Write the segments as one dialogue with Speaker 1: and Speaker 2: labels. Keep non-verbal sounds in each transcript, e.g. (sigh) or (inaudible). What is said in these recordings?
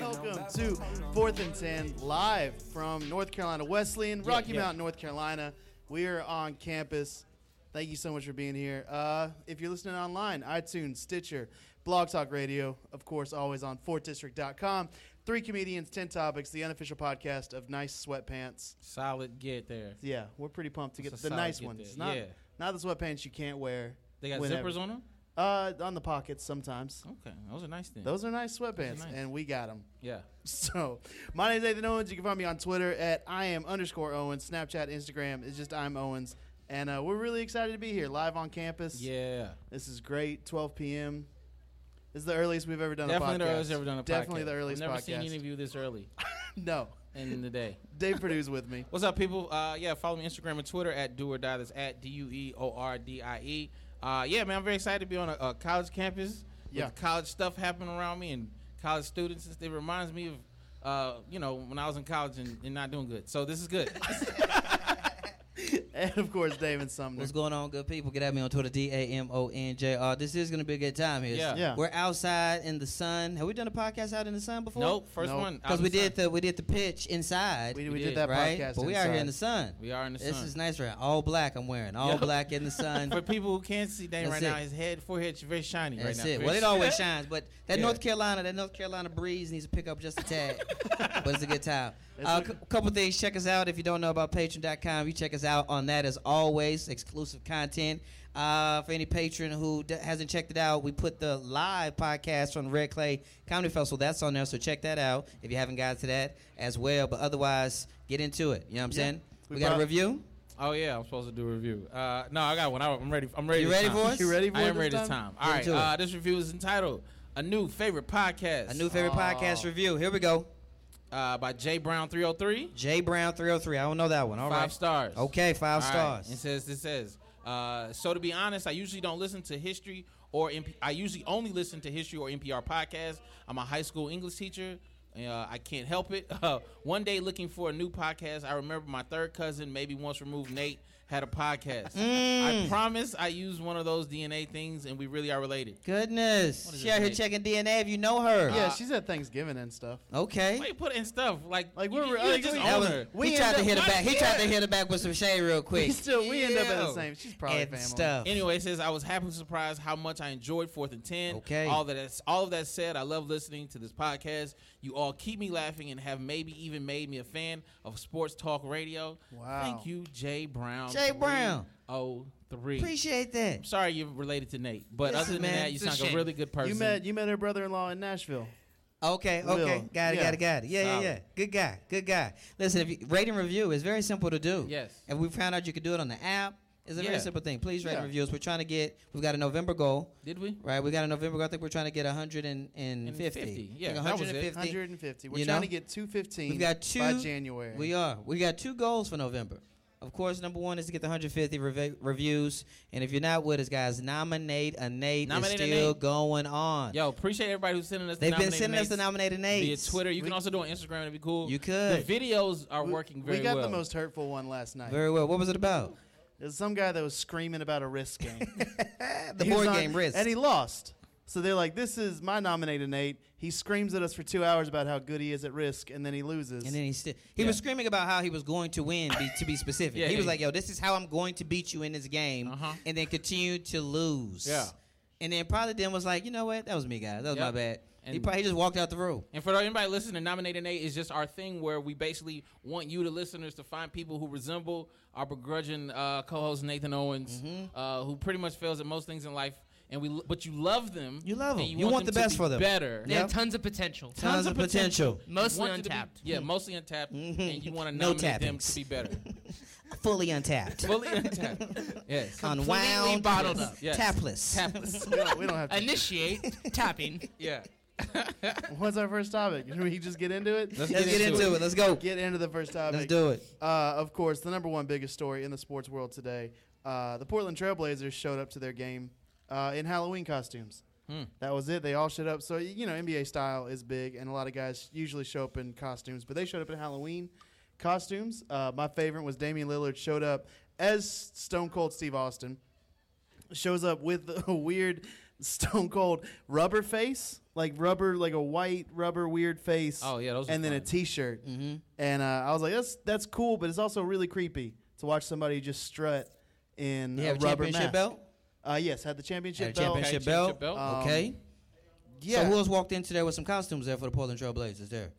Speaker 1: Welcome to Fourth and Ten live from North Carolina Wesleyan, Rocky
Speaker 2: yeah.
Speaker 1: Mountain, North Carolina. We are on campus. Thank you so much for being here. Uh, if you're listening online, iTunes, Stitcher, Blog Talk Radio, of course, always on fourthdistrict.com. Three comedians, 10 topics, the unofficial podcast of Nice Sweatpants.
Speaker 2: Solid get there.
Speaker 1: Yeah, we're pretty pumped to get
Speaker 2: It's
Speaker 1: the
Speaker 2: a solid
Speaker 1: nice
Speaker 2: get
Speaker 1: ones.
Speaker 2: there,
Speaker 1: Not,
Speaker 2: yeah.
Speaker 1: not the sweatpants you can't wear.
Speaker 2: They got
Speaker 1: whenever.
Speaker 2: zippers on them.
Speaker 1: Uh, on the pockets sometimes.
Speaker 2: Okay, those are nice things.
Speaker 1: Those are nice sweatpants,
Speaker 2: nice.
Speaker 1: and we got them.
Speaker 2: yeah.
Speaker 1: So, my name is Nathan Owens. You can find me on Twitter at I am underscore Owens. Snapchat, Instagram is just I'm Owens. And uh, we're really excited to be here live on campus.
Speaker 2: Yeah.
Speaker 1: This is great. 12 p.m. This is the earliest we've ever done
Speaker 2: Definitely
Speaker 1: a podcast.
Speaker 2: the earliest ever done a
Speaker 1: Definitely
Speaker 2: podcast.
Speaker 1: the earliest
Speaker 2: I've never
Speaker 1: podcast.
Speaker 2: seen any of you this early
Speaker 1: No.
Speaker 2: in
Speaker 1: (laughs)
Speaker 2: the day.
Speaker 1: Dave Purdue's with
Speaker 2: (laughs)
Speaker 1: me. (laughs)
Speaker 2: What's up, people? Uh, yeah, follow me Instagram and Twitter at do or die. That's at d u e o r d i e. Uh, yeah, man, I'm very excited to be on a, a college campus.
Speaker 1: Yeah.
Speaker 2: with college stuff happening around me and college students. It reminds me of, uh, you know, when I was in college and, and not doing good. So this is
Speaker 1: (laughs)
Speaker 2: good.
Speaker 1: And, of course, David Sumner.
Speaker 3: What's going on, good people? Get at me on Twitter, D A M O N J R. This is going to be a good time here.
Speaker 2: Yeah.
Speaker 1: Yeah.
Speaker 3: We're outside in the sun. Have we done a podcast out in the sun before?
Speaker 2: nope, first
Speaker 1: Nope.
Speaker 2: one. out
Speaker 3: Because
Speaker 2: in
Speaker 3: we
Speaker 2: the sun.
Speaker 3: did the we did the pitch inside.
Speaker 1: we, we,
Speaker 2: we
Speaker 1: did
Speaker 2: did,
Speaker 1: that
Speaker 3: right?
Speaker 1: podcast.
Speaker 3: but we out here in the
Speaker 1: inside.
Speaker 3: sun.
Speaker 2: We are in the
Speaker 3: this
Speaker 2: sun.
Speaker 3: is nice right. All black I'm wearing. All
Speaker 2: Yep.
Speaker 3: black in the
Speaker 2: (laughs)
Speaker 3: sun.
Speaker 2: For people who can't see Dane
Speaker 3: That's
Speaker 2: right now,
Speaker 3: it.
Speaker 2: his head forehead's very shiny right
Speaker 3: That's
Speaker 2: now.
Speaker 3: it.
Speaker 2: Very
Speaker 3: Well, it
Speaker 2: shi-
Speaker 3: always shines, but that
Speaker 2: Yeah.
Speaker 3: North Carolina, that North Carolina breeze needs to pick up just a tad. (laughs) but it's a
Speaker 2: (laughs)
Speaker 3: good time. A uh,
Speaker 1: It's a-
Speaker 3: cou- couple things. Check us out if you don't know about Patreon.com. You check us out on that as always. Exclusive content. Uh, for any patron who d- hasn't checked it out, we put the live podcast from the Red Clay Comedy Festival. That's on there, so check that out if you haven't gotten to that as well. But otherwise, get into it. You know what I'm
Speaker 1: Yeah.
Speaker 3: saying?
Speaker 1: We
Speaker 3: We, got
Speaker 1: prob-
Speaker 3: a review.
Speaker 2: Oh yeah, I'm supposed to do a review. Uh, no, I got one. I- I'm ready. I'm ready.
Speaker 3: You
Speaker 2: this
Speaker 3: ready
Speaker 2: time.
Speaker 3: for us?
Speaker 1: You ready for
Speaker 2: I
Speaker 1: it
Speaker 2: am ready this time. All right.
Speaker 3: Into it.
Speaker 2: Uh, this review is entitled "A New Favorite Podcast."
Speaker 3: A new favorite podcast review. Here we go.
Speaker 2: uh, by Jay Brown 303.
Speaker 3: J Brown 303. I don't know that one. All
Speaker 2: Five
Speaker 3: right.
Speaker 2: stars.
Speaker 3: Okay, five
Speaker 2: All right,
Speaker 3: stars.
Speaker 2: It says it says. Uh, so to be honest, I usually don't listen to history or MP- I usually only listen to history or NPR podcasts. I'm a high school English teacher. Uh, I can't help it. (laughs) Uh, one day looking for a new podcast, I remember my third cousin, maybe once removed, Nate, had a podcast.
Speaker 3: Mm.
Speaker 2: I promise I use one of those DNA things, and we really are related.
Speaker 3: Goodness.
Speaker 2: is
Speaker 3: She out here
Speaker 2: this
Speaker 3: checking DNA if you know her. Uh,
Speaker 1: Yeah, she's at Thanksgiving and stuff.
Speaker 3: Okay.
Speaker 2: Why you put in stuff like
Speaker 1: Like,
Speaker 2: you-
Speaker 1: we're-
Speaker 2: you,
Speaker 1: like,
Speaker 2: just
Speaker 1: we-
Speaker 2: own
Speaker 3: That was-
Speaker 2: her.
Speaker 1: We
Speaker 3: he
Speaker 1: end
Speaker 3: tried to
Speaker 1: up-
Speaker 3: hit her
Speaker 2: what?
Speaker 3: back. He tried to hit her back with some shade real quick.
Speaker 1: We still, we end up at the
Speaker 2: Ew.
Speaker 1: same. She's probably
Speaker 3: and
Speaker 1: family.
Speaker 3: stuff.
Speaker 2: Anyway, it says I was happily surprised how much I enjoyed Fourth and Ten.
Speaker 3: Okay.
Speaker 2: All that all of that said, I love listening to this podcast. You all keep me laughing and have maybe even made me a fan of sports talk radio.
Speaker 1: Wow.
Speaker 2: Thank you, Jay Brown.
Speaker 3: Jay Brown.
Speaker 2: Oh three.
Speaker 3: Appreciate
Speaker 2: I'm
Speaker 3: that.
Speaker 2: sorry you're related to Nate, but
Speaker 3: Listen,
Speaker 2: other than
Speaker 3: man,
Speaker 2: that, you
Speaker 3: it's a
Speaker 2: sound like
Speaker 3: shame.
Speaker 2: a really good person.
Speaker 1: You met you met her brother-in-law in Nashville.
Speaker 3: Okay,
Speaker 1: Will.
Speaker 3: okay. Got it,
Speaker 1: Yeah.
Speaker 3: got it, got it. Yeah, yeah,
Speaker 2: Solid.
Speaker 3: yeah. Good guy, good guy. Listen, if you rate and review is very simple to do.
Speaker 2: Yes.
Speaker 3: And we found out you could do it on the app. It's a very
Speaker 2: Yeah.
Speaker 3: simple thing. Please rate
Speaker 1: Yeah.
Speaker 3: and reviews. We're trying to get, we've got a November goal.
Speaker 2: Did we?
Speaker 3: Right, we got a November. goal. I think we're trying to get 150.
Speaker 2: 150,
Speaker 3: I
Speaker 2: yeah,
Speaker 3: think
Speaker 2: that was it.
Speaker 1: 150. We're
Speaker 3: You
Speaker 1: trying
Speaker 3: know?
Speaker 1: to get 215
Speaker 3: We've got two
Speaker 1: by January.
Speaker 3: We are. We got two goals for November. Of course, number one is to get the 150 rev- reviews. And if you're not with us, guys, nominate a Nate.
Speaker 2: Nominate a
Speaker 3: is still
Speaker 2: Nate.
Speaker 3: going on.
Speaker 2: Yo, appreciate everybody who's sending us.
Speaker 3: They've
Speaker 2: the
Speaker 3: been
Speaker 2: nominated
Speaker 3: sending us the
Speaker 2: Nates
Speaker 3: nominated
Speaker 2: via
Speaker 3: Nates.
Speaker 2: Twitter. You can also do it on Instagram. It'd be cool.
Speaker 3: You could.
Speaker 2: The videos are
Speaker 1: We-
Speaker 2: working
Speaker 1: we
Speaker 2: very
Speaker 1: got
Speaker 2: well.
Speaker 1: the most hurtful one last night.
Speaker 3: Very well. What was it about?
Speaker 1: There's some guy that was screaming about a
Speaker 3: (laughs)
Speaker 1: risk game.
Speaker 3: The
Speaker 1: He was
Speaker 3: board
Speaker 1: on-
Speaker 3: game risk.
Speaker 1: And he lost. So they're like, this is my nominated Nate. He screams at us for two hours about how good he is at risk, and then he loses.
Speaker 3: And then he sti- he was screaming about how he was going to win. Be, to be specific,
Speaker 2: Yeah,
Speaker 3: he was
Speaker 2: yeah.
Speaker 3: like, "Yo, this is how I'm going to beat you in this game,"
Speaker 2: Uh-huh.
Speaker 3: and then continued to lose.
Speaker 2: Yeah.
Speaker 3: And then probably then was like, "You know what? That was me, guys. That was
Speaker 2: Yep.
Speaker 3: my bad." he
Speaker 2: And-
Speaker 3: probably just walked out the room.
Speaker 2: And for anybody listening, Nominated Nate is just our thing where we basically want you, the listeners, to find people who
Speaker 3: Mm-hmm.
Speaker 2: resemble our begrudging uh, co host Nathan Owens, uh, who pretty much fails at most things in life. and we, lo- but you love them.
Speaker 3: You love
Speaker 2: and
Speaker 3: 'em. You want the
Speaker 2: them to
Speaker 3: best
Speaker 2: be
Speaker 3: for them.
Speaker 2: Better.
Speaker 4: They have
Speaker 3: Yep.
Speaker 4: tons of potential.
Speaker 3: Tons of potential.
Speaker 4: Mostly
Speaker 2: Want them to
Speaker 1: (laughs)
Speaker 2: be-
Speaker 4: untapped.
Speaker 2: yeah, mostly untapped, and you want to
Speaker 3: Mm-hmm. (laughs) No
Speaker 2: nominate them
Speaker 3: tappings.
Speaker 2: to be better.
Speaker 3: (laughs) Fully untapped.
Speaker 2: Fully
Speaker 3: (laughs)
Speaker 2: untapped. Yes.
Speaker 3: Unwound.
Speaker 1: (laughs)
Speaker 4: bottled up.
Speaker 2: Yes.
Speaker 3: Tapless.
Speaker 2: Tapless.
Speaker 1: we, don't, we don't have to.
Speaker 4: Initiate
Speaker 1: (laughs)
Speaker 4: tapping.
Speaker 2: (laughs) yeah.
Speaker 1: What's our first topic? (laughs) Should we just get into it?
Speaker 2: Let's
Speaker 3: Let's get into it. Let's go.
Speaker 1: Get into the first topic.
Speaker 3: Let's do it.
Speaker 1: Uh, of course, the number one biggest story in the sports world today. Uh, the Portland Trailblazers showed up to their game uh, in Halloween costumes.
Speaker 3: Hmm.
Speaker 1: That was it. They all showed up. So, y- you know, NBA style is big, and a lot of guys usually show up in costumes, but they showed up in Halloween costumes. Uh, my favorite was Damian Lillard showed up as Stone Cold Steve Austin shows up with (laughs) a weird stone cold rubber face like rubber like a white rubber weird face
Speaker 2: Oh, yeah, those are
Speaker 1: and then a
Speaker 2: fun.
Speaker 1: t-shirt
Speaker 3: Mm-hmm.
Speaker 1: and uh, i was like that's that's cool but it's also really creepy to watch somebody just strut in
Speaker 3: You
Speaker 1: a
Speaker 3: have a
Speaker 1: rubber
Speaker 3: championship
Speaker 1: mask.
Speaker 3: belt?
Speaker 1: uh yes had the championship
Speaker 3: Had a
Speaker 1: belt
Speaker 3: championship
Speaker 2: Okay,
Speaker 3: belt.
Speaker 2: championship belt.
Speaker 1: Um,
Speaker 3: okay.
Speaker 1: yeah
Speaker 3: So who else walked in today with some costumes there for the Portland Trail Blazers there?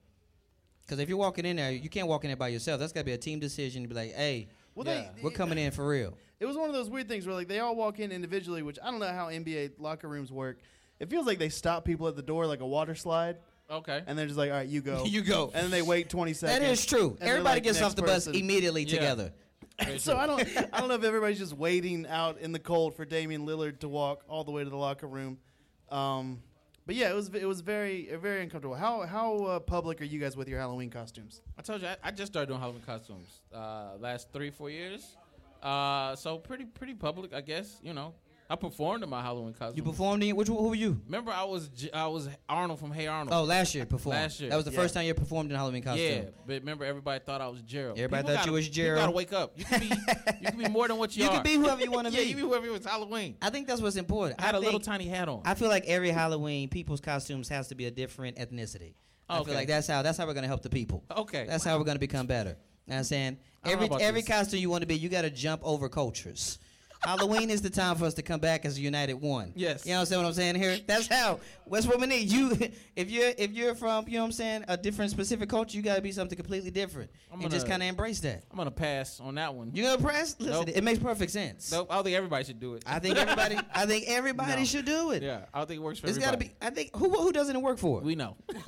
Speaker 3: Because if you're walking in there, you can't walk in there by yourself. That's got to be a team decision to be like, hey,
Speaker 1: Well,
Speaker 2: Yeah.
Speaker 1: they-
Speaker 3: we're coming in for real.
Speaker 1: it was one of those weird things where like they all walk in individually, which I don't know how NBA locker rooms work. It feels like they stop people at the door like a water slide,
Speaker 2: Okay.
Speaker 1: and they're just like, "All right, you go,
Speaker 3: (laughs) You go.
Speaker 1: and then they wait twenty seconds.
Speaker 3: That is true.
Speaker 1: and they're
Speaker 3: Everybody
Speaker 1: like,
Speaker 3: gets
Speaker 1: "Next
Speaker 3: off the
Speaker 1: person."
Speaker 3: bus immediately
Speaker 2: Yeah.
Speaker 3: together.
Speaker 1: so I
Speaker 2: (laughs)
Speaker 1: don't, I don't know if everybody's just waiting out in the cold for Damian Lillard to walk all the way to the locker room. Um, but yeah, it was it was very very uncomfortable. How how uh, public are you guys with your Halloween costumes?
Speaker 2: I told you I, I just started doing Halloween costumes uh, last three four years, uh, so pretty pretty public I guess. You know, I performed in my Halloween costume.
Speaker 3: You performed in which? Who were you?
Speaker 2: Remember I was J- I was Arnold from Hey Arnold.
Speaker 3: Oh, last year performed.
Speaker 2: Last year.
Speaker 3: That was the
Speaker 1: Yeah.
Speaker 3: first time you performed in a Halloween costume.
Speaker 2: Yeah, but remember everybody thought I was Gerald.
Speaker 3: Everybody thought
Speaker 2: gotta-
Speaker 3: you was
Speaker 2: You gotta
Speaker 3: Gerald.
Speaker 2: wake up. You can
Speaker 3: (laughs)
Speaker 2: be you can be more than what you,
Speaker 3: You
Speaker 2: are.
Speaker 3: can be whoever you wanna
Speaker 2: (laughs) yeah,
Speaker 3: be.
Speaker 2: you be whoever you was Halloween.
Speaker 3: I think that's what's important.
Speaker 2: I had a
Speaker 3: a
Speaker 2: little tiny hat on.
Speaker 3: I feel like every Halloween, people's costumes has to be a different ethnicity. I
Speaker 2: Okay.
Speaker 3: feel like that's how that's how we're gonna help the people.
Speaker 2: Okay.
Speaker 3: That's how we're gonna become better. You know what I'm saying
Speaker 2: I don't know
Speaker 3: every
Speaker 2: about
Speaker 3: every
Speaker 2: this.
Speaker 3: costume you want to be, you gotta jump over cultures. Halloween is the time for us to come back as a united one.
Speaker 2: Yes.
Speaker 3: You know what I'm saying? What I'm saying here? That's how. That's what we need. You, (laughs) if you're if you're from, you know what I'm saying, a different specific culture, you gotta be something completely different
Speaker 2: I'm
Speaker 3: and just
Speaker 2: gonna-
Speaker 3: kind of embrace that.
Speaker 2: I'm gonna pass on that one.
Speaker 3: You know, press. Listen,
Speaker 2: Nope.
Speaker 3: it makes perfect sense.
Speaker 2: Nope, I don't think everybody should do it.
Speaker 3: I think everybody. I think everybody
Speaker 1: No.
Speaker 3: should do it.
Speaker 2: yeah, I don't think it works for
Speaker 3: It's got to
Speaker 2: everybody.
Speaker 3: be. I think who who doesn't it work for?
Speaker 2: We know. (laughs)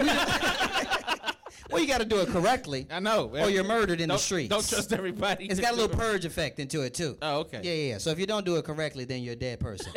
Speaker 3: well, you got to do it correctly.
Speaker 2: (laughs) I know.
Speaker 3: Or you're murdered in
Speaker 2: Don't-
Speaker 3: the streets.
Speaker 2: Don't trust everybody.
Speaker 3: It's got a little purge effect into it too.
Speaker 2: Oh, okay.
Speaker 3: Yeah, yeah. yeah. So if you don't do it correctly, then you're a
Speaker 2: (laughs)
Speaker 3: dead person.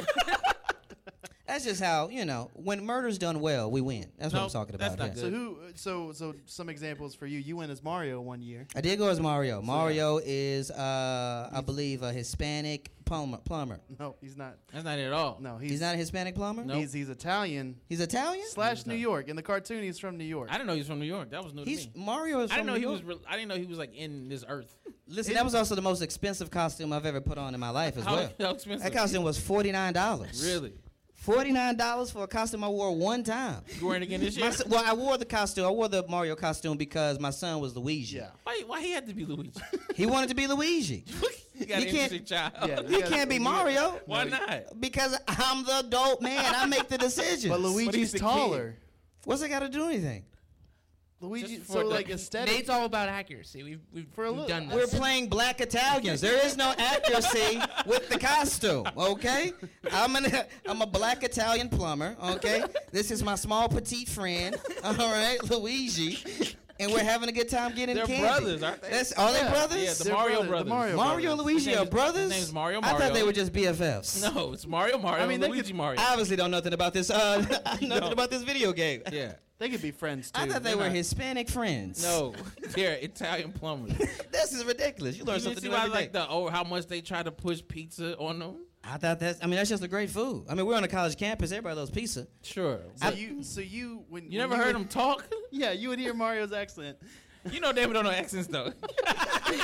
Speaker 3: That's just how you know when murder's done well, we win. That's
Speaker 2: No,
Speaker 3: what I'm talking
Speaker 2: that's
Speaker 3: about.
Speaker 2: not
Speaker 3: yeah.
Speaker 2: good.
Speaker 1: So who? So so some examples for you. You went as Mario one year. (laughs)
Speaker 3: I did go as Mario. Mario is, uh, I believe, a Hispanic plumber. plumber.
Speaker 1: No, he's not.
Speaker 2: That's not it at all.
Speaker 1: No, he's
Speaker 3: He's not a Hispanic plumber.
Speaker 2: Nope.
Speaker 1: He's he's Italian
Speaker 3: He's Italian.
Speaker 1: slash New York. In the cartoon, he's from New York.
Speaker 2: I didn't know he was from New York. That was new
Speaker 3: He's
Speaker 2: to me.
Speaker 3: Mario is
Speaker 2: I didn't
Speaker 3: from
Speaker 2: know
Speaker 3: New
Speaker 2: he
Speaker 3: York.
Speaker 2: was. Re- I didn't know he was like in this earth.
Speaker 3: Listen, that was also the most expensive costume I've ever put on in my life as
Speaker 2: How-
Speaker 3: well.
Speaker 2: how expensive?
Speaker 3: That costume was forty nine dollars.
Speaker 2: Really?
Speaker 3: Forty nine dollars for a costume I wore one time.
Speaker 2: You wearing it again this
Speaker 3: My
Speaker 2: year?
Speaker 3: son, well, I wore the costume. I wore the Mario costume because my son was Luigi.
Speaker 1: Yeah.
Speaker 2: Why, why he had to be Luigi? (laughs)
Speaker 3: He wanted to be Luigi.
Speaker 2: he got
Speaker 3: He
Speaker 2: an
Speaker 3: can't-
Speaker 2: interesting child.
Speaker 1: Yeah,
Speaker 3: He
Speaker 1: gotta-
Speaker 3: can't be Mario
Speaker 2: (laughs) Why not?
Speaker 3: because I'm the adult man. I make the decisions.
Speaker 1: But Luigi's
Speaker 2: the kid.
Speaker 1: taller.
Speaker 3: what's that got to do anything?
Speaker 1: Luigi.
Speaker 2: Just for
Speaker 1: So
Speaker 2: the-
Speaker 1: like
Speaker 4: Nate's
Speaker 1: aesthetic.
Speaker 4: all about accuracy. We've we've,
Speaker 1: For a
Speaker 4: we've
Speaker 1: little-
Speaker 4: done
Speaker 3: We're
Speaker 4: this.
Speaker 3: playing black Italians. There is no accuracy with the costume, okay? I'm an (laughs) I'm a black Italian plumber, okay? This is my small petite friend, (laughs) all right, Luigi. And we're having a good time getting
Speaker 2: They're
Speaker 3: candy.
Speaker 2: brothers, aren't they?
Speaker 3: That's, are they
Speaker 1: Yeah,
Speaker 3: brothers?
Speaker 2: Yeah, the
Speaker 1: They're
Speaker 2: Mario
Speaker 1: brothers, the
Speaker 2: brothers.
Speaker 1: Mario
Speaker 3: Mario and
Speaker 1: brothers.
Speaker 3: Luigi
Speaker 2: His name
Speaker 3: are
Speaker 2: is-
Speaker 3: brothers?
Speaker 2: his name's Mario
Speaker 3: I thought
Speaker 2: Mario.
Speaker 3: they were just BFFs.
Speaker 2: No, it's Mario Mario.
Speaker 1: I mean, they
Speaker 2: Luigi
Speaker 1: could-
Speaker 2: Mario.
Speaker 3: I obviously don't know nothing about
Speaker 2: (laughs)
Speaker 3: this. Uh, (laughs) I know nothing about this video game.
Speaker 2: yeah.
Speaker 1: They could be friends too.
Speaker 3: I thought they
Speaker 1: They're
Speaker 3: were
Speaker 1: not-
Speaker 3: Hispanic friends.
Speaker 2: No, (laughs) they're Italian plumbers.
Speaker 3: (laughs) this is ridiculous. You learn
Speaker 2: You
Speaker 3: something
Speaker 2: see
Speaker 3: new
Speaker 2: why
Speaker 3: every day.
Speaker 2: like the oh how much they try to push pizza on them?
Speaker 3: I thought that's. I mean, that's just a great food. I mean, we're on a college campus. Everybody loves pizza.
Speaker 2: Sure.
Speaker 1: So you. So you when
Speaker 2: You never heard
Speaker 1: would-
Speaker 2: them talk? (laughs)
Speaker 1: Yeah, you would hear Mario's (laughs) accent.
Speaker 2: You know Damon don't know accents though. (laughs)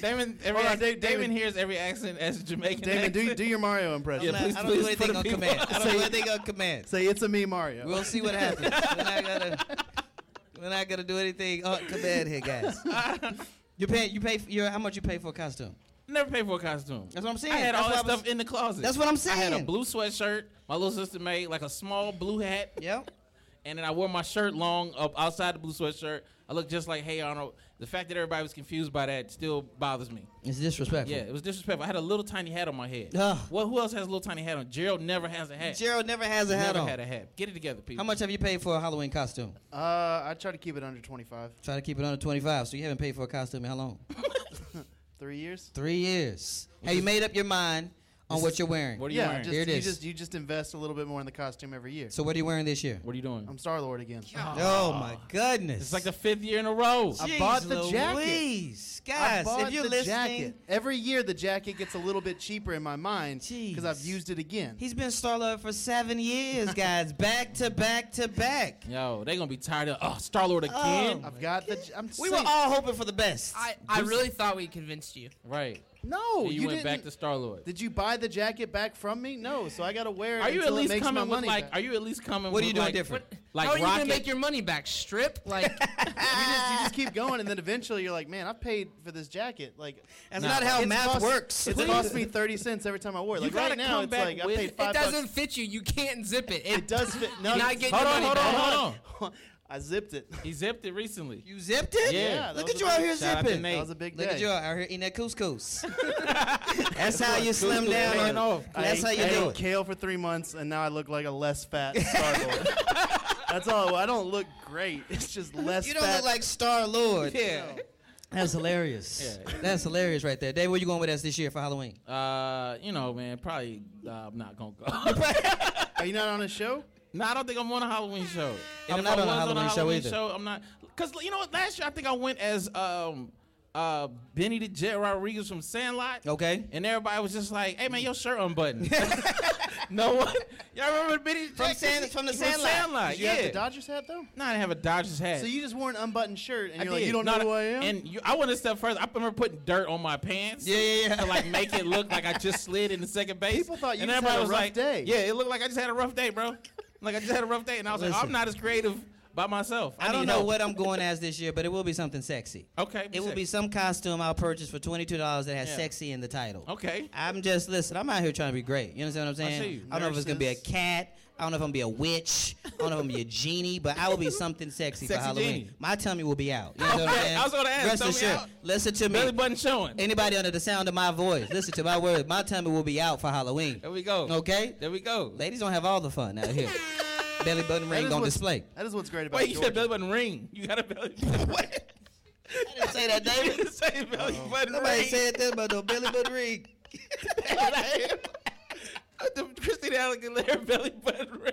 Speaker 2: Damon every
Speaker 1: Hold on,
Speaker 2: ac-
Speaker 1: Dave-
Speaker 2: Damon,
Speaker 1: Damon-
Speaker 2: hears every accent as a Jamaican.
Speaker 1: Damon, do
Speaker 2: accent.
Speaker 1: do your Mario impression.
Speaker 2: Yeah, please-
Speaker 3: I don't do
Speaker 2: please for
Speaker 3: anything
Speaker 2: the
Speaker 3: on
Speaker 2: people.
Speaker 3: command. I don't do anything on command.
Speaker 1: Say it's a me Mario.
Speaker 3: We'll see
Speaker 2: (laughs)
Speaker 3: what happens. we're not gonna. We're not gonna do anything on command
Speaker 2: (laughs)
Speaker 3: here, guys. You pay. You pay. Your, how much you pay for a costume?
Speaker 2: Never paid for a costume.
Speaker 3: That's what I'm saying.
Speaker 2: I had
Speaker 3: That's
Speaker 2: all
Speaker 3: why
Speaker 2: that
Speaker 3: I was-
Speaker 2: stuff in the closet.
Speaker 3: That's what I'm
Speaker 2: I had a
Speaker 3: saying. (laughs)
Speaker 2: blue sweatshirt. My little sister made like a small blue hat.
Speaker 3: Yep.
Speaker 2: and then I wore my shirt long up outside the blue sweatshirt. I looked just like Hey Arnold. The fact that everybody was confused by that still bothers me.
Speaker 3: It's disrespectful.
Speaker 2: Yeah, it was disrespectful. I had a little tiny hat on my head.
Speaker 3: Ugh.
Speaker 2: Well, who else has a little tiny hat on? Gerald never has a hat.
Speaker 3: Gerald never has a hat
Speaker 2: never
Speaker 3: on.
Speaker 2: had a hat. Get it together, people.
Speaker 3: How much have you paid for a Halloween costume?
Speaker 1: Uh, I try to keep it under 25.
Speaker 3: Try to keep it under 25. So you haven't paid for a costume in
Speaker 2: (laughs)
Speaker 3: how long?
Speaker 1: Three years?
Speaker 3: Three years. Have you made up your mind on what you're wearing?
Speaker 2: What are you
Speaker 1: Yeah,
Speaker 2: wearing?
Speaker 1: just,
Speaker 3: Here it
Speaker 1: you
Speaker 3: is.
Speaker 1: just you just invest a little bit more in the costume every year.
Speaker 3: so what are you wearing this year?
Speaker 2: what are you doing?
Speaker 1: I'm Star Lord again.
Speaker 3: Oh my goodness!
Speaker 2: it's like the fifth year in a row.
Speaker 1: I bought the jacket.
Speaker 3: Louise.
Speaker 1: I
Speaker 3: Guys,
Speaker 1: bought
Speaker 3: if you're
Speaker 1: the
Speaker 3: listening,
Speaker 1: jacket. every year the jacket gets a little bit cheaper in my mind because I've
Speaker 3: Jeez.
Speaker 1: used it again.
Speaker 3: he's been Starlord for seven years, guys, back to back to back.
Speaker 2: Yo, they gonna be tired of oh Star Lord again.
Speaker 1: I've got the. j- I'm
Speaker 3: We were
Speaker 1: saying-
Speaker 3: all hoping for the best.
Speaker 4: I, I really thought we convinced you.
Speaker 2: Right.
Speaker 1: No,
Speaker 2: And Oh, you,
Speaker 1: you
Speaker 2: went back to
Speaker 1: didn't-
Speaker 2: Star Lord.
Speaker 1: Did you buy the jacket back from me? No, so I gotta wear it.
Speaker 2: Are you at
Speaker 1: until it
Speaker 2: least
Speaker 1: makes my
Speaker 2: coming with
Speaker 1: money
Speaker 2: like?
Speaker 1: back.
Speaker 2: Are you at least coming?
Speaker 3: What are
Speaker 2: with
Speaker 3: you doing
Speaker 2: like,
Speaker 3: different?
Speaker 2: Like
Speaker 4: How are you
Speaker 2: rocket?
Speaker 4: gonna make your money back? Strip?
Speaker 1: (laughs)
Speaker 4: Like
Speaker 1: you, just, you just keep going, and then eventually you're like, man, I paid for this jacket. Like
Speaker 3: That's not how
Speaker 1: it's
Speaker 3: math
Speaker 1: cost-
Speaker 3: works.
Speaker 1: It's cost me thirty cents every time I wore it.
Speaker 2: You
Speaker 1: Like right
Speaker 2: gotta
Speaker 1: now,
Speaker 2: come
Speaker 1: it's
Speaker 2: back
Speaker 1: like I
Speaker 2: with-
Speaker 1: paid
Speaker 2: it
Speaker 4: it
Speaker 1: five bucks.
Speaker 4: doesn't fit you. You can't zip it.
Speaker 1: It (laughs) does fit. No,
Speaker 4: You're not
Speaker 1: it's-
Speaker 4: getting
Speaker 2: hold
Speaker 4: your
Speaker 2: on,
Speaker 4: money
Speaker 2: hold on,
Speaker 4: back.
Speaker 2: hold on.
Speaker 1: (laughs) I zipped it.
Speaker 2: He zipped it recently.
Speaker 3: you zipped it?
Speaker 2: Yeah,
Speaker 3: Look
Speaker 1: that
Speaker 3: at
Speaker 1: was
Speaker 3: you
Speaker 1: a-
Speaker 3: out here
Speaker 2: Shout out to
Speaker 3: zipping.
Speaker 2: Nate.
Speaker 1: That was a big
Speaker 3: Look
Speaker 1: day.
Speaker 3: at you out here eating that couscous. That's how you slim
Speaker 2: Hey,
Speaker 3: down.
Speaker 2: no.
Speaker 3: on- That's how
Speaker 1: I
Speaker 3: you
Speaker 1: ate- I
Speaker 3: do
Speaker 1: ate
Speaker 3: it.
Speaker 1: Kale for three months, and now I look like a less fat Starboy. That's all. I don't look great. (laughs) It's just less.
Speaker 3: You don't
Speaker 1: fat.
Speaker 3: look like Star Lord.
Speaker 2: Yeah.
Speaker 3: That's hilarious. That's hilarious right there. Dave, where you going with us this year for Halloween?
Speaker 2: Uh, you know, man, probably uh, I'm not gonna go.
Speaker 1: Are you not on a show?
Speaker 2: no, I don't think I'm on a Halloween show. And
Speaker 3: I'm
Speaker 2: if
Speaker 3: not
Speaker 2: I
Speaker 3: on a
Speaker 2: was
Speaker 3: Halloween show either.
Speaker 2: I'm not because you know what? Last year I think I went as um uh Benny the Jet Rodriguez from Sandlot.
Speaker 3: Okay.
Speaker 2: And everybody was just like, "Hey man, your shirt unbuttoned." (laughs) no one. Y'all remember Benny the
Speaker 3: From
Speaker 2: Jet?
Speaker 3: Sand- from the Sandlot.
Speaker 1: Did you
Speaker 2: Uh, yeah.
Speaker 1: have the Dodgers hat though?
Speaker 2: no, I didn't have a Dodgers hat.
Speaker 1: So you just wore an unbuttoned shirt, and
Speaker 2: I
Speaker 1: you're like,
Speaker 2: did.
Speaker 1: you don't know
Speaker 2: No,
Speaker 1: who I am.
Speaker 2: And you, I went a step further. I remember putting dirt on my pants.
Speaker 3: Yeah, yeah, yeah.
Speaker 2: To like make it look like I just slid into second base.
Speaker 1: People thought you
Speaker 2: and
Speaker 1: just
Speaker 2: everybody
Speaker 1: had a
Speaker 2: was
Speaker 1: rough
Speaker 2: like,
Speaker 1: day.
Speaker 2: Yeah, it looked like I just had a rough day, bro. Like I just had a rough day, and I was like,
Speaker 3: Listen.
Speaker 2: I'm not as creative by myself. I,
Speaker 3: I don't
Speaker 2: need
Speaker 3: know
Speaker 2: help.
Speaker 3: what I'm going as this year, but it will be something sexy.
Speaker 2: Okay,
Speaker 3: It will be some costume I'll purchase for twenty two dollars that has
Speaker 2: Yeah.
Speaker 3: sexy in the title.
Speaker 2: Okay.
Speaker 3: I'm just listen, I'm out here trying to be great. You understand what I'm saying?
Speaker 2: see you.
Speaker 3: don't know if it's gonna be a
Speaker 1: Nurses.
Speaker 3: cat. I don't know if I'm gonna be a witch. I don't know if I'm gonna be a genie, but I will be something sexy, for
Speaker 2: Sexy
Speaker 3: Halloween.
Speaker 2: genie.
Speaker 3: My tummy will be out. You know what I'm
Speaker 2: Okay,
Speaker 3: saying?
Speaker 2: I was gonna ask,
Speaker 3: Rest
Speaker 2: tummy
Speaker 3: assured.
Speaker 2: out?
Speaker 3: Listen to me.
Speaker 2: belly button showing.
Speaker 3: Anybody under the sound of my voice, listen to my words. My tummy will be out for Halloween.
Speaker 2: there we go.
Speaker 3: Okay?
Speaker 2: There we go.
Speaker 3: Ladies don't have all the fun out
Speaker 2: (laughs)
Speaker 3: here. belly button
Speaker 1: That
Speaker 3: ring
Speaker 1: is
Speaker 3: on
Speaker 1: what's-
Speaker 3: display.
Speaker 1: That is what's great about
Speaker 2: Wait, you
Speaker 1: Georgia.
Speaker 2: said belly button ring. You got
Speaker 1: (laughs)
Speaker 2: a belly. what?
Speaker 3: I didn't say
Speaker 2: (laughs)
Speaker 3: that,
Speaker 2: You
Speaker 3: David.
Speaker 2: didn't say belly
Speaker 1: Oh.
Speaker 2: button
Speaker 3: Nobody
Speaker 2: ring. (laughs)
Speaker 3: said that about no Billy Bud Ring.
Speaker 2: the Christina Aguilera belly button ring.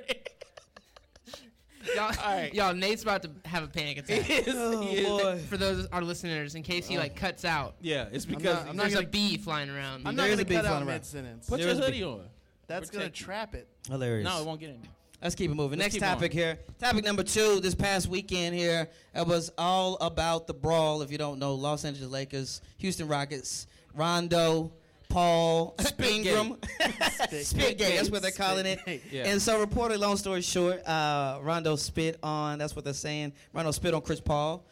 Speaker 1: (laughs)
Speaker 4: Y'all,
Speaker 2: right.
Speaker 4: y'all, Nate's about to have a panic attack.
Speaker 2: Yes,
Speaker 1: Oh,
Speaker 2: yes.
Speaker 4: For those our listeners, in case he like cuts out,
Speaker 2: Yeah, it's because
Speaker 1: I'm not
Speaker 4: there's a
Speaker 1: gonna-
Speaker 4: bee flying around.
Speaker 1: I'm
Speaker 3: There is
Speaker 1: not
Speaker 3: a big
Speaker 1: going to cut
Speaker 3: fun
Speaker 1: out
Speaker 3: around.
Speaker 1: mid sentence.
Speaker 2: put your
Speaker 3: There's
Speaker 2: hoodie on.
Speaker 1: That's going to
Speaker 2: protect you.
Speaker 1: trap it.
Speaker 3: Hilarious.
Speaker 2: No, it won't get in. there.
Speaker 3: Let's keep it moving.
Speaker 2: Let's
Speaker 3: Next
Speaker 2: keep
Speaker 3: topic
Speaker 2: on.
Speaker 3: here. Topic number two. This past weekend here, it was all about the brawl. If you don't know, Los Angeles Lakers, Houston Rockets, Rondo, Paul (laughs) Ingram, Spitgate. That's what they're calling it.
Speaker 1: Spitgate.
Speaker 2: Yeah.
Speaker 3: And so, reportedly, long story short, uh, Rondo spit on. That's what they're saying. Rondo spit on Chris Paul.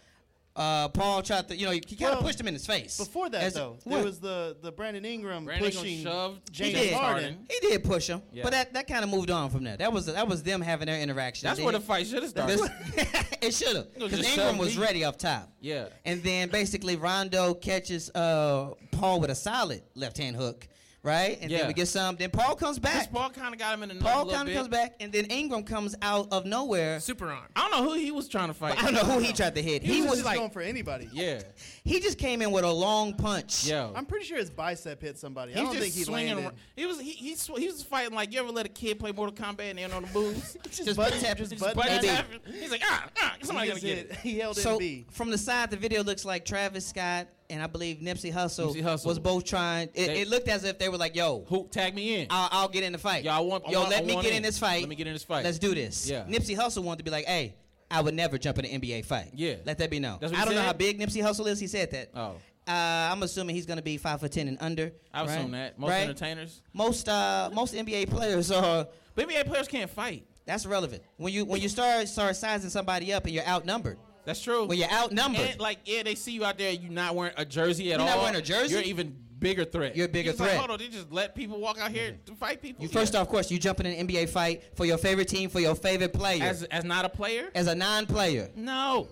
Speaker 3: Uh, Paul tried to, you know, he kind of
Speaker 1: Well,
Speaker 3: pushed him in his face.
Speaker 1: Before that,
Speaker 3: As-
Speaker 1: though,
Speaker 3: what?
Speaker 1: there was the, the Brandon Ingram
Speaker 2: Brandon Ingram
Speaker 1: pushing
Speaker 2: shoved
Speaker 1: James
Speaker 3: James
Speaker 1: Harden.
Speaker 3: He did push him,
Speaker 2: Yeah.
Speaker 3: but that, that kind of moved on from that. That was that was them having their interaction.
Speaker 2: That's
Speaker 3: Then
Speaker 2: where
Speaker 3: he-
Speaker 2: the fight should have started.
Speaker 3: This- (laughs) it should have.
Speaker 2: It was
Speaker 3: Because
Speaker 2: just
Speaker 3: Ingram
Speaker 2: shoved
Speaker 3: was
Speaker 2: deep.
Speaker 3: ready up top.
Speaker 2: Yeah.
Speaker 3: And then basically Rondo catches uh, Paul with a solid left hand hook, right? And
Speaker 2: Yeah.
Speaker 3: then we get some. Then Paul comes
Speaker 2: Chris
Speaker 3: back.
Speaker 2: Paul kind of got him in the
Speaker 3: Paul
Speaker 2: kind
Speaker 3: kind of comes back, and then Ingram comes out of nowhere.
Speaker 4: Super arm.
Speaker 2: I don't know who he was trying to fight.
Speaker 3: I don't know who he tried to hit.
Speaker 1: He,
Speaker 3: He
Speaker 1: was,
Speaker 3: was
Speaker 1: just
Speaker 3: like,
Speaker 1: going for anybody.
Speaker 2: (laughs) Yeah,
Speaker 3: he just came in with a long punch.
Speaker 2: yo.
Speaker 1: I'm pretty sure his bicep hit somebody. I
Speaker 2: He's
Speaker 1: don't
Speaker 2: just
Speaker 1: think he
Speaker 2: swinging.
Speaker 1: landed.
Speaker 2: ar- He was he he, sw- he was fighting like you ever let a kid play Mortal Kombat and they on the moves.
Speaker 3: (laughs) Just,
Speaker 1: butt-
Speaker 3: butt tap.
Speaker 1: just
Speaker 3: Just
Speaker 1: butt
Speaker 3: butt
Speaker 1: tap.
Speaker 2: But
Speaker 3: tap.
Speaker 2: after- he's like ah ah somebody
Speaker 1: He
Speaker 2: gonna
Speaker 1: just
Speaker 2: get
Speaker 1: hit-
Speaker 2: it.
Speaker 1: He held
Speaker 3: So
Speaker 1: in B.
Speaker 3: from the side, the video looks like Travis Scott and I believe Nipsey Hussle,
Speaker 2: Nipsey Hussle.
Speaker 3: was both trying. It,
Speaker 2: They-
Speaker 3: it looked as if they were like, "Yo,
Speaker 2: Who tag me in?
Speaker 3: I'll, I'll get in the fight.
Speaker 2: Yeah, I want- I
Speaker 3: Yo,
Speaker 2: want-
Speaker 3: let
Speaker 2: I
Speaker 3: me
Speaker 2: want
Speaker 3: get
Speaker 2: in.
Speaker 3: in this fight.
Speaker 2: Let me get in this fight.
Speaker 3: Let's do this.
Speaker 2: Yeah.
Speaker 3: Nipsey Hussle wanted to be like, hey, I would never jump in an NBA fight.
Speaker 2: Yeah.
Speaker 3: Let that be known.
Speaker 2: That's what
Speaker 3: I
Speaker 2: he
Speaker 3: don't know
Speaker 2: said?
Speaker 3: how big Nipsey Hussle is. He said that.
Speaker 2: Oh.
Speaker 3: Uh, I'm assuming he's going to be five for ten and under.
Speaker 2: I was
Speaker 3: right?
Speaker 2: on that. Most
Speaker 3: Right?
Speaker 2: entertainers,
Speaker 3: Most uh, most NBA players are.
Speaker 2: but NBA players can't fight.
Speaker 3: That's relevant. When you when you start start sizing somebody up and you're outnumbered.
Speaker 2: That's true.
Speaker 3: When you're outnumbered.
Speaker 2: And like yeah, they see you out there. You not wearing a jersey at
Speaker 3: You're
Speaker 2: all.
Speaker 3: not wearing a jersey?
Speaker 2: You're even bigger threat.
Speaker 3: You're a bigger
Speaker 2: He was like,
Speaker 3: threat.
Speaker 2: Hold on, they just let people walk out here to fight people.
Speaker 3: You first off, of course, you jump in an NBA fight for your favorite team for your favorite player
Speaker 2: as
Speaker 3: as,
Speaker 2: as not a player.
Speaker 3: a non-player.
Speaker 2: No.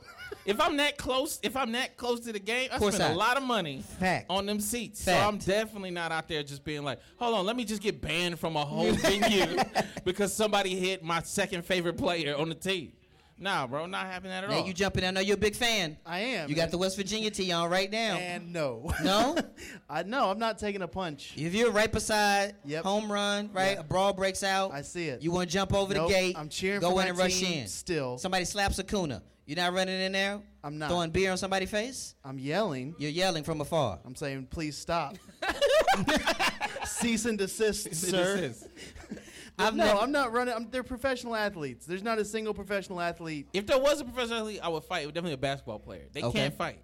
Speaker 2: if I'm that close, if I'm that close to the game, I
Speaker 3: Course
Speaker 2: spend a
Speaker 3: not.
Speaker 2: lot of money
Speaker 3: Fact.
Speaker 2: on them seats. So
Speaker 3: Fact.
Speaker 2: I'm definitely not out there just being like, hold on, let me just get banned from a
Speaker 3: (laughs)
Speaker 2: whole venue because somebody hit my second favorite player on the team. Nah, bro, not happening at
Speaker 3: Now
Speaker 2: all.
Speaker 3: you jump in. I know you're a big fan.
Speaker 1: I am.
Speaker 3: You got the West Virginia tee on right now.
Speaker 1: and no,
Speaker 3: No?
Speaker 1: (laughs) I no, I'm not taking a punch.
Speaker 3: if you're right beside
Speaker 1: Yep.
Speaker 3: home run, right,
Speaker 1: Yeah.
Speaker 3: a brawl breaks out.
Speaker 1: I see it.
Speaker 3: You want to jump over
Speaker 1: Nope,
Speaker 3: the gate.
Speaker 1: I'm cheering
Speaker 3: Go
Speaker 1: for
Speaker 3: in
Speaker 1: my
Speaker 3: and rush
Speaker 1: team
Speaker 3: in.
Speaker 1: still.
Speaker 3: Somebody slaps a kuna. You're not running in there.
Speaker 1: I'm not.
Speaker 3: throwing beer on somebody's face.
Speaker 1: I'm yelling.
Speaker 3: You're yelling from afar.
Speaker 1: I'm saying, please
Speaker 2: (laughs)
Speaker 1: stop. Cease and desist,
Speaker 2: Cease and
Speaker 1: sir.
Speaker 2: desist.
Speaker 3: I've
Speaker 1: no,
Speaker 3: never-
Speaker 1: I'm not running. I'm, they're professional athletes. There's not a single professional athlete.
Speaker 2: if there was a professional athlete, I would fight. It was definitely a basketball player. They
Speaker 3: Okay.
Speaker 2: can't fight.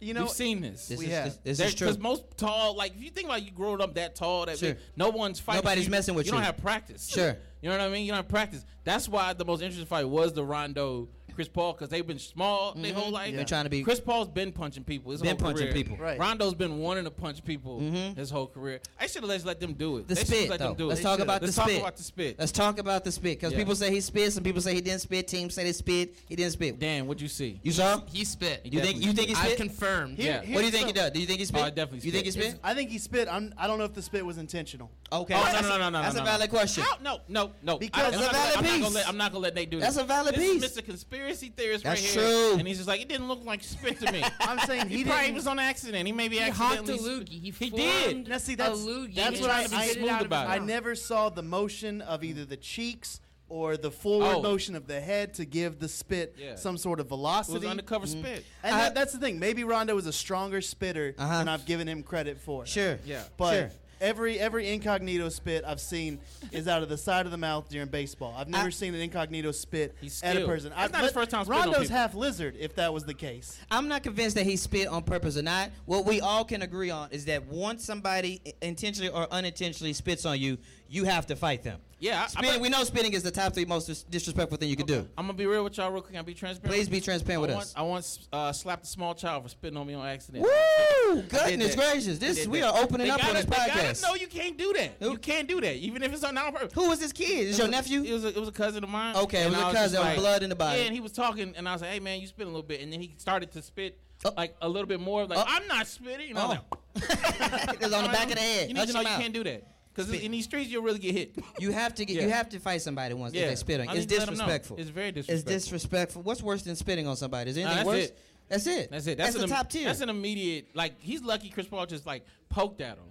Speaker 1: You know,
Speaker 2: We've seen this.
Speaker 3: This
Speaker 1: We
Speaker 3: is
Speaker 1: have.
Speaker 3: this, this is true.
Speaker 2: Because most tall, like if you think about you growing up that tall, that
Speaker 3: Sure.
Speaker 2: big, no one's fighting.
Speaker 3: Nobody's
Speaker 2: you.
Speaker 3: messing with
Speaker 2: You don't
Speaker 3: you.
Speaker 2: have practice.
Speaker 3: Sure.
Speaker 2: You know what I mean? You don't have practice. That's why the most interesting fight was the Rondo Chris Paul because they've been small their whole life.
Speaker 1: They're
Speaker 3: Yeah. Mm-hmm. trying to be-
Speaker 2: Chris Paul's been punching people. His
Speaker 3: Been
Speaker 2: whole
Speaker 3: punching
Speaker 2: career.
Speaker 3: people. Mm-hmm.
Speaker 1: Right.
Speaker 2: Rondo's been wanting to punch people his whole career. I should have just let them do it.
Speaker 3: the
Speaker 2: They should've
Speaker 3: spit,
Speaker 2: let
Speaker 3: though.
Speaker 2: them do
Speaker 3: Let's
Speaker 2: it.
Speaker 3: talk about
Speaker 2: Let's
Speaker 3: the
Speaker 2: talk
Speaker 3: spit.
Speaker 2: about the spit.
Speaker 3: Let's talk about the spit because
Speaker 2: Yeah.
Speaker 3: people say he spit, some people say he didn't spit. Teams say they spit. He didn't spit.
Speaker 2: Dan, what'd you see?
Speaker 3: You saw?
Speaker 4: He spit.
Speaker 3: You think? You think he
Speaker 4: I
Speaker 3: spit?
Speaker 4: confirmed.
Speaker 1: Here-
Speaker 2: Yeah.
Speaker 3: What do you
Speaker 1: here's
Speaker 3: think he
Speaker 1: some-
Speaker 3: does? Do you think he spit?
Speaker 2: Oh, I definitely
Speaker 3: You think he
Speaker 2: spit.
Speaker 3: spit?
Speaker 1: I think he spit. I'm. I don't know if the spit was intentional.
Speaker 3: Okay.
Speaker 2: Oh, no,
Speaker 3: That's-
Speaker 2: no, no, no,
Speaker 3: That's
Speaker 2: no,
Speaker 3: a
Speaker 2: no.
Speaker 3: valid question.
Speaker 2: How? No, no, no.
Speaker 1: Because-
Speaker 2: I
Speaker 3: That's a
Speaker 2: I'm not gonna-
Speaker 3: valid
Speaker 2: I'm not
Speaker 3: piece.
Speaker 2: gonna let, I'm not gonna let Nate do
Speaker 3: That's
Speaker 2: this.
Speaker 3: a valid
Speaker 2: this
Speaker 3: piece.
Speaker 2: Is Mr. Conspiracy Theorist right
Speaker 3: That's
Speaker 2: here.
Speaker 3: true.
Speaker 2: And he's just like, it didn't look like spit to
Speaker 3: (laughs)
Speaker 2: me.
Speaker 1: I'm saying he
Speaker 2: he probably
Speaker 1: didn't-
Speaker 2: was on accident. He maybe
Speaker 4: He hocked a
Speaker 2: accidentally
Speaker 4: loogie. He,
Speaker 2: He
Speaker 4: formed
Speaker 2: did.
Speaker 1: Now, see,
Speaker 4: a
Speaker 1: that's-
Speaker 4: loogie.
Speaker 1: that's
Speaker 4: He
Speaker 1: what I-
Speaker 4: tried to
Speaker 1: I-
Speaker 4: spit it out of
Speaker 2: smooth
Speaker 4: his
Speaker 2: about
Speaker 1: I
Speaker 2: it.
Speaker 4: mouth.
Speaker 1: never saw the motion of either the cheeks or the forward
Speaker 2: Oh.
Speaker 1: motion of the head to give the spit
Speaker 2: Yeah.
Speaker 1: some sort of
Speaker 2: It was
Speaker 1: velocity.
Speaker 2: undercover
Speaker 3: Mm.
Speaker 2: spit.
Speaker 1: And
Speaker 3: I-
Speaker 1: that, that's the thing. Maybe Rondo is a stronger spitter
Speaker 3: Uh-huh.
Speaker 1: than I've given him credit for.
Speaker 3: Sure.
Speaker 2: Yeah.
Speaker 1: But
Speaker 3: Sure.
Speaker 1: every every incognito spit I've seen is out of the side of the mouth during baseball. I've never
Speaker 3: I-
Speaker 1: seen an incognito spit
Speaker 2: He's
Speaker 1: at a
Speaker 2: skilled.
Speaker 1: person.
Speaker 2: That's
Speaker 1: I-
Speaker 2: not his
Speaker 1: but
Speaker 2: first time spitting on
Speaker 1: Rondo's
Speaker 2: people.
Speaker 1: half lizard, if that was the
Speaker 3: (laughs)
Speaker 1: case.
Speaker 3: I'm not convinced that he spit on purpose or not. What we all can agree on is that once somebody i- intentionally or unintentionally spits on you, you have to fight them.
Speaker 2: Yeah, I- I
Speaker 3: Spitting,
Speaker 2: bet-
Speaker 3: we know spitting is the top three most dis- disrespectful thing you can do.
Speaker 2: I'm gonna be real with y'all real quick. I'll be transparent.
Speaker 3: Please be transparent
Speaker 2: I
Speaker 3: with
Speaker 2: want,
Speaker 3: us.
Speaker 2: I once uh, slapped a small child for spitting on me on accident.
Speaker 3: Woo!
Speaker 2: I did
Speaker 3: Goodness
Speaker 2: that.
Speaker 3: gracious,
Speaker 2: I
Speaker 3: this
Speaker 2: did
Speaker 3: we
Speaker 2: that.
Speaker 3: are opening
Speaker 2: They
Speaker 3: up on
Speaker 2: gotta-
Speaker 3: this
Speaker 2: they gotta
Speaker 3: podcast.
Speaker 2: know you can't do that.
Speaker 3: Who-
Speaker 2: You can't do that, even if it's on not on purpose.
Speaker 3: Who was this kid?
Speaker 2: (laughs)
Speaker 3: Is your nephew?
Speaker 2: It was, a, it was a cousin of mine.
Speaker 3: Okay, it
Speaker 2: And
Speaker 3: was
Speaker 2: I
Speaker 3: a
Speaker 2: just
Speaker 3: cousin, it was blood in the body.
Speaker 2: Yeah, and he was talking, and I was like, "Hey, man, you spit a little bit," and then he started to spit
Speaker 3: Oh.
Speaker 2: like a little bit more. Like,
Speaker 3: Oh.
Speaker 2: "I'm not spitting," and I
Speaker 3: Oh.
Speaker 2: was like,
Speaker 3: it was on the back of the head.
Speaker 2: You need
Speaker 3: Hush
Speaker 2: to know
Speaker 3: him
Speaker 2: you
Speaker 3: out.
Speaker 2: can't do that because in these streets you'll really get hit.
Speaker 3: You have to get. You
Speaker 2: Yeah.
Speaker 3: have to fight somebody once
Speaker 2: Yeah.
Speaker 3: if they spit on.
Speaker 2: I
Speaker 3: you. It's
Speaker 2: need to let 'em know.
Speaker 3: disrespectful.
Speaker 2: It's very
Speaker 3: It's
Speaker 2: disrespectful.
Speaker 3: disrespectful. What's worse than spitting on somebody? Is there
Speaker 2: Nah,
Speaker 3: anything
Speaker 2: that's
Speaker 3: worse?
Speaker 2: it.
Speaker 3: That's it.
Speaker 2: That's it. That's,
Speaker 3: the
Speaker 2: an,
Speaker 3: top tier.
Speaker 2: That's an immediate. Like he's lucky Chris Paul just like poked at him.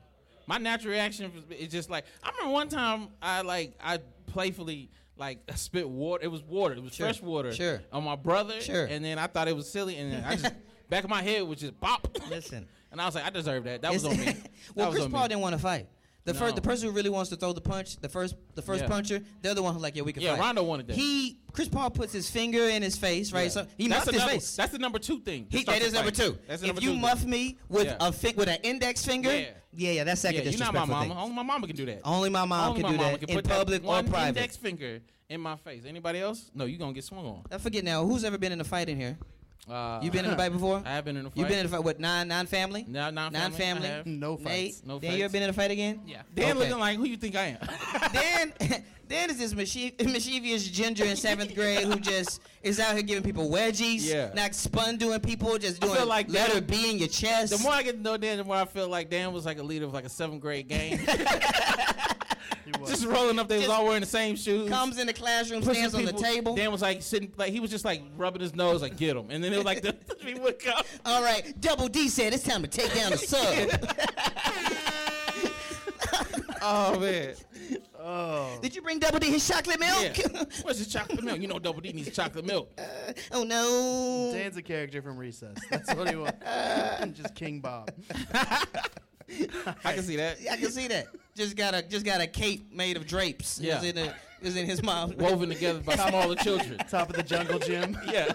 Speaker 2: My natural reaction was- is just like I remember one time I like I playfully like (laughs) spit water. It was water. It was
Speaker 3: Sure.
Speaker 2: fresh water.
Speaker 3: Sure.
Speaker 2: On my brother.
Speaker 3: Sure.
Speaker 2: And then I thought it was silly, and then I
Speaker 3: (laughs)
Speaker 2: just back of my head was just pop.
Speaker 3: Listen.
Speaker 2: (laughs) And I was like, I deserve that. That was on
Speaker 3: It's-
Speaker 2: me. That
Speaker 3: (laughs) well,
Speaker 2: was
Speaker 3: Chris
Speaker 2: on
Speaker 3: Paul
Speaker 2: me.
Speaker 3: didn't want to fight. The first, the
Speaker 2: No.
Speaker 3: person who really wants to throw the punch, the first, the first
Speaker 2: Yeah.
Speaker 3: puncher, they're the one who's like, yeah, we can
Speaker 2: Yeah,
Speaker 3: fight.
Speaker 2: Rondo wanted that.
Speaker 3: He, Chris Paul puts his finger in his face, right?
Speaker 2: Yeah.
Speaker 3: So he
Speaker 2: that's
Speaker 3: muffed his
Speaker 2: another-
Speaker 3: face.
Speaker 2: That's the number two thing.
Speaker 3: he, that is number two.
Speaker 2: That's the
Speaker 3: if
Speaker 2: number
Speaker 3: you
Speaker 2: two
Speaker 3: muff
Speaker 2: thing.
Speaker 3: me with
Speaker 2: Yeah.
Speaker 3: a fi- with an index finger,
Speaker 2: Yeah.
Speaker 3: yeah, yeah, that's second
Speaker 2: yeah, you're not
Speaker 3: disrespectful
Speaker 2: my mama.
Speaker 3: thing.
Speaker 2: Only my mama can do that.
Speaker 3: Only my mom
Speaker 2: Only
Speaker 3: can
Speaker 2: my
Speaker 3: do
Speaker 2: mama
Speaker 3: that
Speaker 2: can
Speaker 3: in
Speaker 2: put that
Speaker 3: public or
Speaker 2: one
Speaker 3: private.
Speaker 2: index finger in my face. Anybody else? No, you gonna get swung on.
Speaker 3: I forget now. Who's ever been in a fight in here?
Speaker 2: Uh,
Speaker 3: You been in a fight before?
Speaker 2: I have been in a fight.
Speaker 3: You been in a fight with non non family?
Speaker 2: No, non-family, I have.
Speaker 1: No
Speaker 3: Nate,
Speaker 1: fights.
Speaker 2: No
Speaker 3: Dan, you ever
Speaker 2: fights.
Speaker 3: been in a fight again?
Speaker 4: Yeah.
Speaker 2: Dan
Speaker 3: Mm. Okay.
Speaker 2: looking like who you think I am? (laughs)
Speaker 3: (laughs) Dan, (laughs) Dan is this mischie- (laughs) mischievous ginger
Speaker 2: (laughs)
Speaker 3: in seventh grade who just is out here giving people wedgies,
Speaker 2: Yeah.
Speaker 3: not spun doing people, just
Speaker 2: I feel
Speaker 3: doing
Speaker 2: like
Speaker 3: letter
Speaker 2: Dan-
Speaker 3: B in your chest.
Speaker 2: the more I get to know Dan, the more I feel like Dan was like a leader of like a seventh grade
Speaker 3: (laughs)
Speaker 2: gang. just rolling up, they was
Speaker 3: Just
Speaker 2: all wearing the same shoes.
Speaker 3: comes in the classroom,
Speaker 2: pushing
Speaker 3: stands on the
Speaker 2: people.
Speaker 3: table.
Speaker 2: Dan was like sitting, like he was just like rubbing his nose, like get him, and then it was like the (laughs) people would come.
Speaker 3: All right, Double D said it's time to
Speaker 2: (laughs)
Speaker 3: take down the sub.
Speaker 2: Oh man,
Speaker 3: Did you bring Double D his chocolate milk?
Speaker 2: yeah. Where's the chocolate milk? You know, Double D needs chocolate milk.
Speaker 3: (laughs) oh no.
Speaker 1: Dan's a character from Recess. That's what he
Speaker 2: (laughs)
Speaker 3: (laughs)
Speaker 1: was. Just King Bob.
Speaker 2: I can see that.
Speaker 3: I can see that. Just got a just got a cape made of drapes. It
Speaker 2: Yeah.
Speaker 3: was in, a, it was in his mouth.
Speaker 2: Woven together by smaller children.
Speaker 1: Top of the jungle gym.
Speaker 2: (laughs) Yeah.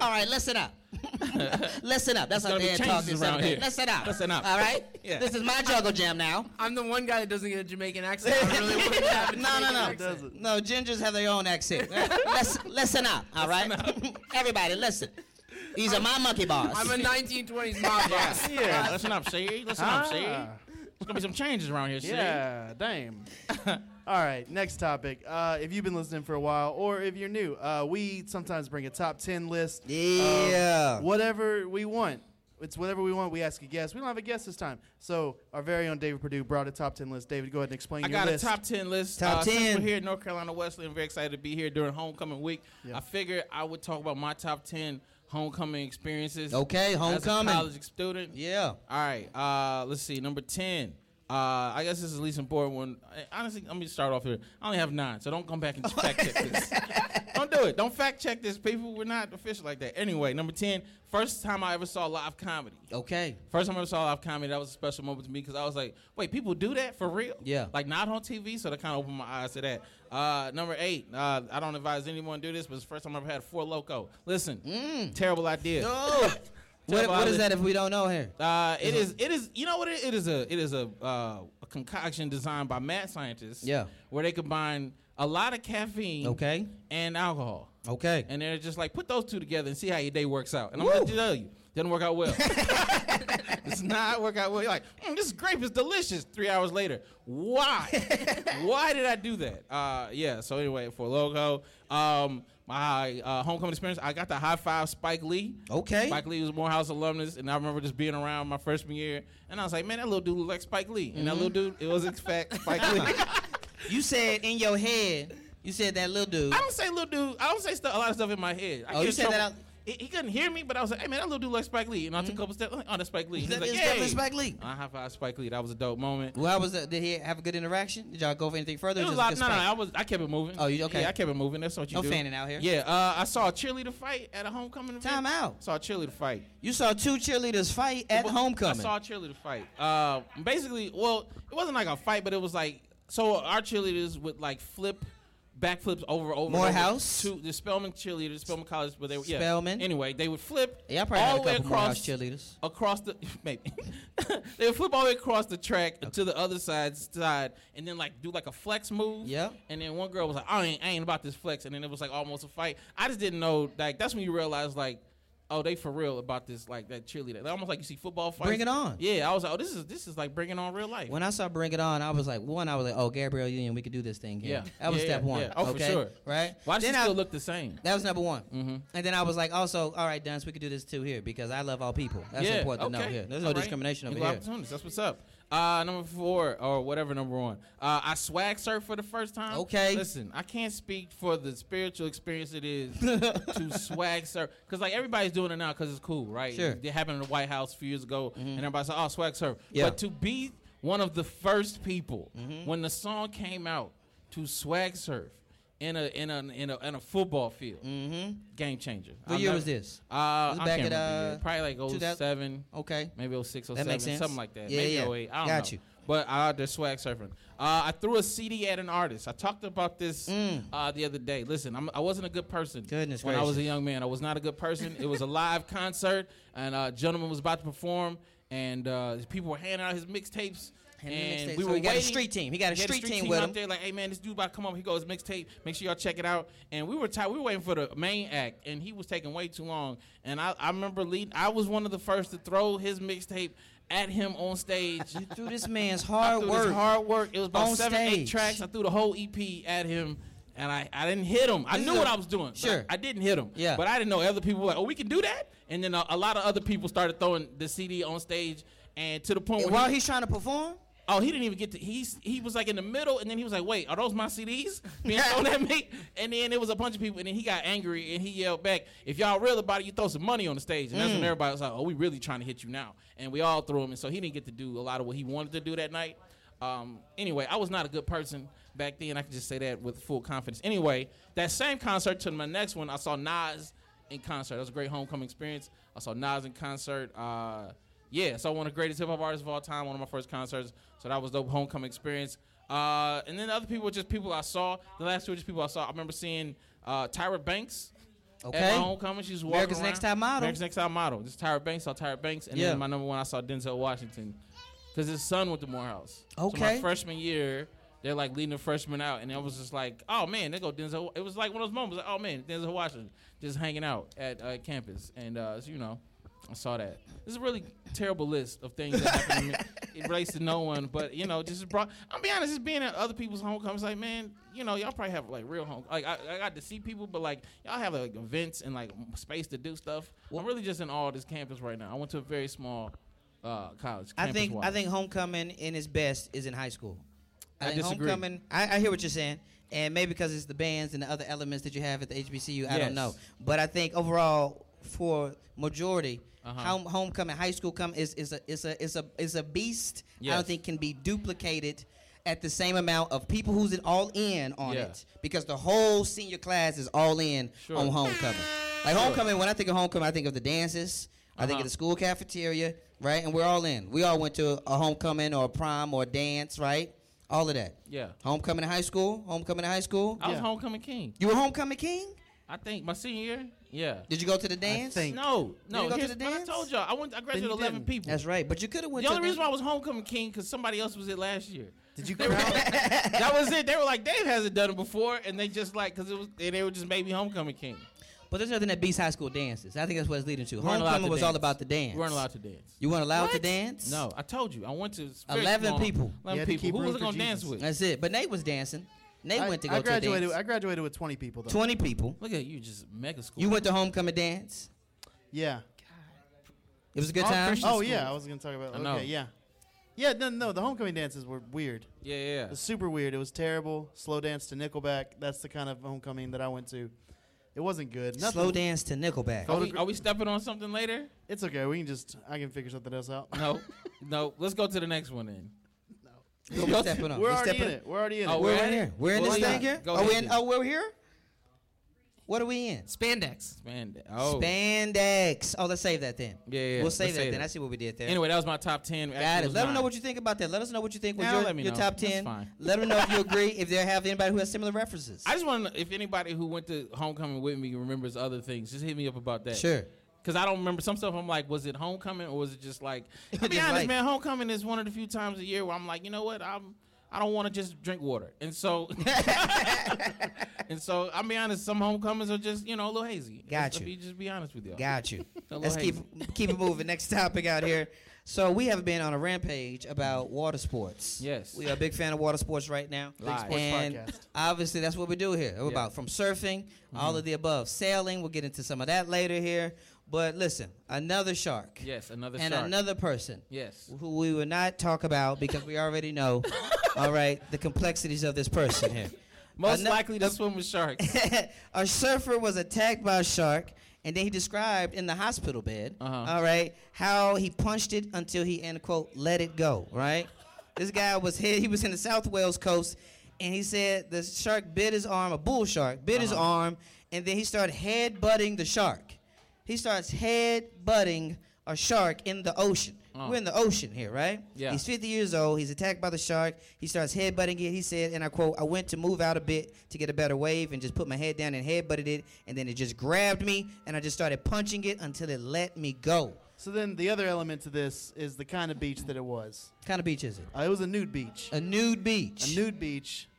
Speaker 3: All right, listen up. (laughs) listen up. That's how
Speaker 2: Gotta be
Speaker 3: Dan talks
Speaker 2: changes
Speaker 3: in
Speaker 2: around
Speaker 3: seventh grade.
Speaker 2: here.
Speaker 3: Listen up.
Speaker 2: Listen up.
Speaker 3: All right.
Speaker 2: (laughs) Yeah.
Speaker 3: This is my juggle jam now.
Speaker 4: (laughs) I'm the one guy that doesn't get a Jamaican accent.
Speaker 1: (laughs)
Speaker 4: I really wanted to have a
Speaker 3: No, no,
Speaker 4: Jamaican
Speaker 3: no.
Speaker 4: accent.
Speaker 1: doesn't.
Speaker 3: No, (laughs) gingers have their own accent. listen, listen up. All right. (laughs) Everybody, listen. These are my monkey bars.
Speaker 2: (laughs)
Speaker 4: I'm a 1920s mob boss.
Speaker 2: Yeah, listen up, Siri. Listen up, Siri.
Speaker 1: Ah.
Speaker 2: There's gonna be some changes around here, Siri.
Speaker 1: Yeah, damn. (laughs) All right, next topic. Uh, if you've been listening for a while, or if you're new, uh, we sometimes bring a top ten list. of
Speaker 3: Yeah.
Speaker 1: whatever we want. It's whatever we want. We ask a guest. We don't have a guest this time, so our very own David Perdue brought a top ten list. David, go ahead and explain
Speaker 2: I
Speaker 1: your
Speaker 2: got
Speaker 1: list.
Speaker 2: a top ten list.
Speaker 3: Top
Speaker 2: uh, since
Speaker 3: 10.
Speaker 2: We're here at North Carolina Wesleyan. Very excited to be here during homecoming week. I figured I would talk about my top ten homecoming experiences.
Speaker 3: Okay, homecoming.
Speaker 2: As a college student.
Speaker 3: Yeah.
Speaker 2: All right. Uh, let's see. Number ten. Uh, I guess this is the least important one. I- Honestly, let me start off here. I only have nine, so don't come back
Speaker 3: (laughs)
Speaker 2: and fact check this. don't do it. Don't fact check this, people. We're not official like that. Anyway, number ten. First time I ever saw live comedy.
Speaker 3: Okay.
Speaker 2: First time I ever saw live comedy, that was a special moment to me because I was like, wait, people do that for real?
Speaker 3: Yeah.
Speaker 2: Like, not on TV, so that kind of opened my eyes to that. Uh, number eight, uh, I don't advise anyone to do this, but it's the first time I ever had Four Loco. Listen, terrible idea.
Speaker 3: Oh. what,
Speaker 2: Terrible
Speaker 3: Mm. what is
Speaker 2: idea.
Speaker 3: that if we don't know here?
Speaker 2: Uh, it is. It is. You know what? It, it is a. It is a, uh, a concoction designed by mad scientists.
Speaker 3: Yeah.
Speaker 2: Where they combine a lot of caffeine.
Speaker 3: Okay.
Speaker 2: And alcohol.
Speaker 3: Okay.
Speaker 2: And they're just like, put those two together and see how your day works out. And I'm gonna tell you, doesn't work out well.
Speaker 3: (laughs)
Speaker 2: it's not work out well. You're like, "Mm, this grape is delicious. Three hours later,
Speaker 3: (laughs)
Speaker 2: why? why did I do that? Uh, yeah. So anyway, for logo, um, my uh, homecoming experience, I got to high five Spike Lee.
Speaker 3: Okay.
Speaker 2: Spike Lee was Morehouse alumnus, and I remember just being around my freshman year, and I was like, man, that little dude looks like Spike Lee, and that little dude,
Speaker 3: Mm-hmm.
Speaker 2: it was in fact Spike
Speaker 3: (laughs)
Speaker 2: Lee.
Speaker 3: You said in your head, you said that little dude.
Speaker 2: I don't say little dude. I don't say stuff, a lot of stuff in my head. I
Speaker 3: Oh,
Speaker 2: get
Speaker 3: you
Speaker 2: in
Speaker 3: said that
Speaker 2: trouble.
Speaker 3: out-
Speaker 2: He, he couldn't hear me, but I was like, "Hey man, that little dude like Spike Lee," and I took a couple steps. Like, oh, that's Spike Lee. He's
Speaker 3: That
Speaker 2: like,
Speaker 3: is definitely
Speaker 2: "Yay."
Speaker 3: Spike Lee.
Speaker 2: I high five Spike Lee. That was a dope moment.
Speaker 3: Well, how was that? Did he have a good interaction? Did y'all go for anything further? or
Speaker 2: It was a
Speaker 3: just
Speaker 2: lot- no,
Speaker 3: good
Speaker 2: no,
Speaker 3: spot?
Speaker 2: I was. I kept it moving.
Speaker 3: Oh, you- okay.
Speaker 2: Yeah, I kept it moving. That's what you
Speaker 3: No
Speaker 2: do.
Speaker 3: fanning out here.
Speaker 2: Yeah, uh, I saw a cheerleader fight at a homecoming. event.
Speaker 3: Time out.
Speaker 2: Saw a cheerleader fight.
Speaker 3: You saw two cheerleaders fight at
Speaker 2: Well,
Speaker 3: homecoming.
Speaker 2: I saw a cheerleader fight. Uh, basically, well, it wasn't like a fight, but it was like so our cheerleaders would like flip backflips over over
Speaker 3: Morehouse?
Speaker 2: to the Spelman cheerleaders, Spelman College, but they were yeah.
Speaker 3: Spelman?
Speaker 2: Anyway, they would flip
Speaker 3: Yeah, I probably
Speaker 2: all
Speaker 3: had
Speaker 2: the
Speaker 3: a
Speaker 2: way
Speaker 3: couple
Speaker 2: across
Speaker 3: Morehouse cheerleaders.
Speaker 2: across the (laughs) maybe they would flip all the way across the track to the other side side and then like do like a flex move.
Speaker 3: Yeah.
Speaker 2: And then one girl was like, I ain't, I ain't about this flex, and then it was like almost a fight. I just didn't know like that's when you realize like. Oh, they for real about this like that cheerleader. Like, almost like you see football fights.
Speaker 3: Bring it on.
Speaker 2: Yeah, I was like, oh, this is this is like bringing on real life.
Speaker 3: When I saw Bring It On, I was like, one, I was like, oh, Gabrielle Union, we could do this thing. Here.
Speaker 2: Yeah.
Speaker 3: That was
Speaker 2: Yeah,
Speaker 3: step
Speaker 2: yeah,
Speaker 3: one.
Speaker 2: yeah. Oh, for
Speaker 3: okay?
Speaker 2: sure.
Speaker 3: Right?
Speaker 2: Why does she
Speaker 3: Then I-
Speaker 2: still look Mm-hmm. the same?
Speaker 3: That was number one. And then I was like, also, all right, Dunce, we could do this too here because I love all people. That's
Speaker 2: yeah,
Speaker 3: important
Speaker 2: okay.
Speaker 3: to know here. There's no
Speaker 2: all right.
Speaker 3: discrimination over
Speaker 2: Equal
Speaker 3: here.
Speaker 2: opportunities, That's what's up. Uh, number four or whatever number one. Uh, I swag surf for the first time.
Speaker 3: Okay.
Speaker 2: Listen, I can't speak for the spiritual experience it
Speaker 3: (laughs)
Speaker 2: is to swag surf because like everybody's doing it now because it's cool, right?
Speaker 3: Sure. Mm-hmm.
Speaker 2: It happened in the White House a few years ago, and everybody's like, "Oh, swag surf."
Speaker 3: Yeah. Mm-hmm.
Speaker 2: But to be one of the first people when the song came out to swag surf in a in a in a, in a football field, mm-hmm. game changer.
Speaker 3: What
Speaker 2: I'll
Speaker 3: year
Speaker 2: never-
Speaker 3: was this?
Speaker 2: Uh,
Speaker 3: Was it
Speaker 2: I
Speaker 3: back
Speaker 2: can't
Speaker 3: at,
Speaker 2: remember the year.
Speaker 3: uh,
Speaker 2: probably
Speaker 3: 2000?
Speaker 2: like 07.
Speaker 3: Okay.
Speaker 2: Maybe 06, 07,
Speaker 3: That makes sense.
Speaker 2: something like that.
Speaker 3: Yeah,
Speaker 2: Maybe
Speaker 3: yeah.
Speaker 2: 08. I don't
Speaker 3: Got
Speaker 2: know.
Speaker 3: you.
Speaker 2: But I out there swag surfing. Uh, I threw a CD at an artist. I talked about this uh, the other day. Listen, I'm, I wasn't a good person.
Speaker 3: Mm. Goodness
Speaker 2: when I was a
Speaker 3: gracious.
Speaker 2: young man, I was not a good person. it was a live concert, and uh, a gentleman was about to perform, and uh, people were handing out his mixtapes. And,
Speaker 3: Handing the mixtapes.
Speaker 2: we
Speaker 3: So
Speaker 2: were
Speaker 3: he got a
Speaker 2: waiting.
Speaker 3: street team. He got a
Speaker 2: He had
Speaker 3: street team with
Speaker 2: out
Speaker 3: him.
Speaker 2: there like, hey man, this dude about to come up. He goes mixtape. Make sure y'all check it out. And we were tired. We were waiting for the main act, and he was taking way too long. And I, I remember leading. I was one of the first to throw his mixtape at him on
Speaker 3: (laughs)
Speaker 2: stage.
Speaker 3: You threw this man's
Speaker 2: (laughs) I
Speaker 3: hard
Speaker 2: threw
Speaker 3: work.
Speaker 2: this hard work. It was about
Speaker 3: on
Speaker 2: seven, eight
Speaker 3: stage.
Speaker 2: tracks. I threw the whole EP at him. And I, I didn't hit him. I
Speaker 3: This
Speaker 2: knew
Speaker 3: is a-
Speaker 2: what I was doing. but
Speaker 3: Sure.
Speaker 2: I, I didn't hit him.
Speaker 3: Yeah.
Speaker 2: But I didn't know other people were like, oh, we can do that. And then a, a lot of other people started throwing the CD on stage. And to the point
Speaker 3: And
Speaker 2: where
Speaker 3: while
Speaker 2: he-
Speaker 3: he's trying to perform,
Speaker 2: Oh, he didn't even get to. He's he was like in the middle, and then he was like, "Wait, are those my CDs (laughs) being thrown at me?" And then it was a bunch of people, and then he got angry and he yelled back, "If y'all real about it, you throw some money on the stage." And that's when everybody was like, "Oh, we really trying to hit you now." And we all threw him, and so he didn't get to do a lot of what he wanted to do that night. Um, anyway, I was not a good person back then. I can just say that with full confidence. Anyway, that same concert to my next one, I saw Nas in concert. That was a great homecoming experience. I saw Nas in concert. Uh, yeah, so one of the greatest hip hop artists of all time. One of my first concerts. So that was dope homecoming experience. Uh, and then the other people were just people I saw. The last two were just people I saw. I remember seeing uh, Tyra Banks.
Speaker 3: Okay.
Speaker 2: At my homecoming, she was walking
Speaker 3: America's
Speaker 2: around.
Speaker 3: Next Top Model.
Speaker 2: America's Next Top Model. This is Tyra Banks. Saw Tyra Banks, and
Speaker 3: Yeah.
Speaker 2: then my number one, I saw Denzel Washington, because his son went to Morehouse. So my
Speaker 3: Okay.
Speaker 2: freshman year, They're like leading the freshman out, and I was just like, oh man, there go Denzel. It was like one of those moments, like, oh man, Denzel Washington just hanging out at uh, campus, and uh, so, you know, I saw that. This is a really terrible list of things that happened. to me. It relates to no one, but you know, just brought. I'll be honest, just being at other people's homecomings, like man, you know, y'all probably have like real home. Like I, I got to see people, but like y'all have like events and like space to do stuff. I'm really just in all this campus right now. I went to a very small uh, college.
Speaker 3: I think I
Speaker 2: campus-wide.
Speaker 3: think homecoming in its best is in high school. I,
Speaker 2: I
Speaker 3: think
Speaker 2: disagree.
Speaker 3: homecoming. I, I hear what you're saying, and maybe because it's the bands and the other elements that you have at the HBCU. I
Speaker 2: Yes.
Speaker 3: don't know, but I think overall for majority,
Speaker 2: Uh-huh.
Speaker 3: home, homecoming, high school come is is a is a is a is a beast. I
Speaker 2: Yes.
Speaker 3: don't think can be duplicated. At the same amount of people who's in all in on
Speaker 2: Yeah.
Speaker 3: it, because the whole senior class is all in
Speaker 2: Sure.
Speaker 3: on homecoming. Like homecoming, when I think of homecoming, I think of the dances, I think
Speaker 2: Uh-huh.
Speaker 3: of the school cafeteria, right? And we're all in. We all went to a homecoming or a prom or a dance, right? All of that.
Speaker 2: Yeah.
Speaker 3: Homecoming in high school. Homecoming in high school.
Speaker 2: I was
Speaker 1: Yeah.
Speaker 2: homecoming king.
Speaker 3: You were homecoming king?
Speaker 2: I think my senior year. Yeah.
Speaker 3: Did you go to the dance?
Speaker 1: think.
Speaker 2: No, no.
Speaker 3: go to
Speaker 2: here's-
Speaker 3: the
Speaker 2: but I
Speaker 3: dance?
Speaker 2: told y'all, I went. I graduated
Speaker 1: you
Speaker 2: 11
Speaker 1: didn't.
Speaker 2: people.
Speaker 3: That's right. But you could have went.
Speaker 2: The
Speaker 3: to
Speaker 2: only reason why I was homecoming king because somebody else was it last
Speaker 3: (laughs)
Speaker 2: year.
Speaker 1: Did
Speaker 4: (laughs)
Speaker 1: you crowd?
Speaker 2: that was it. They were like, Dave hasn't done it before, and they just like, cause it was, and they were just baby homecoming king.
Speaker 3: But there's nothing that beats high school dances. I think that's what it's leading to.
Speaker 2: weren't allowed
Speaker 3: homecoming
Speaker 2: to
Speaker 3: was all
Speaker 2: dance.
Speaker 3: about the dance.
Speaker 2: We weren't allowed to dance.
Speaker 3: You weren't allowed to
Speaker 2: What?
Speaker 3: dance?
Speaker 2: No, I told you. I went to it's very
Speaker 3: 11
Speaker 2: small.
Speaker 3: people.
Speaker 1: You had to
Speaker 2: Eleven people.
Speaker 1: keep
Speaker 2: Who
Speaker 1: room
Speaker 2: was it
Speaker 1: for
Speaker 2: gonna dance
Speaker 1: Jesus.
Speaker 2: with?
Speaker 3: That's it. But Nate was dancing. Nate
Speaker 1: I,
Speaker 3: went to go
Speaker 1: I graduated.
Speaker 3: to a
Speaker 1: I
Speaker 3: dance.
Speaker 1: graduated with 20 people though.
Speaker 3: Twenty people.
Speaker 2: Look at you, just mega school.
Speaker 3: You went to homecoming dance.
Speaker 1: Yeah.
Speaker 3: It was a good
Speaker 2: All
Speaker 3: time.
Speaker 2: Christian
Speaker 1: Oh
Speaker 2: school.
Speaker 1: yeah, I was gonna talk about.
Speaker 2: I
Speaker 1: Okay,
Speaker 2: know.
Speaker 1: yeah. Yeah, no, no. The homecoming dances were weird.
Speaker 2: yeah, yeah.
Speaker 1: It was super weird. It was terrible. Slow dance to Nickelback. That's the kind of homecoming that I went to. It wasn't good. Nothing-
Speaker 3: Slow dance to Nickelback.
Speaker 2: Are we, are we stepping on something later?
Speaker 1: It's okay. We can just. I can figure something else out.
Speaker 3: (laughs)
Speaker 2: No, no. Let's go to the next one then.
Speaker 3: We're stepping on.
Speaker 1: We're
Speaker 3: We
Speaker 1: already
Speaker 3: stepping
Speaker 1: in it. We're already in
Speaker 2: Oh,
Speaker 1: it.
Speaker 3: We're
Speaker 2: We're in
Speaker 3: right
Speaker 2: it.
Speaker 3: here. We're in
Speaker 2: Well,
Speaker 3: this
Speaker 2: yeah.
Speaker 3: thing here.
Speaker 2: Go
Speaker 3: are we
Speaker 2: ahead,
Speaker 3: in?
Speaker 2: then.
Speaker 3: Oh, we're here. What are we in?
Speaker 4: Spandex.
Speaker 2: Man, oh.
Speaker 3: Spandex. Oh, let's save that then.
Speaker 2: Yeah, yeah,
Speaker 3: We'll save
Speaker 2: let's
Speaker 3: that
Speaker 2: save
Speaker 3: then.
Speaker 2: it.
Speaker 3: I see what we did there.
Speaker 2: Anyway, that was my top ten. Actually,
Speaker 3: got
Speaker 2: it
Speaker 3: it.
Speaker 2: was
Speaker 3: Let them know
Speaker 2: nine.
Speaker 3: what you think about that. Let us know what you think was
Speaker 2: Nah,
Speaker 3: your,
Speaker 2: let me
Speaker 3: your
Speaker 2: know.
Speaker 3: top
Speaker 2: That's
Speaker 3: ten.
Speaker 2: fine.
Speaker 3: Let them know if you agree. If they have anybody who has similar references.
Speaker 2: I just want to if anybody who went to homecoming with me remembers other things, just hit me up about that.
Speaker 3: Sure.
Speaker 2: Cause I don't remember some stuff. I'm like, was it homecoming or was it just like? I'll be
Speaker 3: (laughs) Just
Speaker 2: honest,
Speaker 3: life.
Speaker 2: man. Homecoming is one of the few times a year where I'm like, you know what? I'm I don't want to just drink water, and
Speaker 3: (laughs)
Speaker 2: so (laughs) and so I'll be honest. Some homecomings are just you know a little hazy.
Speaker 3: Got
Speaker 2: Just-
Speaker 3: you.
Speaker 2: I'll be- just be honest with y'all.
Speaker 3: Got
Speaker 2: (laughs)
Speaker 3: you.
Speaker 2: A little
Speaker 3: Let's keep keep it moving. Next topic out here. So we have been on a rampage about water sports.
Speaker 2: Yes.
Speaker 3: we are a big fan of water sports right now.
Speaker 2: Live. sports
Speaker 3: and
Speaker 1: podcast.
Speaker 3: obviously that's what we do here. We're about from surfing,
Speaker 2: Mm-hmm.
Speaker 3: all of the above, sailing. We'll get into some of that later here. But listen, another shark.
Speaker 2: Yes, another
Speaker 3: and
Speaker 2: shark.
Speaker 3: another person.
Speaker 2: Yes.
Speaker 3: who we will not talk about because we already
Speaker 2: (laughs)
Speaker 3: know. all right, the complexities of this person here.
Speaker 2: Most
Speaker 3: Ano-
Speaker 2: likely to swim with sharks.
Speaker 3: (laughs) a surfer was attacked by a shark, and then he described in the hospital bed,
Speaker 2: Uh-huh.
Speaker 3: all right, how he punched it until he end quote let it go. Right, this guy was hit. He was in the South Wales coast, and he said the shark bit his arm. A bull shark bit
Speaker 2: Uh-huh.
Speaker 3: his arm, and then he started head butting the shark. He starts head butting a shark in the ocean. We're in the ocean here, right?
Speaker 2: Uh-huh. Yeah.
Speaker 3: He's 50 years old. He's attacked by the shark. He starts headbutting it. He said, and I quote, I went to move out a bit to get a better wave and just put my head down and headbutted it. And then it just grabbed me and I just started punching it until it let me go.
Speaker 1: So then the other element to this is the kind of beach that it was.
Speaker 3: What kind of beach is it?
Speaker 1: Uh, it was a nude beach.
Speaker 3: A nude beach.
Speaker 1: A nude beach.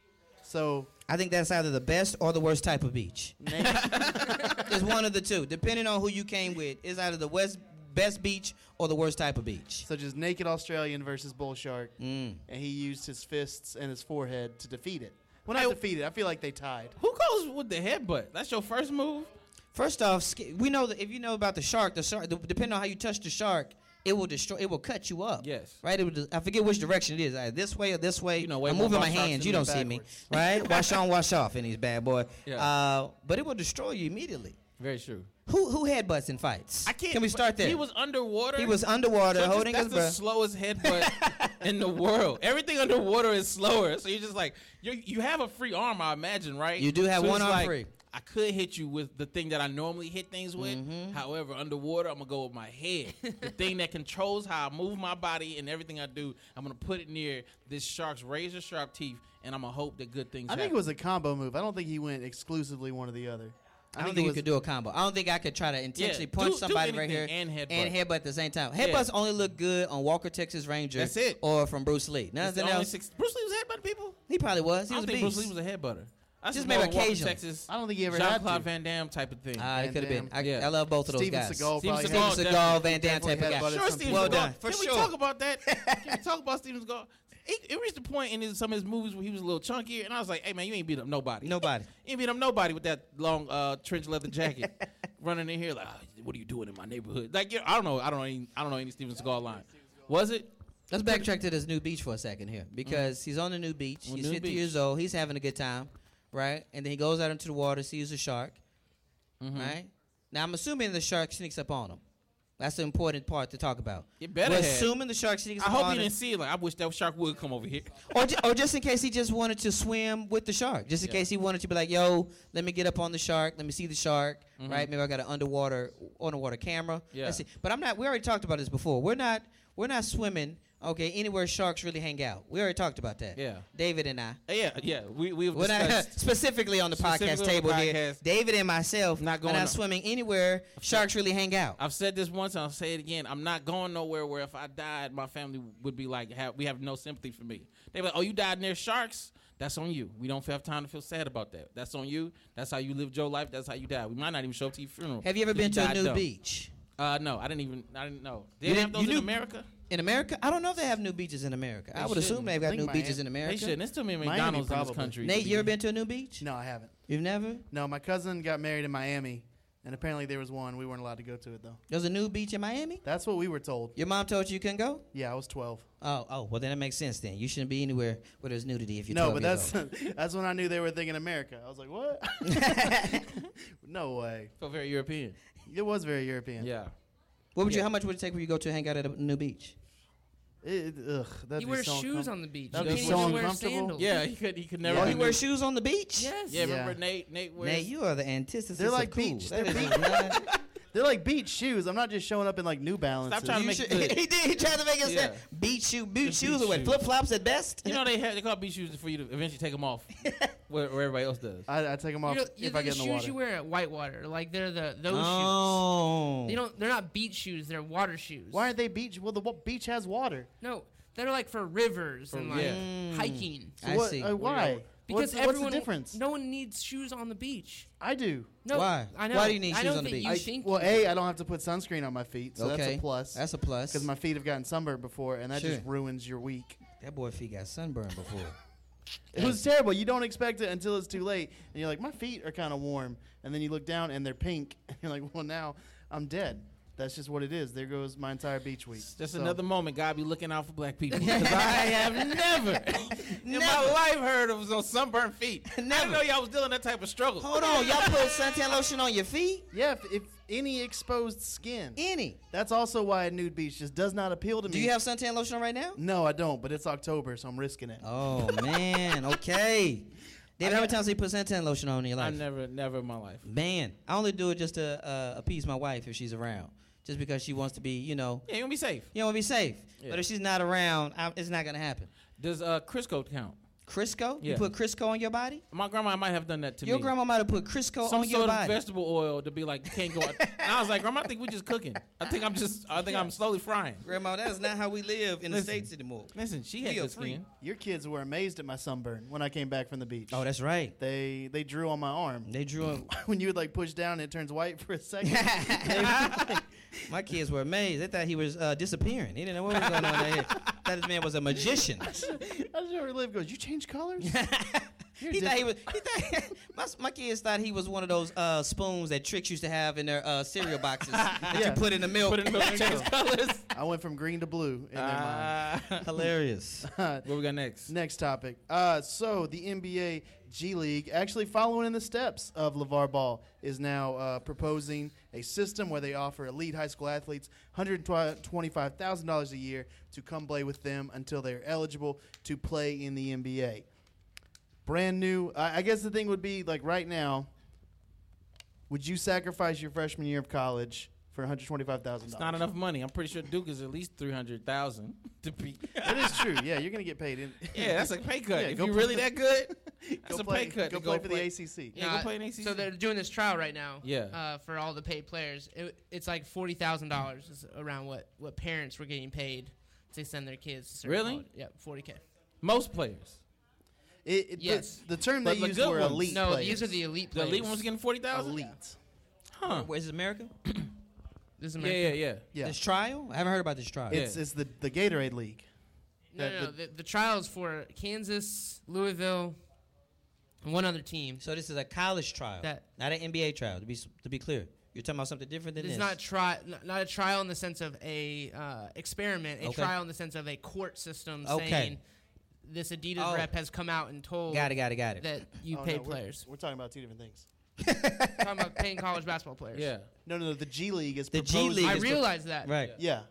Speaker 1: So
Speaker 3: I think that's either the best or the worst type of beach. (laughs) it's one of the two. Depending on who you came with, it's either the west, best beach or the worst type of beach.
Speaker 1: such as naked Australian versus bull shark,
Speaker 3: Mm.
Speaker 1: and he used his fists and his forehead to defeat it. When I defeated, I feel like they tied.
Speaker 2: Who goes with the headbutt? That's your first move.
Speaker 3: First off, sk- we know that if you know about the shark, the shark, the, depending on how you touch the shark, it will destroy. It will cut you up.
Speaker 2: Yes.
Speaker 3: Right. It will, de- I forget which direction it is. Either this way or this way.
Speaker 2: You know, way
Speaker 3: I'm
Speaker 2: more
Speaker 3: moving
Speaker 2: about
Speaker 3: my
Speaker 2: sharks
Speaker 3: hands.
Speaker 2: than me
Speaker 3: You don't see me. (laughs) Right. wash on, wash off in these bad boy.
Speaker 2: Yeah.
Speaker 3: Uh, but it will destroy you immediately.
Speaker 2: Very true.
Speaker 3: Who who headbutts in fights?
Speaker 2: I can't.
Speaker 3: Can we start there?
Speaker 2: He was underwater.
Speaker 3: He was underwater
Speaker 2: So just-
Speaker 3: holding his
Speaker 2: that's the
Speaker 3: breath.
Speaker 2: slowest
Speaker 3: (laughs)
Speaker 2: headbutt in the world. Everything underwater is slower. So you're just like you you have a free arm, I imagine, right?
Speaker 3: You do have
Speaker 2: So
Speaker 3: one
Speaker 2: it's
Speaker 3: arm
Speaker 2: like,
Speaker 3: free.
Speaker 2: I could hit you with the thing that I normally hit things with.
Speaker 3: Mm-hmm.
Speaker 2: However, underwater, I'm gonna go with my head, the thing that controls how I move my body and everything I do. I'm gonna put it near this shark's razor sharp teeth, and I'm gonna hope that good things.
Speaker 1: I think
Speaker 2: happen.
Speaker 1: it was a combo move. I don't think he went exclusively one or the other.
Speaker 3: I, don't
Speaker 1: it
Speaker 3: think you
Speaker 1: was-
Speaker 3: could do a combo. I don't think I could try to intentionally
Speaker 2: do-
Speaker 3: punch
Speaker 2: do
Speaker 3: somebody right here
Speaker 2: anything and headbutt.
Speaker 3: and headbutt at the same time.
Speaker 2: Yeah.
Speaker 3: Headbutts only look good on Walker Texas Ranger.
Speaker 2: That's it.
Speaker 3: Or from Bruce Lee.
Speaker 2: That's
Speaker 3: Nothing
Speaker 2: the only
Speaker 3: else.
Speaker 2: six. Bruce Lee was headbutting people.
Speaker 3: he probably was. He
Speaker 2: I
Speaker 3: was
Speaker 2: don't
Speaker 3: a
Speaker 2: think
Speaker 3: beast.
Speaker 2: Bruce Lee was a headbutter. That's
Speaker 3: Just
Speaker 2: more
Speaker 3: maybe
Speaker 2: of a Walker,
Speaker 3: occasional.
Speaker 2: Texas.
Speaker 1: I don't think he ever had
Speaker 2: Jean Claude
Speaker 1: to.
Speaker 2: Van Damme type of thing.
Speaker 3: Ah, it
Speaker 1: Van
Speaker 3: could have been. I,
Speaker 2: Damme.
Speaker 3: I love both of those
Speaker 1: Steven
Speaker 3: guys.
Speaker 1: Seagal
Speaker 2: Steven
Speaker 1: probably
Speaker 2: Seagal
Speaker 1: had-
Speaker 3: Steven
Speaker 2: definitely-
Speaker 3: Seagal, Van Damme type
Speaker 1: definitely
Speaker 3: of guy.
Speaker 1: headbutted
Speaker 2: Sure,
Speaker 1: some people.
Speaker 2: Steven
Speaker 3: Well
Speaker 2: Seagal.
Speaker 3: done, for
Speaker 2: Can
Speaker 3: sure.
Speaker 2: we talk
Speaker 1: (laughs)
Speaker 2: about that? Can we talk about Steven Seagal? It, it reached a point in his, some of his movies where he was a little chunkier, and I was like, "Hey, man, you ain't beat up nobody.
Speaker 3: Nobody.
Speaker 2: you ain't beat up nobody with that long uh, trench
Speaker 1: (laughs)
Speaker 2: leather jacket, running in here like, "Ah, what are you doing in my neighborhood? Like, you I don't know. I don't know. Any, I don't know any Steven Seagal line. Was it?
Speaker 3: Let's backtrack to this new beach for a second here because he's on the new beach.
Speaker 2: Mm-hmm. On
Speaker 3: He's
Speaker 2: new
Speaker 3: 50
Speaker 2: beach.
Speaker 3: years old. He's having a good time, right? And then he goes out into the water, sees a shark,
Speaker 2: Mm-hmm.
Speaker 3: right? Now, I'm assuming the shark sneaks up on him. That's the important part to talk about.
Speaker 2: It better
Speaker 3: We're
Speaker 2: have.
Speaker 3: assuming the shark sneaks
Speaker 2: I
Speaker 3: up
Speaker 2: hope
Speaker 3: on
Speaker 2: you
Speaker 3: him.
Speaker 2: didn't see it. Like, I wish that shark would come over here. (laughs)
Speaker 3: or, ju- or just in case he just wanted to swim with the shark, just in
Speaker 2: Yeah.
Speaker 3: case he wanted to be like, "Yo, let me get up on the shark, let me see the shark, right? Maybe I got an underwater underwater camera.
Speaker 2: Mm-hmm. Yeah.
Speaker 3: Let's see." But I'm not. We already talked about this before. We're not. We're not swimming. Okay, anywhere sharks really hang out. We already talked about that.
Speaker 2: Yeah.
Speaker 3: David and I.
Speaker 2: yeah, yeah. We we've
Speaker 3: We're not
Speaker 2: discussed.
Speaker 3: (laughs) specifically on the podcast
Speaker 2: Specifically on the
Speaker 3: table here.
Speaker 2: podcast.
Speaker 3: David and myself
Speaker 2: Not going
Speaker 3: are not
Speaker 2: on.
Speaker 3: swimming anywhere sharks really hang out.
Speaker 2: I've said this once and I'll say it again. I'm not going nowhere where if I died, my family would be like, have, we have no sympathy for me. They're like, oh, you died near sharks? That's on you. We don't have time to feel sad about that. That's on you. That's how you lived your life. That's how you died. We might not even show up to your funeral.
Speaker 3: Have you ever been to a
Speaker 2: died
Speaker 3: new
Speaker 2: dumb.
Speaker 3: beach?
Speaker 2: Uh, no, I didn't even. I didn't know. They
Speaker 3: You
Speaker 2: didn't have
Speaker 3: didn't-
Speaker 2: those
Speaker 3: you
Speaker 2: in
Speaker 3: knew-
Speaker 2: America.
Speaker 3: In America, I don't know if they have new beaches in America. I would assume
Speaker 2: shouldn't.
Speaker 3: they've got
Speaker 1: think
Speaker 3: new
Speaker 1: Miami-
Speaker 3: beaches in America.
Speaker 2: They shouldn't. There's too many
Speaker 1: Miami,
Speaker 2: McDonald's in
Speaker 1: probably.
Speaker 2: this country.
Speaker 3: Nate, you ever been to a new beach?
Speaker 1: No, I haven't.
Speaker 3: You've never?
Speaker 1: No, my cousin got married in Miami, and apparently there was one. We weren't allowed to go to it though.
Speaker 3: There's a new beach in Miami?
Speaker 1: That's what we were told.
Speaker 3: Your mom told you you couldn't go?
Speaker 1: Yeah, I was 12.
Speaker 3: Oh, oh, well then that makes sense then. You shouldn't be anywhere where there's nudity if you're
Speaker 1: no,
Speaker 3: 12
Speaker 1: but
Speaker 3: years
Speaker 1: that's
Speaker 3: old.
Speaker 1: (laughs) that's when I knew they were thinking America. I was like,
Speaker 3: (laughs)
Speaker 1: what? no way.
Speaker 2: Feel very European.
Speaker 1: It was very European.
Speaker 2: Yeah.
Speaker 3: What would you? How much would it take for you to go to hang out at a new beach?
Speaker 1: It, it- ugh, that'd
Speaker 4: You
Speaker 1: be
Speaker 4: wear
Speaker 1: so
Speaker 4: shoes
Speaker 1: uncom-
Speaker 4: on the beach.
Speaker 1: That'd
Speaker 4: you
Speaker 2: be
Speaker 4: can't
Speaker 2: so
Speaker 4: even wear
Speaker 1: uncomfortable.
Speaker 4: sandals.
Speaker 2: Yeah, he could. He could never.
Speaker 3: Oh,
Speaker 2: be
Speaker 3: you wear
Speaker 2: new.
Speaker 3: shoes on the beach?
Speaker 4: Yes.
Speaker 2: Yeah,
Speaker 1: Yeah.
Speaker 2: remember Nate? Nate wears.
Speaker 3: Nate, you are the antithesis.
Speaker 1: They're like
Speaker 3: of cool.
Speaker 1: beach.
Speaker 3: That
Speaker 1: They're
Speaker 3: is not-
Speaker 1: They're like beach shoes. I'm not just showing up in like New Balances.
Speaker 2: trying to
Speaker 3: You
Speaker 2: make
Speaker 3: should-
Speaker 2: good.
Speaker 3: (laughs) he did. He tried to make it
Speaker 2: Yeah.
Speaker 3: sound beach shoe, boot shoes,
Speaker 2: beach
Speaker 3: or what?
Speaker 2: shoe.
Speaker 3: Flip flops at best.
Speaker 2: You know they have they call beach shoes for you to eventually take them
Speaker 3: (laughs)
Speaker 2: off, where, where everybody else does.
Speaker 1: I, I take them
Speaker 4: You
Speaker 1: off
Speaker 4: know, you
Speaker 1: if I
Speaker 4: think
Speaker 1: get
Speaker 4: the
Speaker 1: in the
Speaker 4: shoes
Speaker 1: water.
Speaker 4: you wear at Whitewater, like they're the those
Speaker 3: oh.
Speaker 4: shoes. You don't. They're not beach shoes. They're water shoes.
Speaker 1: Why aren't they beach? Well, the wa- beach has water.
Speaker 4: No, they're like for rivers and like
Speaker 2: yeah.
Speaker 4: hiking.
Speaker 3: I
Speaker 1: what,
Speaker 3: see.
Speaker 1: uh, why?
Speaker 4: Because
Speaker 1: what's,
Speaker 4: everyone,
Speaker 1: what's the difference?
Speaker 4: No one needs shoes on the beach.
Speaker 1: I do.
Speaker 4: No,
Speaker 3: Why?
Speaker 4: I know.
Speaker 3: Why do you need
Speaker 4: I
Speaker 3: shoes
Speaker 4: don't
Speaker 3: on the
Speaker 4: think
Speaker 3: beach?
Speaker 4: You
Speaker 1: I-
Speaker 4: think
Speaker 1: well, a I don't have to put sunscreen on my feet, so
Speaker 3: okay.
Speaker 1: that's a plus.
Speaker 3: That's a plus.
Speaker 1: because my feet have gotten sunburned before, and that just
Speaker 3: Sure.
Speaker 1: ruins your week.
Speaker 3: that boy feet got sunburned before.
Speaker 1: It was terrible. You don't expect it until it's too late, and you're like, my feet are kind of warm, and then you look down and they're pink, (laughs) and you're like, well, now I'm dead. That's just what it is. There goes my entire beach week.
Speaker 2: Just
Speaker 1: So,
Speaker 2: another moment God be looking out for black people. 'Cause I have never in my life heard of those sunburned feet. I
Speaker 3: Never.
Speaker 2: didn't know y'all was dealing that type of struggle.
Speaker 3: Hold on, y'all put suntan lotion on your feet?
Speaker 1: Yeah, if, if any exposed skin.
Speaker 3: Any?
Speaker 1: That's also why a nude beach just does not appeal to me.
Speaker 3: Do you have suntan lotion on right now?
Speaker 1: No, I don't. But it's October, so I'm risking it.
Speaker 3: Oh
Speaker 2: (laughs)
Speaker 3: man, okay. David, how many times have you put suntan lotion on in your
Speaker 2: I
Speaker 3: life?
Speaker 2: never, never in my life.
Speaker 3: Man, I only do it just to uh, appease my wife if she's around, just because she wants to be, you know,
Speaker 2: Yeah, you gonna be safe.
Speaker 3: you know, be safe.
Speaker 2: Yeah.
Speaker 3: But if she's not around, I, it's not gonna happen.
Speaker 2: Does uh, Crisco count?
Speaker 3: Crisco?
Speaker 2: Yeah.
Speaker 3: You put Crisco on your body?
Speaker 2: My grandma might have done that to
Speaker 3: Your
Speaker 2: me.
Speaker 3: grandma might have put Crisco
Speaker 2: Some
Speaker 3: on
Speaker 2: sort
Speaker 3: your
Speaker 2: of
Speaker 3: body.
Speaker 2: vegetable oil to be like you can't go out. and I was like, Grandma, I think we just cooking. I think I'm just, I think I'm slowly frying.
Speaker 3: grandma, that is not how we live in the
Speaker 2: Listen.
Speaker 3: states anymore.
Speaker 2: Listen, she had
Speaker 3: We are
Speaker 2: good
Speaker 3: free.
Speaker 2: skin.
Speaker 1: Your kids were amazed at my sunburn when I came back from the beach.
Speaker 3: Oh, that's right.
Speaker 1: they they drew on my arm.
Speaker 3: They drew. on-
Speaker 1: when you would like push down, it turns white for a second.
Speaker 3: My kids were amazed. They thought he was uh, disappearing. They didn't know what was going on. out
Speaker 2: (laughs)
Speaker 3: here. Thought this man was a magician.
Speaker 1: I just never live goes. You change colors?
Speaker 3: He thought he was. He thought, (laughs) my, my kids thought he was one of those uh, spoons that tricks used to have in their uh, cereal boxes that
Speaker 1: Yeah.
Speaker 3: you put in the milk.
Speaker 2: Put it in the milk,
Speaker 3: (laughs)
Speaker 2: change colors.
Speaker 1: I went from green to blue in their mind.
Speaker 3: Hilarious.
Speaker 2: Where we got next?
Speaker 1: Next topic. Uh, so the NBA G League, actually following in the steps of LeVar Ball, is now uh, proposing a system where they offer elite high school athletes $125,000 a year to come play with them until they are eligible to play in the NBA. Brand new. I I guess the thing would be like right now. Would you sacrifice your freshman year of college for one hundred twenty-five thousand
Speaker 2: It's
Speaker 1: dollars?
Speaker 2: not enough money. I'm pretty sure Duke is at least three hundred thousand to be.
Speaker 1: It is true. Yeah, you're gonna get paid. In, (laughs)
Speaker 2: Yeah, that's a pay cut.
Speaker 1: Yeah,
Speaker 2: if
Speaker 1: go
Speaker 2: you
Speaker 1: play-
Speaker 2: really that good, That's
Speaker 1: go
Speaker 2: a
Speaker 1: play,
Speaker 2: pay cut
Speaker 1: Go
Speaker 2: to
Speaker 1: play
Speaker 2: go
Speaker 1: for
Speaker 2: play.
Speaker 1: the ACC.
Speaker 2: Yeah, go play in
Speaker 4: So
Speaker 2: ACC.
Speaker 4: they're doing this trial right now.
Speaker 2: Yeah.
Speaker 4: Uh, for all the paid players, it, it's like forty thousand dollars is around what what parents were getting paid to send their kids. To certain
Speaker 2: Really?
Speaker 4: college. Yeah, forty k.
Speaker 2: Most players.
Speaker 1: It, it, the-
Speaker 4: Yes.
Speaker 1: the, term
Speaker 2: But
Speaker 1: they
Speaker 2: the
Speaker 1: used
Speaker 2: good
Speaker 1: were
Speaker 2: ones.
Speaker 1: elite.
Speaker 4: No,
Speaker 1: players.
Speaker 4: these are the elite
Speaker 2: The
Speaker 4: players.
Speaker 2: elite one's getting forty thousand.
Speaker 1: elite.
Speaker 2: Huh.
Speaker 3: Where is this America?
Speaker 4: This is
Speaker 2: Yeah,
Speaker 4: America.
Speaker 2: yeah, yeah.
Speaker 1: Yeah,
Speaker 3: This trial? I haven't heard about this trial.
Speaker 2: Yeah.
Speaker 1: it's it's the the Gatorade League.
Speaker 4: No, no, no. The, the trials for Kansas, Louisville, and one other team.
Speaker 3: So this is a college trial,
Speaker 4: That-
Speaker 3: not an NBA trial. To be s- to be clear, you're talking about something different than
Speaker 4: It's
Speaker 3: this.
Speaker 4: not tri- n- not a trial in the sense of a uh, experiment. A
Speaker 3: Okay.
Speaker 4: trial in the sense of a court system
Speaker 3: Okay.
Speaker 4: saying this Adidas
Speaker 3: Oh.
Speaker 4: rep has come out and told
Speaker 3: got it, got it, got it.
Speaker 4: that you
Speaker 1: Oh,
Speaker 4: pay
Speaker 1: no, we're-
Speaker 4: players.
Speaker 1: We're, talking about two different things.
Speaker 4: talking about paying college basketball players.
Speaker 2: Yeah.
Speaker 1: No, no, no. The G League is
Speaker 3: The G
Speaker 1: proposing-
Speaker 3: League
Speaker 4: I
Speaker 3: is the-
Speaker 4: realize that.
Speaker 3: right.
Speaker 1: Yeah.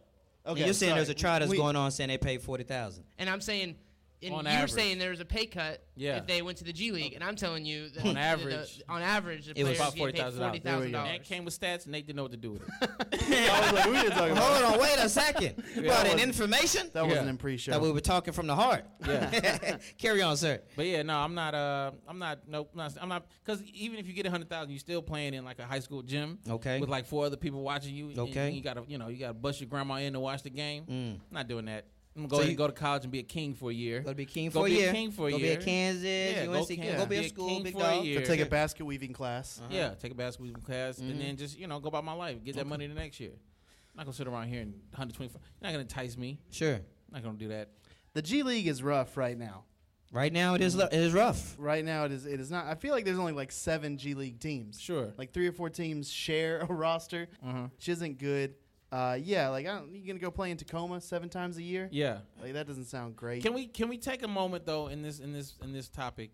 Speaker 3: And
Speaker 1: Okay.
Speaker 3: you're saying there's a
Speaker 1: sorry.
Speaker 3: trial that's
Speaker 1: We- (laughs)
Speaker 3: going on saying they paid forty thousand.
Speaker 4: And I'm saying, and
Speaker 2: On
Speaker 4: you're
Speaker 2: average.
Speaker 4: saying there was a pay cut
Speaker 2: Yeah.
Speaker 4: if they went to the G League, and I'm telling you that
Speaker 2: On
Speaker 4: the- the-
Speaker 2: average.
Speaker 4: on average, the
Speaker 3: It
Speaker 4: it
Speaker 3: was
Speaker 4: was
Speaker 3: about
Speaker 4: forty thousand
Speaker 2: $40,000. There
Speaker 1: we go.
Speaker 2: Nate
Speaker 4: dollars.
Speaker 2: came with stats. and Nate didn't know what to do with
Speaker 3: (laughs)
Speaker 2: it.
Speaker 1: I was like, we didn't talk about
Speaker 3: (laughs) Hold
Speaker 1: that.
Speaker 3: on, wait a second. About an
Speaker 1: wasn't-
Speaker 3: information
Speaker 1: That wasn't
Speaker 2: Yeah.
Speaker 1: in pre-show.
Speaker 3: that we were talking from the heart.
Speaker 2: yeah.
Speaker 3: (laughs) Carry on, sir.
Speaker 2: But yeah, no, I'm not. Uh, I'm not. Nope. Not, I'm not. Because even if you get a hundred thousand, you still playing in like a high school gym.
Speaker 3: Okay.
Speaker 2: With like four other people watching you. and-
Speaker 3: Okay. Mm.
Speaker 2: and you gotta, you know, you gotta bust your grandma in to watch the game. Not doing that. I'm gonna go
Speaker 3: So
Speaker 2: ahead
Speaker 3: you-
Speaker 2: and go to college and be a king for a year.
Speaker 3: Go to be king
Speaker 2: Go
Speaker 3: for a
Speaker 2: be
Speaker 3: year.
Speaker 2: a king for a
Speaker 3: go
Speaker 2: year.
Speaker 3: Go be a Kansas,
Speaker 2: Yeah,
Speaker 3: UNC. Go,
Speaker 2: Kansas.
Speaker 3: be a school,
Speaker 2: king
Speaker 3: big
Speaker 2: for
Speaker 3: dog.
Speaker 2: year.
Speaker 1: take a basket weaving class.
Speaker 2: Yeah, take a basketball class
Speaker 3: Mm-hmm.
Speaker 2: and then just you know go about my life, get that money the next year. I'm not gonna sit around here and 125. You're not gonna entice me.
Speaker 3: Sure.
Speaker 2: I'm not gonna do that.
Speaker 1: The G League is rough right now.
Speaker 3: Right now it is
Speaker 2: Mm-hmm.
Speaker 3: lo- it is rough.
Speaker 1: Right now, it is it is not. I feel like there's only like seven G League teams.
Speaker 2: Sure. Uh-huh.
Speaker 1: like three or four teams share a roster, which isn't good. Uh, yeah, like I don't, you gonna go play in Tacoma seven times a year?
Speaker 2: Yeah.
Speaker 1: Like that doesn't sound great.
Speaker 2: Can we can we take a moment though in this in this in this topic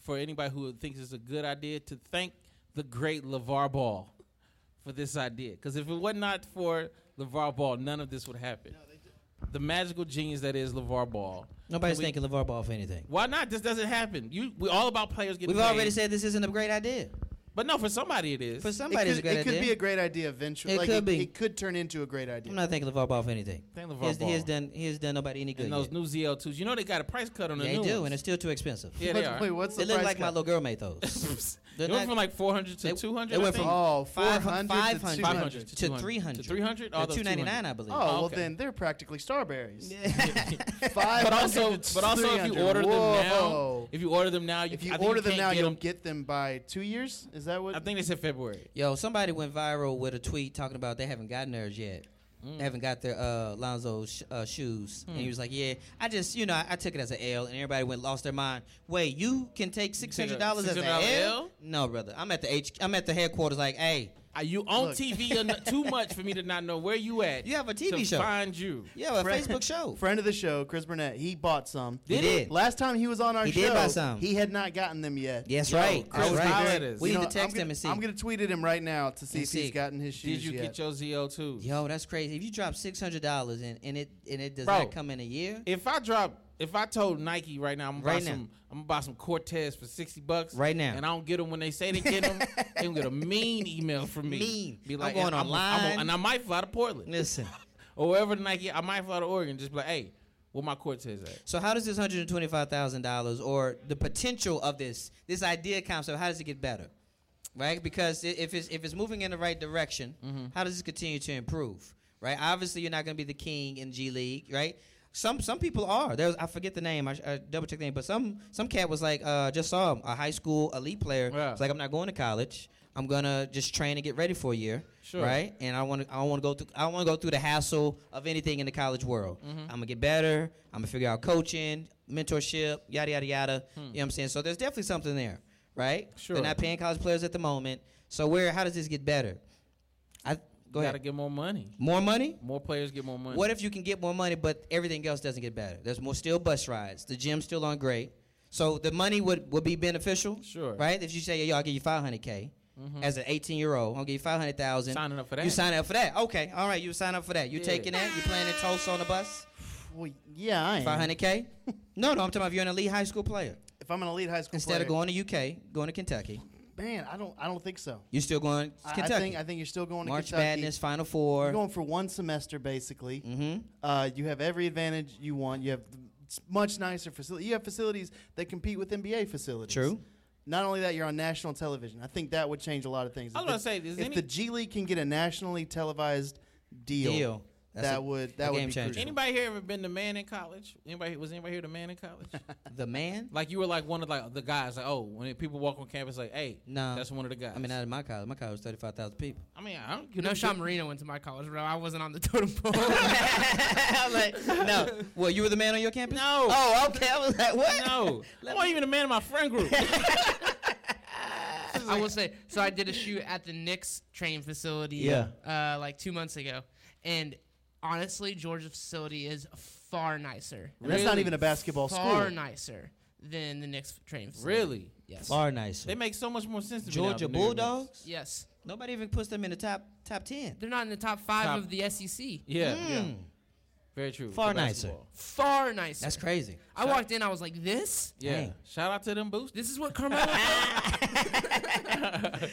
Speaker 2: for anybody who thinks it's a good idea to thank the great LeVar Ball for this idea? Because if it was not for LeVar Ball, none of this would happen. The magical genius that is LeVar Ball. Can
Speaker 3: Nobody's
Speaker 2: we-
Speaker 3: thanking LeVar Ball for anything.
Speaker 2: Why not? This doesn't happen. You we all about players getting.
Speaker 3: We've
Speaker 2: paid.
Speaker 3: already said this isn't a great idea.
Speaker 2: but no, for somebody it is.
Speaker 3: For
Speaker 1: It
Speaker 3: somebody's
Speaker 1: could,
Speaker 3: a great
Speaker 1: it
Speaker 3: idea.
Speaker 1: could be a great idea eventually.
Speaker 3: It
Speaker 1: like
Speaker 3: could
Speaker 1: it,
Speaker 3: be.
Speaker 1: it could turn into a great idea.
Speaker 3: I'm not thanking LeVar Ball for anything.
Speaker 2: Thank
Speaker 3: He
Speaker 2: LeVar
Speaker 3: has- He has
Speaker 2: Ball.
Speaker 3: done he has done nobody any good.
Speaker 2: and those
Speaker 3: yet.
Speaker 2: new ZL2s, you know they got a price cut on the
Speaker 3: they
Speaker 2: new
Speaker 3: do,
Speaker 2: ones.
Speaker 3: and it's still too expensive.
Speaker 2: yeah,
Speaker 3: (laughs)
Speaker 1: Wait,
Speaker 2: they are.
Speaker 1: wait, what's
Speaker 3: They
Speaker 1: the
Speaker 3: look
Speaker 1: price
Speaker 3: like my
Speaker 1: cut?
Speaker 3: little girl
Speaker 2: (laughs)
Speaker 3: made those.
Speaker 2: they
Speaker 3: They're
Speaker 2: went
Speaker 3: not-
Speaker 2: from like 400 to
Speaker 3: they-
Speaker 2: 200.
Speaker 3: they went
Speaker 2: I think.
Speaker 3: from
Speaker 1: Oh,
Speaker 3: Five-
Speaker 1: 400 to
Speaker 3: 500.
Speaker 2: 500
Speaker 3: to
Speaker 2: 200.
Speaker 3: 300.
Speaker 2: To 300? Oh,
Speaker 3: They're
Speaker 2: those
Speaker 3: 299, I
Speaker 2: 200.
Speaker 3: believe.
Speaker 1: Oh, well
Speaker 2: okay.
Speaker 1: then they're practically
Speaker 2: (laughs)
Speaker 1: starberries. (laughs)
Speaker 2: but also, but also, if you order them now, if you order them now, you,
Speaker 1: if you
Speaker 2: I think
Speaker 1: order them
Speaker 2: can't
Speaker 1: now,
Speaker 2: get
Speaker 1: you'll get them by two years. Is that what?
Speaker 2: I think they said February.
Speaker 3: Yo, somebody went viral with a tweet talking about they haven't gotten theirs yet. They haven't got their uh, Lonzo sh- uh, shoes, and he was like, "Yeah, I just, you know, I, I took it as an L," and everybody went lost their mind. Wait, you can take six
Speaker 2: take a
Speaker 3: hundred dollars as an L?
Speaker 2: $600 L?
Speaker 3: No, brother, I'm at the H, I'm at the headquarters. Like, hey,
Speaker 2: Are you on
Speaker 1: Look.
Speaker 2: TV en- too (laughs) much for me to not know where you at?
Speaker 3: You have a TV
Speaker 2: to
Speaker 3: show.
Speaker 2: Find you.
Speaker 3: you have a
Speaker 1: Friend-
Speaker 3: Facebook
Speaker 1: (laughs)
Speaker 3: show.
Speaker 1: Friend of the show, Chris Burnett, he bought some.
Speaker 3: He did.
Speaker 1: Last time he was on our
Speaker 3: He
Speaker 1: show,
Speaker 3: did buy some.
Speaker 1: he had not gotten them yet.
Speaker 3: Yes,
Speaker 2: Yo,
Speaker 3: right.
Speaker 2: Chris
Speaker 3: That's
Speaker 2: Brown
Speaker 3: right.
Speaker 2: at us.
Speaker 3: We
Speaker 2: You
Speaker 3: need
Speaker 1: know,
Speaker 3: to text
Speaker 1: I'm gonna,
Speaker 3: him and see.
Speaker 1: I'm gonna tweet at him right now to see
Speaker 3: And
Speaker 1: if
Speaker 3: see.
Speaker 1: he's gotten his shoes
Speaker 2: Did you
Speaker 1: yet.
Speaker 2: get your ZL2?
Speaker 3: Yo, that's crazy. If you drop six hundred dollars and, and it and it does
Speaker 2: Bro.
Speaker 3: not come in a year,
Speaker 2: If I drop, if I told Nike right now, I'm gonna
Speaker 3: Right
Speaker 2: buy
Speaker 3: now.
Speaker 2: some, I'm gonna buy some Cortez for sixty bucks
Speaker 3: Right now.
Speaker 2: and I don't get them when they say they get them, they gonna get a mean email from me.
Speaker 3: Mean.
Speaker 2: Be
Speaker 3: I'm
Speaker 2: like,
Speaker 3: going
Speaker 2: and I'm,
Speaker 3: online.
Speaker 2: and I might fly to Portland
Speaker 3: listen.
Speaker 2: or wherever Nike. I might fly to Oregon. Just be like, hey, where my Cortez at?
Speaker 3: So how does this hundred and twenty five thousand dollars or the potential of this this idea concept? How does it get better? Right, because i- if it's if it's moving in the right direction, how does this continue to improve? Right, obviously you're not going to be the king in G League, right? Some some people are. There's I forget the name. I, sh- I double check the name, but some some cat was like, uh, just saw him, a high school elite player.
Speaker 2: Yeah.
Speaker 3: It's like I'm not going to college. I'm gonna just train and get ready for a year,
Speaker 2: Sure.
Speaker 3: right? and I want to I want to go through I want to go through the hassle of anything in the college world.
Speaker 2: Mm-hmm.
Speaker 3: I'm gonna get better. I'm gonna figure out coaching, mentorship, yada yada yada. You know what I'm saying? So there's definitely something there, right?
Speaker 2: Hmm. Sure.
Speaker 3: They're not paying college players at the moment. So where how does this get better? I go
Speaker 2: Gotta
Speaker 3: ahead.
Speaker 2: get more money.
Speaker 3: more money.
Speaker 2: More players get more (laughs) money.
Speaker 3: What if you can get more money, but everything else doesn't get better? There's more still bus rides. The gym's still on great. So the money would, would be beneficial.
Speaker 2: Sure. Mm-hmm.
Speaker 3: Right? If you say, yo, I'll give you 500K as an 18 year old, I'll give you 500,000.
Speaker 2: Signing up for
Speaker 3: You
Speaker 2: that.
Speaker 3: sign up for that. Okay. All right. You sign up for that. You
Speaker 2: Yeah.
Speaker 3: taking that? You playing in Tulsa on the bus?
Speaker 1: Well, yeah, I am. (laughs)
Speaker 3: 500K? no, no. I'm talking about if you're an elite high school player.
Speaker 1: If I'm an elite high school
Speaker 3: Instead of
Speaker 1: player-
Speaker 3: going to UK, going to Kentucky,
Speaker 1: man, I don't, I don't think so.
Speaker 3: you're still going to
Speaker 1: I-
Speaker 3: Kentucky.
Speaker 1: I think, I think you're still going
Speaker 3: March
Speaker 1: to Kentucky.
Speaker 3: Madness, Final 4
Speaker 1: You're going for one semester basically. Mm-hmm. Uh, you have every advantage you want. You have the s- much nicer facility. You have facilities that compete with NBA facilities.
Speaker 3: True.
Speaker 1: Not only that, you're on national television. I think that would change a lot of things.
Speaker 2: I was
Speaker 1: If
Speaker 2: gonna
Speaker 1: the-
Speaker 2: say, is
Speaker 1: if
Speaker 2: any-
Speaker 1: the G League can get a nationally televised deal,
Speaker 3: Deal. That's
Speaker 1: that
Speaker 3: a-
Speaker 1: would
Speaker 3: a
Speaker 1: that would
Speaker 3: game
Speaker 1: be
Speaker 3: changer.
Speaker 1: crucial.
Speaker 2: Anybody here ever been the man in college? Anybody was anybody here the man in college?
Speaker 3: The man?
Speaker 2: like you were like one of like the guys. Like oh, when people walk on campus, like hey,
Speaker 3: No.
Speaker 2: that's one of the guys.
Speaker 3: I mean, out of my college, my college was thirty five thousand people.
Speaker 2: I mean, I don't. (laughs)
Speaker 4: No, (laughs) Sean Marino went to my college, bro. I wasn't on the totem pole.
Speaker 3: I'm like, no. Well, you were the man on your campus.
Speaker 2: No.
Speaker 3: Oh, okay. I was like, what?
Speaker 2: No, I wasn't even a man in my friend group.
Speaker 4: I will say, so I did a shoot at the Knicks training facility
Speaker 3: Yeah.
Speaker 4: uh, like two months ago. And honestly, Georgia's facility is far nicer.
Speaker 1: And that's not even a basketball
Speaker 4: far
Speaker 1: school.
Speaker 4: nicer than the Knicks training facility.
Speaker 2: really?
Speaker 4: Yes.
Speaker 3: Far nicer.
Speaker 2: They make so much more sense to me. now
Speaker 3: Georgia
Speaker 2: than they did then.
Speaker 3: Bulldogs.
Speaker 4: Yes.
Speaker 3: Nobody even puts them in the top top ten.
Speaker 4: They're not in the top five
Speaker 2: Top-
Speaker 4: of the E SEC.
Speaker 2: Yeah, yeah. Very true.
Speaker 3: Far
Speaker 2: for
Speaker 3: nicer.
Speaker 2: basketball.
Speaker 4: Far nicer.
Speaker 3: That's crazy.
Speaker 4: I walked in, I was like, this?
Speaker 2: Yeah.
Speaker 3: Dang.
Speaker 2: Shout out to them boosters.
Speaker 4: This is
Speaker 2: (laughs)
Speaker 4: what Carmelo.
Speaker 3: All right,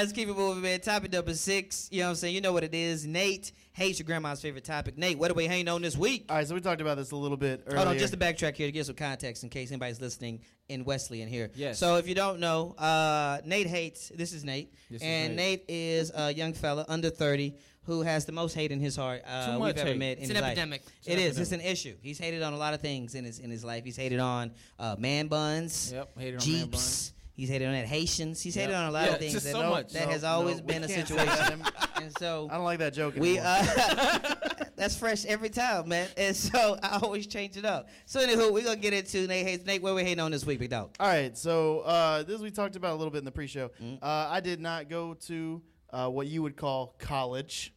Speaker 3: let's keep it moving, man. Topic number six. You know what I'm saying? You know what it is. Nate hates your grandma's favorite topic. Nate, what are we hanging on this week?
Speaker 1: All right, so we talked about this a little bit earlier.
Speaker 3: Hold on, Oh, just to backtrack here to give some context in case anybody's listening in Wesley in here.
Speaker 2: Yes.
Speaker 3: So if you don't know, uh, Nate hates. This is Nate,
Speaker 2: This is
Speaker 3: and Nate. is a young fella under thirty who has the most hate in his heart uh,
Speaker 2: Too much
Speaker 3: we've ever
Speaker 2: hate.
Speaker 3: met.
Speaker 4: It's
Speaker 3: in
Speaker 4: an
Speaker 3: his life.
Speaker 4: epidemic.
Speaker 3: It is. It's an issue. He's hated on a lot of things in his in his life. He's hated on uh, man buns.
Speaker 2: Yep, hated on man
Speaker 3: Jeeps.
Speaker 2: buns.
Speaker 3: He's hated on that Haitians. He's hated
Speaker 2: Yep.
Speaker 3: on a lot
Speaker 2: Yeah,
Speaker 3: of things
Speaker 2: just
Speaker 3: that,
Speaker 2: so
Speaker 3: no-
Speaker 2: much.
Speaker 3: that
Speaker 2: No,
Speaker 3: has always
Speaker 1: no, we
Speaker 3: been a
Speaker 1: can't say that
Speaker 3: situation.
Speaker 1: anymore.
Speaker 3: and so
Speaker 2: (laughs)
Speaker 1: I don't like that joke
Speaker 3: we
Speaker 1: anymore.
Speaker 3: uh, (laughs) that's fresh every time, man. And so (laughs) I always change it up. So anywho, we're gonna get into Nate Hayes. Nate, where we hating on this week, big dog?
Speaker 1: All right, so uh, this we talked about a little bit in the pre-show. Uh, I did not go to uh, what you would call college.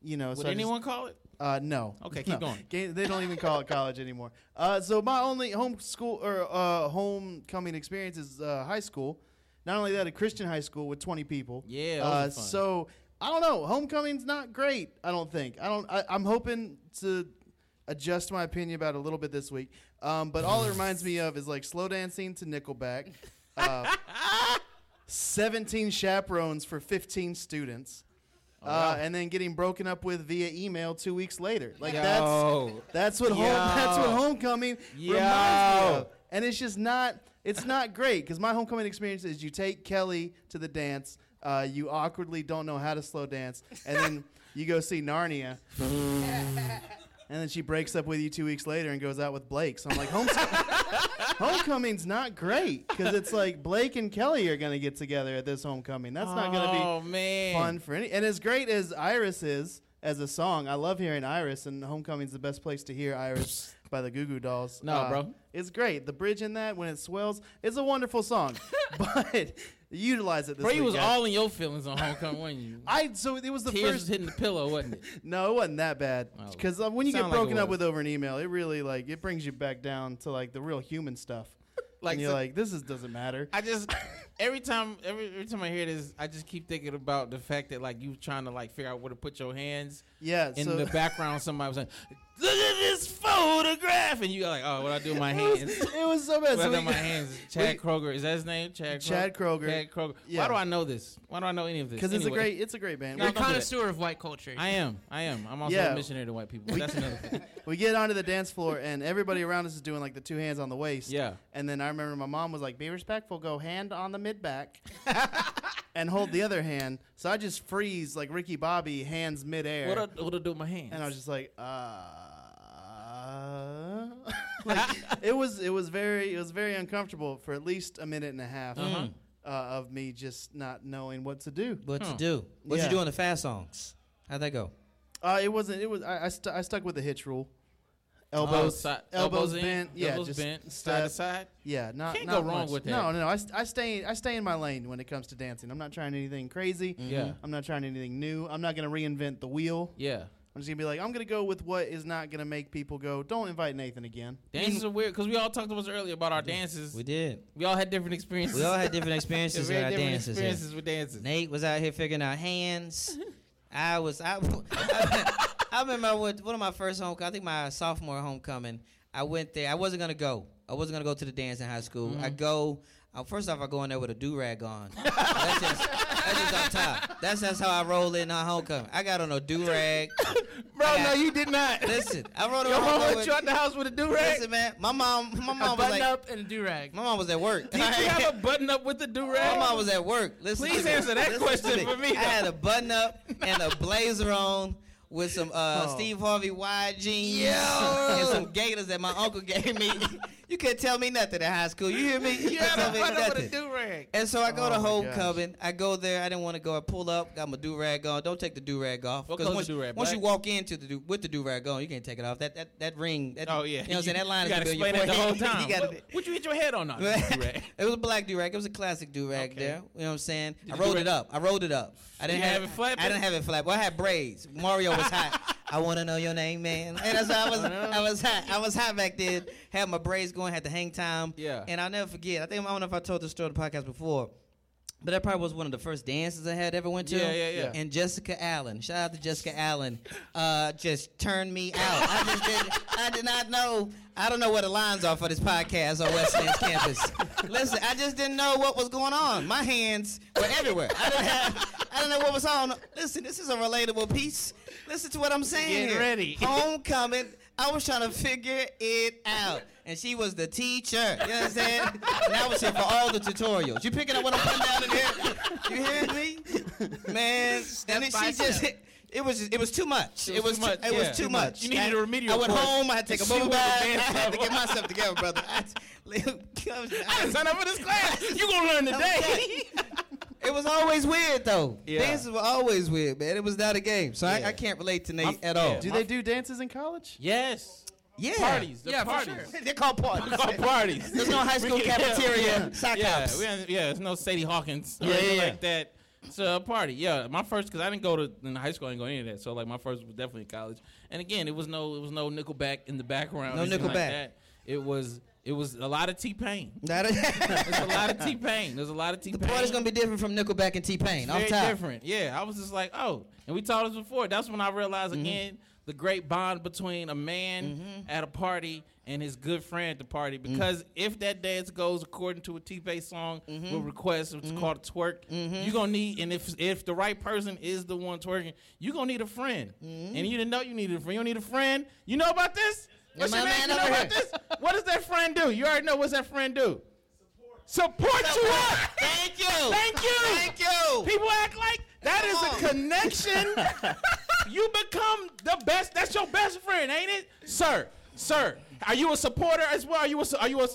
Speaker 1: You know,
Speaker 2: Would
Speaker 1: so I just-
Speaker 2: anyone call it?
Speaker 1: uh, no.
Speaker 2: Okay, keep
Speaker 1: (laughs) No.
Speaker 2: going.
Speaker 1: Ga- They don't even call it college anymore. Uh, so my only home school or uh, homecoming experience is uh, high school. Not only that, a Christian high school with 20 people.
Speaker 2: Yeah, those
Speaker 1: Uh,
Speaker 2: are fun.
Speaker 1: so I don't know. Homecoming's not great. I don't think. I don't. I, I'm hoping to adjust my opinion about it a little bit this week. Um, but all it reminds me of is like slow dancing to Nickelback. Uh, 17 chaperones for 15 students
Speaker 2: Oh,
Speaker 1: uh, and then getting broken up with via email two weeks later. Like
Speaker 2: Yo.
Speaker 1: that's (laughs) that's what home,
Speaker 2: Yo.
Speaker 1: that's what homecoming reminds me
Speaker 2: Yo.
Speaker 1: of. And it's just not it's not great because my homecoming experience is you take Kelly to the dance, uh, you awkwardly don't know how to slow dance, and
Speaker 2: (laughs)
Speaker 1: then you go see Narnia. And then she breaks up with you two weeks later and goes out with Blake. So I'm like, Homes-
Speaker 2: (laughs)
Speaker 1: homecoming's not great because it's like Blake and Kelly are gonna get together at this homecoming. That's not gonna be
Speaker 2: Oh man.
Speaker 1: fun for any. And as great as Iris is as a song, I love hearing Iris, and Homecoming's the best place to hear
Speaker 2: (laughs)
Speaker 1: Iris by the Goo Goo Dolls. Uh,
Speaker 2: No, bro.
Speaker 1: it's great. The bridge in that when it swells, it's a wonderful
Speaker 2: (laughs)
Speaker 1: song, but utilize it this
Speaker 2: Bro, you was
Speaker 1: weekend.
Speaker 2: all in your feelings on homecoming, wasn't you?
Speaker 1: I so it was the
Speaker 2: Tears was (laughs)
Speaker 1: first.
Speaker 2: hitting the pillow, wasn't it?
Speaker 1: No, it wasn't that bad.
Speaker 2: Oh.
Speaker 1: Because when you get
Speaker 2: Sound like it
Speaker 1: broken up
Speaker 2: was.
Speaker 1: with over an email, it really like it brings you back down to like the real human stuff.
Speaker 2: (laughs) Like,
Speaker 1: and you're
Speaker 2: so-
Speaker 1: like, this is doesn't matter.
Speaker 2: I just every time every, every time I hear this, I just keep thinking about the fact that like you trying to like figure out where to put your hands.
Speaker 1: Yeah,
Speaker 2: In
Speaker 1: so-
Speaker 2: the background, somebody was like, "Look at this photograph," and you're like, "Oh, what I do with my hands?"
Speaker 1: (laughs) (laughs) it was so bad.
Speaker 2: (laughs) What I
Speaker 1: So
Speaker 2: do
Speaker 1: we-
Speaker 2: with
Speaker 1: (laughs)
Speaker 2: my hands? is Chad Kroger is that his name? Chad. Kroger?
Speaker 1: Chad Kroger.
Speaker 2: Chad Kroger.
Speaker 1: Yeah.
Speaker 2: Why do I know this? Why do I know any of this?
Speaker 1: Because it's a
Speaker 2: Anyway,
Speaker 1: great, it's a great band.
Speaker 2: No,
Speaker 4: You're a
Speaker 2: don't do that.
Speaker 4: connoisseur of white culture.
Speaker 2: I am. I am. I'm also
Speaker 1: Yeah.
Speaker 2: a missionary to white people. That's another thing.
Speaker 1: (laughs) We get onto the dance floor, and everybody around us is doing like the two hands on the waist.
Speaker 2: Yeah.
Speaker 1: And then I remember my mom was like, "Be respectful. Go hand on the mid back, (laughs) and hold the other hand." So I just freeze like Ricky Bobby, hands midair,
Speaker 2: What I, what I do with my hands?
Speaker 1: and I was just like, "Uh." (laughs) like, it was it was very it was very uncomfortable for at least a minute and a half
Speaker 2: Uh-huh.
Speaker 1: uh of me just not knowing what to do.
Speaker 3: What to do? What
Speaker 1: Yeah.
Speaker 3: you doing the fast songs? How'd that go?
Speaker 1: Uh, it wasn't. It was. I I, stu- I stuck with the hitch rule. Elbows,
Speaker 2: Oh, si-
Speaker 1: elbows,
Speaker 2: in,
Speaker 1: bent. yeah,
Speaker 2: elbows
Speaker 1: just
Speaker 2: bent, side
Speaker 1: step.
Speaker 2: to side.
Speaker 1: Yeah, not
Speaker 2: Can't
Speaker 1: not
Speaker 2: go wrong
Speaker 1: much.
Speaker 2: with
Speaker 1: No,
Speaker 2: that.
Speaker 1: no, no. I, st- I stay I stay in my lane when it comes to dancing. I'm not trying anything crazy.
Speaker 2: Yeah.
Speaker 1: I'm not trying anything new. I'm not gonna reinvent the wheel.
Speaker 2: Yeah.
Speaker 1: I'm just gonna be like, I'm gonna go with what is not gonna make people go. Don't invite Nathan again.
Speaker 2: Dances are weird because we all talked about this earlier about our dances.
Speaker 3: We
Speaker 2: We,
Speaker 3: did.
Speaker 2: all had different experiences.
Speaker 3: We all (laughs) had different
Speaker 2: Yeah,
Speaker 3: experiences
Speaker 2: very
Speaker 3: with our
Speaker 2: different
Speaker 3: dances. here.
Speaker 2: experiences with dances.
Speaker 3: Nate was out here figuring out
Speaker 2: (laughs)
Speaker 3: hands. I was I, (laughs) I, remember with one of my first home I think my sophomore homecoming. I went there. I wasn't gonna go. I wasn't gonna go
Speaker 2: Mm-hmm. (laughs)
Speaker 3: to the dance in high school. I go. Uh, first off, I go in there with a do rag on. That just, That's just up top. That's that's how I roll in on homecoming. I got on a do rag.
Speaker 2: Bro,
Speaker 3: got-
Speaker 2: no, you did
Speaker 3: (laughs)
Speaker 2: not.
Speaker 3: Listen, I rolled on
Speaker 2: Your mom
Speaker 3: homecoming.
Speaker 2: let you out the house with a do rag.
Speaker 3: Listen, man, my mom, my mom was
Speaker 4: button
Speaker 3: like,
Speaker 4: up and a do rag.
Speaker 3: my mom was at work.
Speaker 2: Did you have a button up with the do
Speaker 3: My
Speaker 2: rag?
Speaker 3: mom was at work. Listen
Speaker 2: Please
Speaker 3: to me.
Speaker 2: answer that
Speaker 3: Listen to
Speaker 2: question for me,
Speaker 3: I had
Speaker 2: though.
Speaker 3: a button up
Speaker 2: (laughs)
Speaker 3: and a blazer on with some uh,
Speaker 2: Oh.
Speaker 3: Steve Harvey wide jeans and some gaiters that my uncle gave me. (laughs) you couldn't tell me nothing at high school. You hear me? You
Speaker 2: You
Speaker 3: couldn't
Speaker 2: had
Speaker 3: tell
Speaker 2: a
Speaker 3: me
Speaker 2: button up with a
Speaker 3: nothing.
Speaker 2: do rag.
Speaker 3: And so I go to
Speaker 1: Oh, my gosh.
Speaker 3: homecoming. I go there. I didn't want to go. I pull up. Got my do rag on. Don't take the do rag off.
Speaker 2: What
Speaker 3: 'cause
Speaker 2: color's
Speaker 3: once,
Speaker 2: the do-rag,
Speaker 3: once you
Speaker 2: black?
Speaker 3: walk into the do, with the do rag on, you can't take it off. That that that ring. That,
Speaker 2: Oh yeah,
Speaker 3: You know what I'm saying? That line
Speaker 2: you
Speaker 3: is
Speaker 2: gotta
Speaker 3: gonna be on
Speaker 2: explain
Speaker 3: your
Speaker 2: it the whole
Speaker 3: forehead.
Speaker 2: time.
Speaker 3: (laughs) you gotta,
Speaker 2: what, would you hit your head on?
Speaker 3: (laughs)
Speaker 2: on the do
Speaker 3: it
Speaker 2: rag?
Speaker 3: was a black do rag. It was a classic do rag
Speaker 2: Okay.
Speaker 3: there. You know what I'm saying? I
Speaker 2: you
Speaker 3: rolled
Speaker 2: do
Speaker 3: it
Speaker 2: it-
Speaker 3: up. I rolled it up. I didn't
Speaker 2: You
Speaker 3: have,
Speaker 2: have it flapping?
Speaker 3: I didn't have it flap. Well, I had braids. Mario was hot. I want to know your name, man. And that's why I was, I was hot. I was hot back then. Had my braids going. Had the hang time.
Speaker 2: Yeah.
Speaker 3: And I'll never forget. I think I don't know if I told this story on the podcast before. But that probably was one of the first dances I had ever went to.
Speaker 2: Yeah, yeah, yeah.
Speaker 3: And Jessica Allen, shout out to Jessica Allen, uh, just turned me out. I just did, I did not know. I don't know where the lines are for this podcast on Westland's campus. Listen, I just didn't know what was going on. My hands were everywhere. I didn't have. I didn't know what was on. Listen, this is a relatable piece. Listen to what I'm saying.
Speaker 2: Getting
Speaker 3: here.
Speaker 2: ready. (laughs)
Speaker 3: Homecoming. I was trying to figure it out. And she was the teacher. You know what I'm saying? And I was here for all the tutorials. You picking up what I'm putting down in here? You hear me?
Speaker 2: (laughs)
Speaker 3: Man. and then
Speaker 4: by
Speaker 3: she just
Speaker 4: step.
Speaker 3: hit. It was it was too much. It
Speaker 2: was
Speaker 3: was
Speaker 2: too
Speaker 3: too,
Speaker 2: much,
Speaker 3: it
Speaker 2: yeah.
Speaker 3: was too
Speaker 2: Too
Speaker 3: much.
Speaker 2: much. You needed a
Speaker 3: I-
Speaker 2: remedial
Speaker 3: I went
Speaker 2: course.
Speaker 3: home. I had to take
Speaker 2: (laughs)
Speaker 3: a
Speaker 2: She went
Speaker 3: bubble
Speaker 2: to
Speaker 3: bath. (laughs) I
Speaker 2: dance
Speaker 3: had to
Speaker 2: level.
Speaker 3: get myself together, brother. I, (laughs)
Speaker 2: I didn't sign up for this class. You gonna learn today? (laughs)
Speaker 3: it was always weird though.
Speaker 2: Yeah.
Speaker 3: Dances were always weird, man. It was not a game, so I,
Speaker 2: Yeah.
Speaker 3: I can't relate to Nate
Speaker 2: My-
Speaker 3: at all.
Speaker 2: yeah.
Speaker 1: Do
Speaker 2: My-
Speaker 1: they do dances in college?
Speaker 2: yes.
Speaker 3: Yeah.
Speaker 2: Parties. They're
Speaker 4: Yeah, for
Speaker 2: parties.
Speaker 3: (laughs)
Speaker 4: sure.
Speaker 3: They're called parties.
Speaker 2: They're called parties.
Speaker 3: There's no
Speaker 2: (laughs)
Speaker 3: high school
Speaker 2: We can-
Speaker 3: cafeteria sock
Speaker 2: Yeah,
Speaker 3: hops.
Speaker 2: we ain't- yeah. There's no Sadie Hawkins or
Speaker 3: Yeah, yeah,
Speaker 2: anything
Speaker 3: yeah.
Speaker 2: like that. It's a party. Yeah, my first because I didn't go to in high school. I didn't go to any of that. So like my first was definitely college. And again, it was no it was no Nickelback in the background.
Speaker 3: No
Speaker 2: or anything like
Speaker 3: Nickelback.
Speaker 2: that. It was it was a lot of T Pain.
Speaker 3: Not
Speaker 2: (laughs) There's a
Speaker 3: a-
Speaker 2: lot of T Pain. There's a lot of T
Speaker 3: the
Speaker 2: Pain.
Speaker 3: (laughs) party's gonna be different from Nickelback and T Pain. Off
Speaker 2: very
Speaker 3: top.
Speaker 2: different. Yeah, I was just like, oh, and we talked this before. That's when I realized again the great bond between a man at a party and his good friend at the party. Because if that dance goes according to a T-Pain song with request, it's called a twerk. You're gonna need, and if if the right person is the one twerking, you are gonna need a friend. And you didn't know you needed a friend. You don't need a friend. You know about this? What's
Speaker 3: my
Speaker 2: your name?
Speaker 3: man
Speaker 2: You know
Speaker 3: over
Speaker 2: about
Speaker 3: here.
Speaker 2: this? What does that friend do? You already know what's that friend do. Support, you up.
Speaker 3: Thank you.
Speaker 2: Thank you.
Speaker 3: Thank you.
Speaker 2: People act like that is
Speaker 3: Come
Speaker 1: (laughs)
Speaker 2: a connection. you become the best. That's your best friend, ain't it, sir? Sir, are you a supporter as well? Are you a su- are you a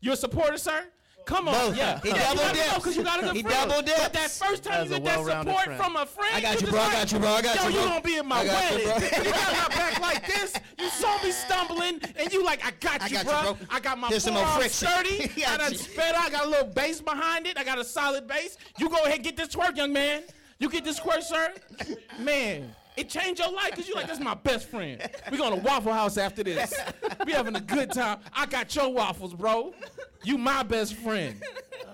Speaker 2: you a supporter, sir? Come on,
Speaker 3: Both.
Speaker 2: yeah.
Speaker 3: He
Speaker 2: Yeah,
Speaker 3: double
Speaker 2: you gotta know
Speaker 3: dips.
Speaker 2: 'cause you got a good
Speaker 3: He
Speaker 2: friend.
Speaker 3: double dips.
Speaker 2: But that first time
Speaker 1: That's
Speaker 2: you
Speaker 1: a
Speaker 2: get that
Speaker 1: well-rounded
Speaker 2: support
Speaker 1: friend.
Speaker 2: from a friend,
Speaker 3: I got you,
Speaker 2: just
Speaker 3: bro. I
Speaker 2: like,
Speaker 3: got you, bro. I got
Speaker 2: Yo,
Speaker 3: you,
Speaker 2: you
Speaker 3: bro.
Speaker 2: gonna be in my
Speaker 3: (laughs) I got you,
Speaker 2: wedding?
Speaker 3: bro.
Speaker 2: You got my back like this. You saw me stumbling, and you like, I got
Speaker 3: I
Speaker 2: you,
Speaker 3: got you,
Speaker 2: bro.
Speaker 3: bro.
Speaker 2: I got my
Speaker 3: There's some more
Speaker 2: forearm
Speaker 3: friction.
Speaker 2: sturdy.
Speaker 3: (laughs) Got
Speaker 2: I done
Speaker 3: you.
Speaker 2: sped. out. I got a little bass behind it. I got a solid bass. You go ahead, get this twerk, young man. You get this twerk, sir. Man, it changed your life because you like, that's my best friend. we going to Waffle House after this. we having a good time. I got your waffles, bro. You my best friend.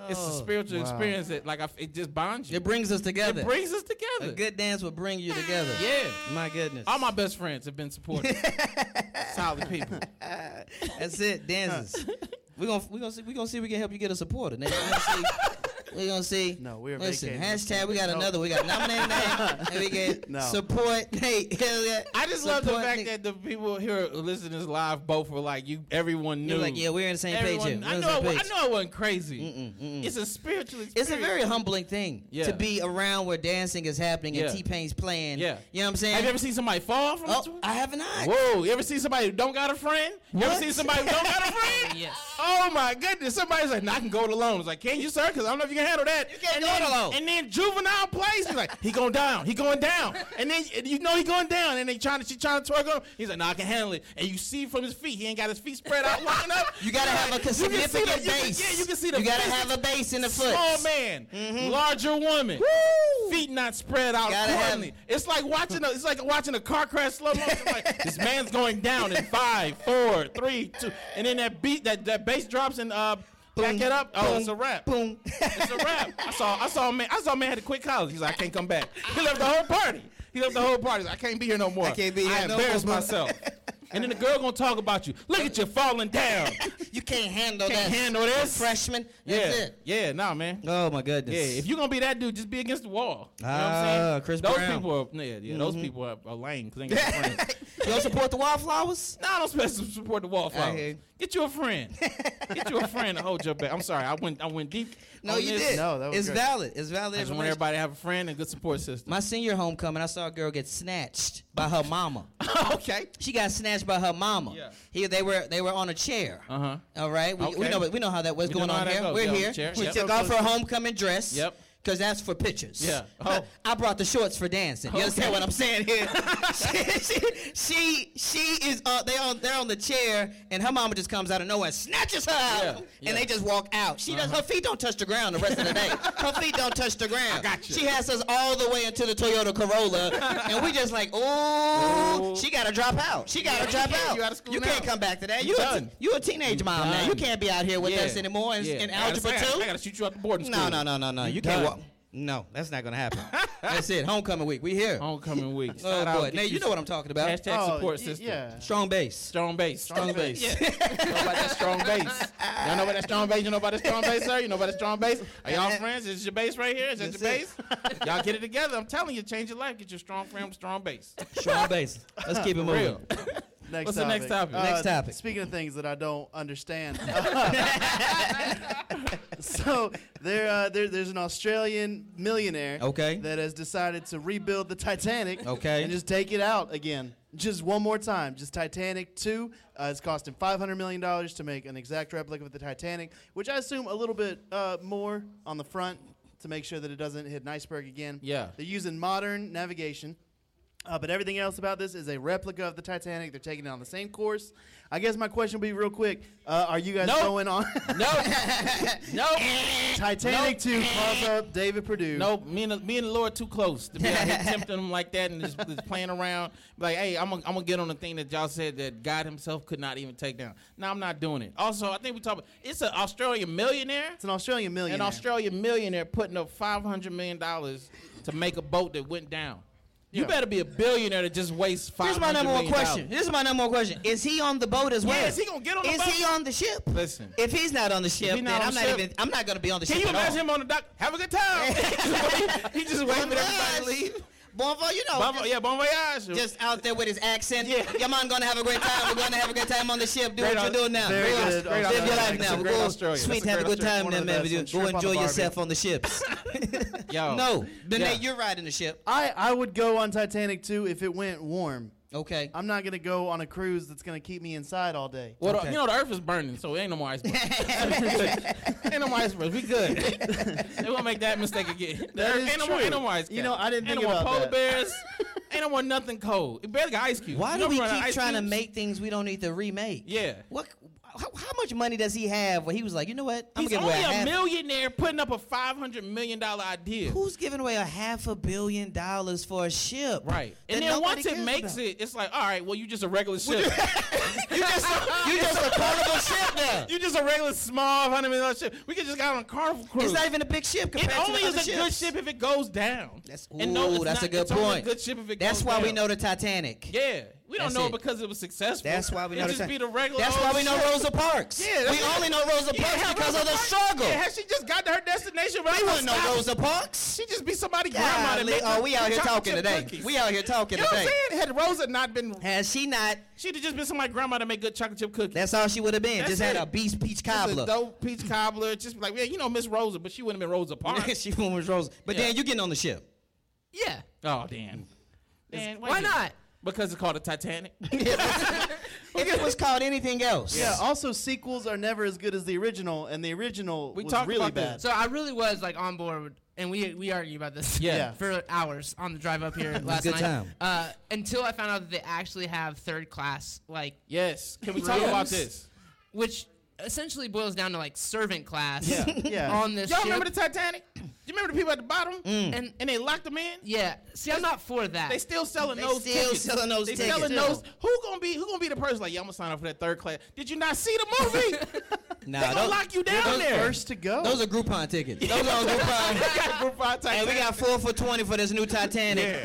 Speaker 2: it's
Speaker 3: Oh,
Speaker 2: a spiritual experience that, like, I, it just bonds you.
Speaker 3: It brings us together.
Speaker 2: It brings us
Speaker 3: a
Speaker 2: together.
Speaker 3: good dance will bring you together.
Speaker 2: yeah.
Speaker 3: My goodness.
Speaker 2: All my best friends have been supportive. Solid people.
Speaker 3: (laughs) That's it. Dances. we're gonna we're gonna see we're gonna see if we can help you get a supporter. Nate. We're gonna see. We're gonna see.
Speaker 1: No, we are
Speaker 3: Listen,
Speaker 1: vacating.
Speaker 3: hashtag. We got another. We got nominated Nate, and we
Speaker 2: (laughs)
Speaker 3: get
Speaker 1: No.
Speaker 3: support (laughs) Nate. Elliott,
Speaker 2: I just love the
Speaker 3: support
Speaker 2: fact
Speaker 3: Nate.
Speaker 2: that the people here listening to this live both were like you. Everyone knew.
Speaker 3: You're like, yeah, we're on the same page. Here.
Speaker 2: Everyone,
Speaker 3: We're
Speaker 2: I know.
Speaker 3: on the
Speaker 2: I,
Speaker 3: same
Speaker 2: wa- I
Speaker 3: page.
Speaker 2: know. I wasn't crazy. It's a spiritual. Experience.
Speaker 3: It's a very humbling thing
Speaker 2: Yeah.
Speaker 3: to be around where dancing is happening
Speaker 2: Yeah.
Speaker 3: and T Pain's playing.
Speaker 2: Yeah.
Speaker 3: You know what I'm saying?
Speaker 2: Have you ever seen somebody fall from? a
Speaker 3: oh,
Speaker 2: tw-
Speaker 3: I have not.
Speaker 2: Whoa! You ever seen somebody who don't got a friend? You ever
Speaker 3: What?
Speaker 2: seen somebody who don't got a friend?
Speaker 4: Yes.
Speaker 2: Oh my goodness! Somebody's like, "No, I can go it alone." It's like, "Can you, sir? Because I don't know if you can handle that." You
Speaker 3: can't
Speaker 2: and
Speaker 3: go it
Speaker 2: then,
Speaker 3: alone.
Speaker 2: And then juvenile plays. He's like, "He going down. He going down." And then and you know he going down. And they trying to she trying to twerk him. He's like, "No, I can handle it." And you see from his feet, he ain't got his feet spread out long enough.
Speaker 3: You gotta
Speaker 2: You're
Speaker 3: have
Speaker 2: like,
Speaker 3: a
Speaker 2: you can see the-
Speaker 3: significant
Speaker 2: you can-
Speaker 3: base.
Speaker 2: Yeah, you can see the.
Speaker 3: You gotta
Speaker 2: physics.
Speaker 3: have a base in the foot.
Speaker 2: Small man, larger woman, feet not spread out
Speaker 3: Gotta have-
Speaker 2: accordingly. It's like watching a, it's like watching a car crash slow motion. like this man's going down in five, four, three, two, and then that beat that that bass drops and uh back it up. Oh, it's a wrap.
Speaker 3: Boom.
Speaker 2: It's a wrap. I saw I saw a man I saw a man had to quit college. He's like I can't come back. He left the whole party. He left the whole party. He's like, I can't be here no more.
Speaker 3: I can't be
Speaker 2: I
Speaker 3: here no
Speaker 2: embarrassed
Speaker 3: more."
Speaker 2: myself. and then the girl gonna talk about you. Look at you falling
Speaker 3: (laughs)
Speaker 2: down.
Speaker 3: (laughs) You can't handle
Speaker 2: Can't
Speaker 3: that.
Speaker 2: handle this.
Speaker 3: Freshman.
Speaker 2: yeah,
Speaker 3: Oh, That's it.
Speaker 2: yeah, nah, man.
Speaker 3: Oh my goodness.
Speaker 2: Yeah, if you're gonna be that dude, just be against the wall. You know what I'm
Speaker 3: Ah,
Speaker 2: saying?
Speaker 3: Chris
Speaker 2: those
Speaker 3: Brown. Mm-hmm.
Speaker 2: people are, yeah, yeah those people are, are lame 'cause
Speaker 3: (laughs)
Speaker 2: they ain't got friends.
Speaker 3: you don't support the wallflowers?
Speaker 2: Nah, I don't supposed to support the
Speaker 3: I hear
Speaker 2: wallflowers.
Speaker 3: you.
Speaker 2: Get you a friend. Get you a friend to hold your back. I'm sorry, I went I went deep.
Speaker 3: No,
Speaker 2: on
Speaker 3: you
Speaker 2: this.
Speaker 3: did.
Speaker 1: No, that was
Speaker 3: it's
Speaker 1: great.
Speaker 3: valid. It's valid.
Speaker 2: I just want
Speaker 3: information.
Speaker 2: everybody to have a friend and good support
Speaker 3: (laughs)
Speaker 2: system.
Speaker 3: My senior homecoming, I saw a girl get snatched by her mama.
Speaker 2: okay.
Speaker 3: She got snatched by her mama.
Speaker 2: Yeah.
Speaker 3: He, they were they were on a chair.
Speaker 2: Uh-huh.
Speaker 3: All right. We, we
Speaker 2: Okay.
Speaker 3: know we know how that was
Speaker 2: We
Speaker 3: going
Speaker 2: know how
Speaker 3: on
Speaker 2: that
Speaker 3: here.
Speaker 2: goes.
Speaker 3: We're
Speaker 2: Yeah,
Speaker 3: here.
Speaker 2: chair.
Speaker 3: She
Speaker 2: Yep.
Speaker 3: took off her homecoming dress.
Speaker 2: Yep.
Speaker 3: Cause that's for pictures.
Speaker 2: Yeah.
Speaker 3: But
Speaker 2: Oh.
Speaker 3: (laughs) I brought the shorts for dancing. You understand
Speaker 2: Okay.
Speaker 3: what I'm
Speaker 2: (laughs)
Speaker 3: saying here? (laughs) she, she she is uh, they on they're on the chair and her mama just comes out of nowhere and snatches her out
Speaker 2: Yeah, yeah.
Speaker 3: and they just walk out. She does her feet don't touch the ground the rest of the day. her feet don't touch the ground.
Speaker 2: got you.
Speaker 3: She has us all the way into the Toyota Corolla and we just like, oh, she gotta drop out. She gotta drop
Speaker 2: Yeah,
Speaker 3: out.
Speaker 2: you outta school
Speaker 3: You
Speaker 2: now.
Speaker 3: can't come back to that.
Speaker 2: You
Speaker 3: You a,
Speaker 2: done.
Speaker 3: te- you a teenage mom now. You
Speaker 2: done.
Speaker 3: can't be out here with us anymore in,
Speaker 2: Yeah.
Speaker 3: in
Speaker 2: I gotta
Speaker 3: algebra
Speaker 2: say, I-
Speaker 3: two.
Speaker 2: I gotta shoot you out the boarding
Speaker 3: No,
Speaker 2: school.
Speaker 3: no, no, no, no. You, can't
Speaker 2: done.
Speaker 3: walk. No, that's not
Speaker 2: (laughs)
Speaker 3: gonna happen. that's it. Homecoming week. We here.
Speaker 2: Homecoming week.
Speaker 3: oh
Speaker 2: Shout out,
Speaker 3: boy.
Speaker 2: get
Speaker 3: Now you know what I'm talking about.
Speaker 2: Hashtag
Speaker 1: Oh,
Speaker 2: support
Speaker 1: y-
Speaker 2: system.
Speaker 1: Yeah.
Speaker 3: Strong base.
Speaker 2: Strong base. Strong
Speaker 3: base.
Speaker 2: base. (laughs) you know about that strong base. Y'all know about that strong base. You know about that strong base, sir. You know about that strong base. Are y'all friends? Is this your base right here? Is that your base? y'all get it together. I'm telling you, change your life. Get your strong friend, with strong base.
Speaker 3: Strong base. Let's keep it moving.
Speaker 2: Real.
Speaker 1: Next
Speaker 2: What's the
Speaker 1: topic. Uh,
Speaker 2: (laughs) next topic? Uh,
Speaker 3: Next topic.
Speaker 1: Speaking of things that I don't
Speaker 3: (laughs)
Speaker 1: understand. (laughs) so there, uh, there, there's an Australian millionaire.
Speaker 3: Okay.
Speaker 1: That has decided to rebuild the Titanic.
Speaker 3: Okay.
Speaker 1: And just take it out again, just one more time. Just Titanic two. Uh, it's costing 500 million dollars to make an exact replica of the Titanic, which I assume a little bit uh, more on the front to make sure that it doesn't hit an iceberg again.
Speaker 2: Yeah.
Speaker 1: They're using modern navigation. Uh, but everything else about this is a replica of the Titanic. They're taking it on the same course. I guess my question will be real quick: uh, Are you guys
Speaker 2: Nope.
Speaker 1: going on
Speaker 2: (laughs) No. no.
Speaker 1: (laughs) Titanic
Speaker 2: Nope.
Speaker 1: two? Calls up David Perdue.
Speaker 2: No, me and, me and the Lord too close to be out
Speaker 3: (laughs)
Speaker 2: here tempting them like that and just, just playing around. Like, hey, I'm gonna I'm gonna get on the thing that y'all said that God Himself could not even take down. No, I'm not doing it. Also, I think we talk about it's an Australian millionaire.
Speaker 1: it's an Australian millionaire.
Speaker 2: An Australian millionaire putting up five hundred million dollars to make a boat that went down. You
Speaker 1: Yeah.
Speaker 2: better be a billionaire to just waste five
Speaker 3: Here's
Speaker 2: hundred
Speaker 3: my
Speaker 2: million.
Speaker 3: number one question.
Speaker 2: dollars.
Speaker 3: This is my number one question. Is he on the boat as well?
Speaker 2: is he gonna get on the
Speaker 3: is
Speaker 2: boat?
Speaker 3: he on the ship?
Speaker 2: Listen.
Speaker 3: If he's not on the ship,
Speaker 2: he
Speaker 3: then
Speaker 2: not on
Speaker 3: I'm
Speaker 2: the
Speaker 3: not
Speaker 2: ship-
Speaker 3: even. I'm not gonna be on the
Speaker 2: Can
Speaker 3: ship.
Speaker 2: you
Speaker 3: at
Speaker 2: imagine
Speaker 3: all.
Speaker 2: him on the dock? Have a good
Speaker 3: (laughs)
Speaker 2: time. (laughs) he just waving at everybody to leave.
Speaker 3: Bonfire, you know.
Speaker 2: Bon-
Speaker 3: just-
Speaker 2: yeah, bon voyage.
Speaker 3: just out there with his accent. Yeah. Your mom gonna have a great time. We're gonna have a great time on the ship. Do
Speaker 2: Great
Speaker 3: what
Speaker 2: Aus-
Speaker 3: you're doing now.
Speaker 1: very
Speaker 3: Real-
Speaker 1: good
Speaker 3: Live
Speaker 1: Australian.
Speaker 3: your life
Speaker 2: That's
Speaker 3: now.
Speaker 2: a great
Speaker 3: Go,
Speaker 2: Australian.
Speaker 3: sweet,
Speaker 2: That's a
Speaker 3: have a
Speaker 2: great
Speaker 3: good time
Speaker 1: Australian.
Speaker 3: now,
Speaker 1: One of
Speaker 3: man.
Speaker 1: the
Speaker 3: You
Speaker 1: best.
Speaker 3: Go
Speaker 1: Shrimp on
Speaker 3: enjoy
Speaker 1: the
Speaker 3: yourself
Speaker 1: barbie.
Speaker 3: on the ships.
Speaker 2: (laughs) Yo.
Speaker 3: no, then
Speaker 2: Yeah.
Speaker 3: they- you're riding the ship.
Speaker 1: I I would go on Titanic two if it went warm.
Speaker 3: Okay.
Speaker 1: I'm not gonna go on a cruise that's gonna keep me inside all day.
Speaker 2: Well, the-
Speaker 3: Okay.
Speaker 2: uh, you know the Earth is burning, so it ain't no more icebergs. (laughs) ain't no more icebergs. We
Speaker 3: (laughs)
Speaker 2: good. they won't make that mistake again. The
Speaker 1: That
Speaker 2: Earth-
Speaker 1: is
Speaker 2: ain't no more.
Speaker 1: true.
Speaker 2: Ain't no more ice
Speaker 1: You know,
Speaker 2: caps.
Speaker 1: I didn't
Speaker 2: ain't
Speaker 1: think
Speaker 2: no more
Speaker 1: about
Speaker 2: polar
Speaker 1: that.
Speaker 3: (laughs)
Speaker 2: bears. ain't no more nothing cold. It barely got ice cubes.
Speaker 3: Why
Speaker 2: You
Speaker 3: do
Speaker 2: know
Speaker 3: we
Speaker 2: run out of
Speaker 3: keep
Speaker 2: ice
Speaker 3: trying to
Speaker 2: cubes?
Speaker 3: make things we don't need to remake?
Speaker 2: Yeah.
Speaker 3: What? How, how much money does he have? Where he was like, you know what? I'm
Speaker 2: He's
Speaker 3: gonna give
Speaker 2: only
Speaker 3: away a
Speaker 2: a
Speaker 3: half.
Speaker 2: millionaire putting up a five hundred million dollar idea.
Speaker 3: Who's giving away a half a billion dollars for a ship?
Speaker 2: Right.
Speaker 3: that
Speaker 2: And then
Speaker 3: nobody
Speaker 2: once it
Speaker 3: cares
Speaker 2: makes
Speaker 3: about?
Speaker 2: it, it's like, all right, well, you just a regular ship.
Speaker 3: (laughs) you just you just a portable ship now.
Speaker 2: (laughs) you just a regular small hundred million dollar ship. We could just got on a carnival cruise.
Speaker 3: It's not even a big ship compared
Speaker 2: It
Speaker 3: to
Speaker 2: only
Speaker 3: the
Speaker 2: is a
Speaker 3: other
Speaker 2: good
Speaker 3: ships.
Speaker 2: ship if it goes down.
Speaker 3: That's, ooh,
Speaker 2: And no, it's
Speaker 3: that's
Speaker 2: not-
Speaker 3: a good
Speaker 2: it's only
Speaker 3: point.
Speaker 2: good ship if it
Speaker 3: that's
Speaker 2: goes
Speaker 3: why we
Speaker 2: down.
Speaker 3: know the Titanic.
Speaker 2: Yeah, we don't
Speaker 3: That's
Speaker 2: know
Speaker 3: it.
Speaker 2: because it was successful.
Speaker 3: That's why we know
Speaker 2: it
Speaker 3: the
Speaker 2: just
Speaker 3: Titan-
Speaker 2: be the regular.
Speaker 3: That's
Speaker 2: old
Speaker 3: why we know
Speaker 2: shit.
Speaker 3: Rosa Parks.
Speaker 2: Yeah, that's
Speaker 3: we
Speaker 2: what-
Speaker 3: only know Rosa Parks
Speaker 2: Yeah, how
Speaker 3: because
Speaker 2: Rosa
Speaker 3: of the
Speaker 2: Parks-
Speaker 3: struggle.
Speaker 2: Yeah, had she just got to her destination, right?
Speaker 3: we wouldn't know Rosa Parks.
Speaker 2: She just be somebody's grandma. that
Speaker 3: Golly,
Speaker 2: make
Speaker 3: oh, we out here
Speaker 2: chocolate
Speaker 3: talking
Speaker 2: chip
Speaker 3: today.
Speaker 2: cookies.
Speaker 3: We out here talking
Speaker 2: You know what
Speaker 3: today.
Speaker 2: I'm saying? Had Rosa not been,
Speaker 3: Has she not?
Speaker 2: she'd have just been somebody's grandma to make good chocolate chip cookies.
Speaker 3: That's all she would have been.
Speaker 2: That's
Speaker 3: just had
Speaker 2: it.
Speaker 3: a beast peach
Speaker 2: Just
Speaker 3: cobbler.
Speaker 2: A dope peach cobbler. Just be like, yeah, you know Miss Rosa, but she wouldn't have been Rosa
Speaker 3: (laughs)
Speaker 2: Parks.
Speaker 3: (laughs) she was Rosa. But
Speaker 2: Yeah.
Speaker 3: Dan, you getting on the ship?
Speaker 2: (laughs)
Speaker 4: Yeah.
Speaker 2: oh, damn. Man, wait
Speaker 4: Why
Speaker 2: a minute.
Speaker 4: not?
Speaker 2: Because it's called a
Speaker 3: (laughs)
Speaker 2: Titanic.
Speaker 3: if it was called anything else,
Speaker 1: Yeah. Also, sequels are never as good as the original, and the original
Speaker 2: We
Speaker 1: was
Speaker 2: talked
Speaker 1: really
Speaker 2: about
Speaker 1: bad.
Speaker 2: this.
Speaker 4: So I really was like on board, with, and we we argue about this
Speaker 2: Yeah.
Speaker 1: Yeah.
Speaker 4: (laughs) for hours on the drive up here last
Speaker 3: good
Speaker 4: night.
Speaker 3: time.
Speaker 4: Uh, until I found out that they actually have third class, like
Speaker 2: yes. Can we talk about
Speaker 4: Rooms?
Speaker 2: this?
Speaker 4: which essentially boils down to like servant class. (laughs)
Speaker 2: Yeah.
Speaker 1: Yeah.
Speaker 4: On this.
Speaker 2: Y'all
Speaker 4: ship.
Speaker 2: remember the Titanic? You remember the people at the bottom?
Speaker 3: Mm.
Speaker 4: And
Speaker 2: And they locked them in?
Speaker 4: yeah, see, I'm not for that.
Speaker 2: They still selling those
Speaker 3: still
Speaker 2: tickets.
Speaker 3: selling those
Speaker 2: they
Speaker 3: tickets.
Speaker 2: selling
Speaker 3: Still. (laughs)
Speaker 2: those. Who gonna be who gonna be the person like, yeah, I'm gonna sign up for that third class. Did you not see the movie?
Speaker 3: Nah,
Speaker 2: they gonna
Speaker 3: those-
Speaker 2: lock you down
Speaker 3: those
Speaker 2: there.
Speaker 1: First to go.
Speaker 3: Those are Groupon tickets. Those
Speaker 2: (laughs)
Speaker 3: are on Groupon. (laughs)
Speaker 2: Group five
Speaker 3: and we
Speaker 2: Titanic.
Speaker 3: got four for twenty for this new Titanic.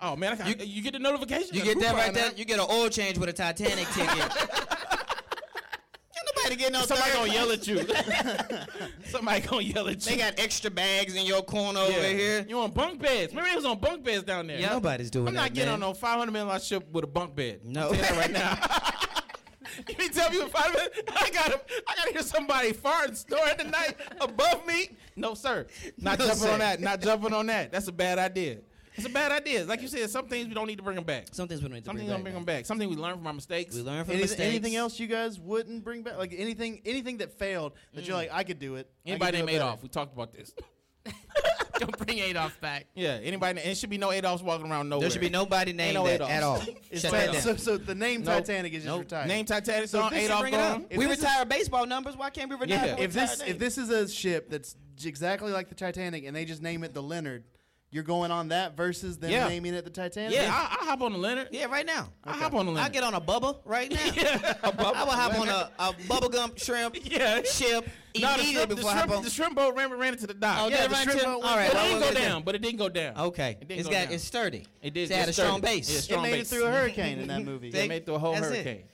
Speaker 2: Oh man, I got- you, get the notification.
Speaker 3: You
Speaker 2: A
Speaker 3: get that
Speaker 2: Groupon
Speaker 3: right there.
Speaker 2: now.
Speaker 3: You get an oil change with a Titanic
Speaker 2: (laughs)
Speaker 3: ticket. Ain't nobody getting on
Speaker 2: Somebody
Speaker 3: third
Speaker 2: gonna
Speaker 3: place.
Speaker 2: yell at you.
Speaker 3: (laughs)
Speaker 2: Somebody gonna yell at you.
Speaker 3: They got extra bags in your corner
Speaker 2: Yeah.
Speaker 3: over here.
Speaker 2: You on bunk beds? Remember they was on bunk beds down there.
Speaker 3: Yeah, nobody's doing
Speaker 2: I'm
Speaker 3: that.
Speaker 2: not getting
Speaker 3: man.
Speaker 2: on no 500 million dollar ship with a bunk bed.
Speaker 3: (laughs)
Speaker 2: I'll
Speaker 3: No.
Speaker 2: tell (laughs) you that right now. you mean tell me if I, I gotta I gotta hear somebody farting snoring tonight above me? No sir, not
Speaker 3: No,
Speaker 2: jumping
Speaker 3: sir.
Speaker 2: on that. Not jumping on that. That's a bad idea. It's a bad idea. Like you said, some things we don't need to bring them back.
Speaker 3: Some things we don't need to
Speaker 2: Something
Speaker 3: bring
Speaker 2: gonna
Speaker 3: back,
Speaker 2: bring
Speaker 3: man.
Speaker 2: them back. Something we learn from our mistakes.
Speaker 3: We learn from
Speaker 1: Anyth-
Speaker 3: mistakes.
Speaker 1: anything else you guys wouldn't bring back? Like anything, anything that failed that you're like, I could do it. I could
Speaker 2: Mm. Anybody
Speaker 1: do
Speaker 2: named
Speaker 1: it better.
Speaker 2: Adolf? We talked about this.
Speaker 4: Don't bring Adolf back.
Speaker 2: Yeah. Anybody? And it should be no Adolfs walking around nowhere.
Speaker 3: There should be nobody named
Speaker 2: no
Speaker 3: that
Speaker 2: Adolfs. (laughs)
Speaker 3: at all.
Speaker 1: It's
Speaker 3: Shut
Speaker 1: bad.
Speaker 3: that down.
Speaker 1: So, so the name
Speaker 2: Nope.
Speaker 1: Titanic is just
Speaker 3: Nope.
Speaker 1: retired.
Speaker 2: Name Titanic
Speaker 1: So
Speaker 2: song,
Speaker 1: this should
Speaker 2: Adolf
Speaker 1: bring
Speaker 3: Bring it up.
Speaker 2: gone.
Speaker 1: If
Speaker 3: we
Speaker 1: this is-
Speaker 3: retire baseball numbers. Why can't we retire?
Speaker 2: Yeah.
Speaker 3: for
Speaker 1: if this
Speaker 3: Titanic?
Speaker 1: if this is a ship that's j- exactly like the Titanic and they just name it the Leonard, you're going on that versus them
Speaker 2: Yeah.
Speaker 1: naming it the Titanic.
Speaker 2: Yeah, I, I hop on the Leonard.
Speaker 3: yeah, right now.
Speaker 2: I hop on the
Speaker 3: I
Speaker 2: Leonard.
Speaker 3: get on a bubble
Speaker 2: (laughs)
Speaker 3: right now. I will hop on a, a bubblegum shrimp
Speaker 2: Yeah.
Speaker 3: ship
Speaker 2: no, the
Speaker 3: immediately
Speaker 2: shrimp, the,
Speaker 3: before I hop
Speaker 2: shrimp,
Speaker 3: on.
Speaker 2: the shrimp boat ran, ran into the dock.
Speaker 3: Oh,
Speaker 2: yeah,
Speaker 3: did it
Speaker 2: the
Speaker 3: run
Speaker 2: shrimp
Speaker 3: into-
Speaker 2: boat.
Speaker 3: all right,
Speaker 2: but
Speaker 3: well,
Speaker 2: it
Speaker 3: well,
Speaker 2: didn't go
Speaker 3: it
Speaker 2: down. But it didn't go down.
Speaker 3: Okay,
Speaker 2: It didn't
Speaker 3: it's
Speaker 2: go
Speaker 3: got
Speaker 2: down.
Speaker 3: it's sturdy.
Speaker 2: It did.
Speaker 3: It's had
Speaker 2: it's
Speaker 3: a strong
Speaker 2: sturdy.
Speaker 3: base.
Speaker 2: Yeah,
Speaker 1: it
Speaker 2: strong
Speaker 1: made it
Speaker 2: base.
Speaker 1: through a hurricane
Speaker 2: (laughs)
Speaker 1: in that movie.
Speaker 2: They made through a whole
Speaker 3: That's it.
Speaker 2: hurricane.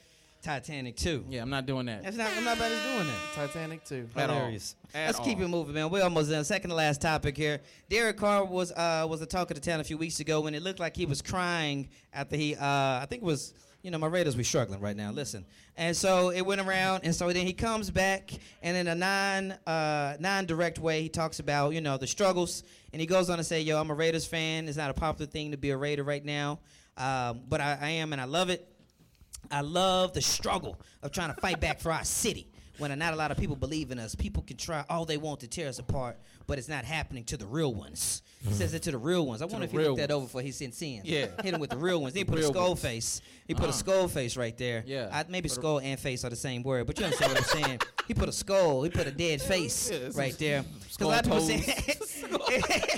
Speaker 3: Titanic too.
Speaker 2: Yeah, I'm not doing that.
Speaker 3: That's not. I'm not about to doing that.
Speaker 1: Titanic too.
Speaker 2: At all.
Speaker 3: Hilarious.
Speaker 2: At
Speaker 3: Let's keep
Speaker 2: all.
Speaker 3: it moving, man. We're almost done. Second to last topic here. Derek Carr was uh, was the talk of the town a few weeks ago when it looked like he was crying after he uh, I think it was you know my Raiders were struggling right now. Listen, and so it went around, and so then he comes back, and in a non uh, non direct way, he talks about you know the struggles, and he goes on to say, "Yo, I'm a Raiders fan. It's not a popular thing to be a Raider right now, um, but I, I am, and I love it." I love the struggle of trying to fight back for our city when not a lot of people believe in us. People can try all they want to tear us apart, but it's not happening to the real ones. He says it to the real ones. I wonder if he
Speaker 2: Mm-hmm. real
Speaker 3: looked that
Speaker 2: ones.
Speaker 3: over before he sent sin.
Speaker 2: Yeah.
Speaker 3: Hit him with the real ones. Then he put a
Speaker 2: real
Speaker 3: skull
Speaker 2: ones. Uh-huh.
Speaker 3: face. He put a skull face right there.
Speaker 2: Yeah.
Speaker 3: I, maybe skull and face are the same word, but you understand what I'm saying. He put a skull. He put
Speaker 2: (laughs)
Speaker 3: a dead face
Speaker 2: Yeah, it's
Speaker 3: right
Speaker 2: a
Speaker 3: there. 'Cause a lot of people
Speaker 2: skull
Speaker 3: say (laughs)
Speaker 2: (laughs)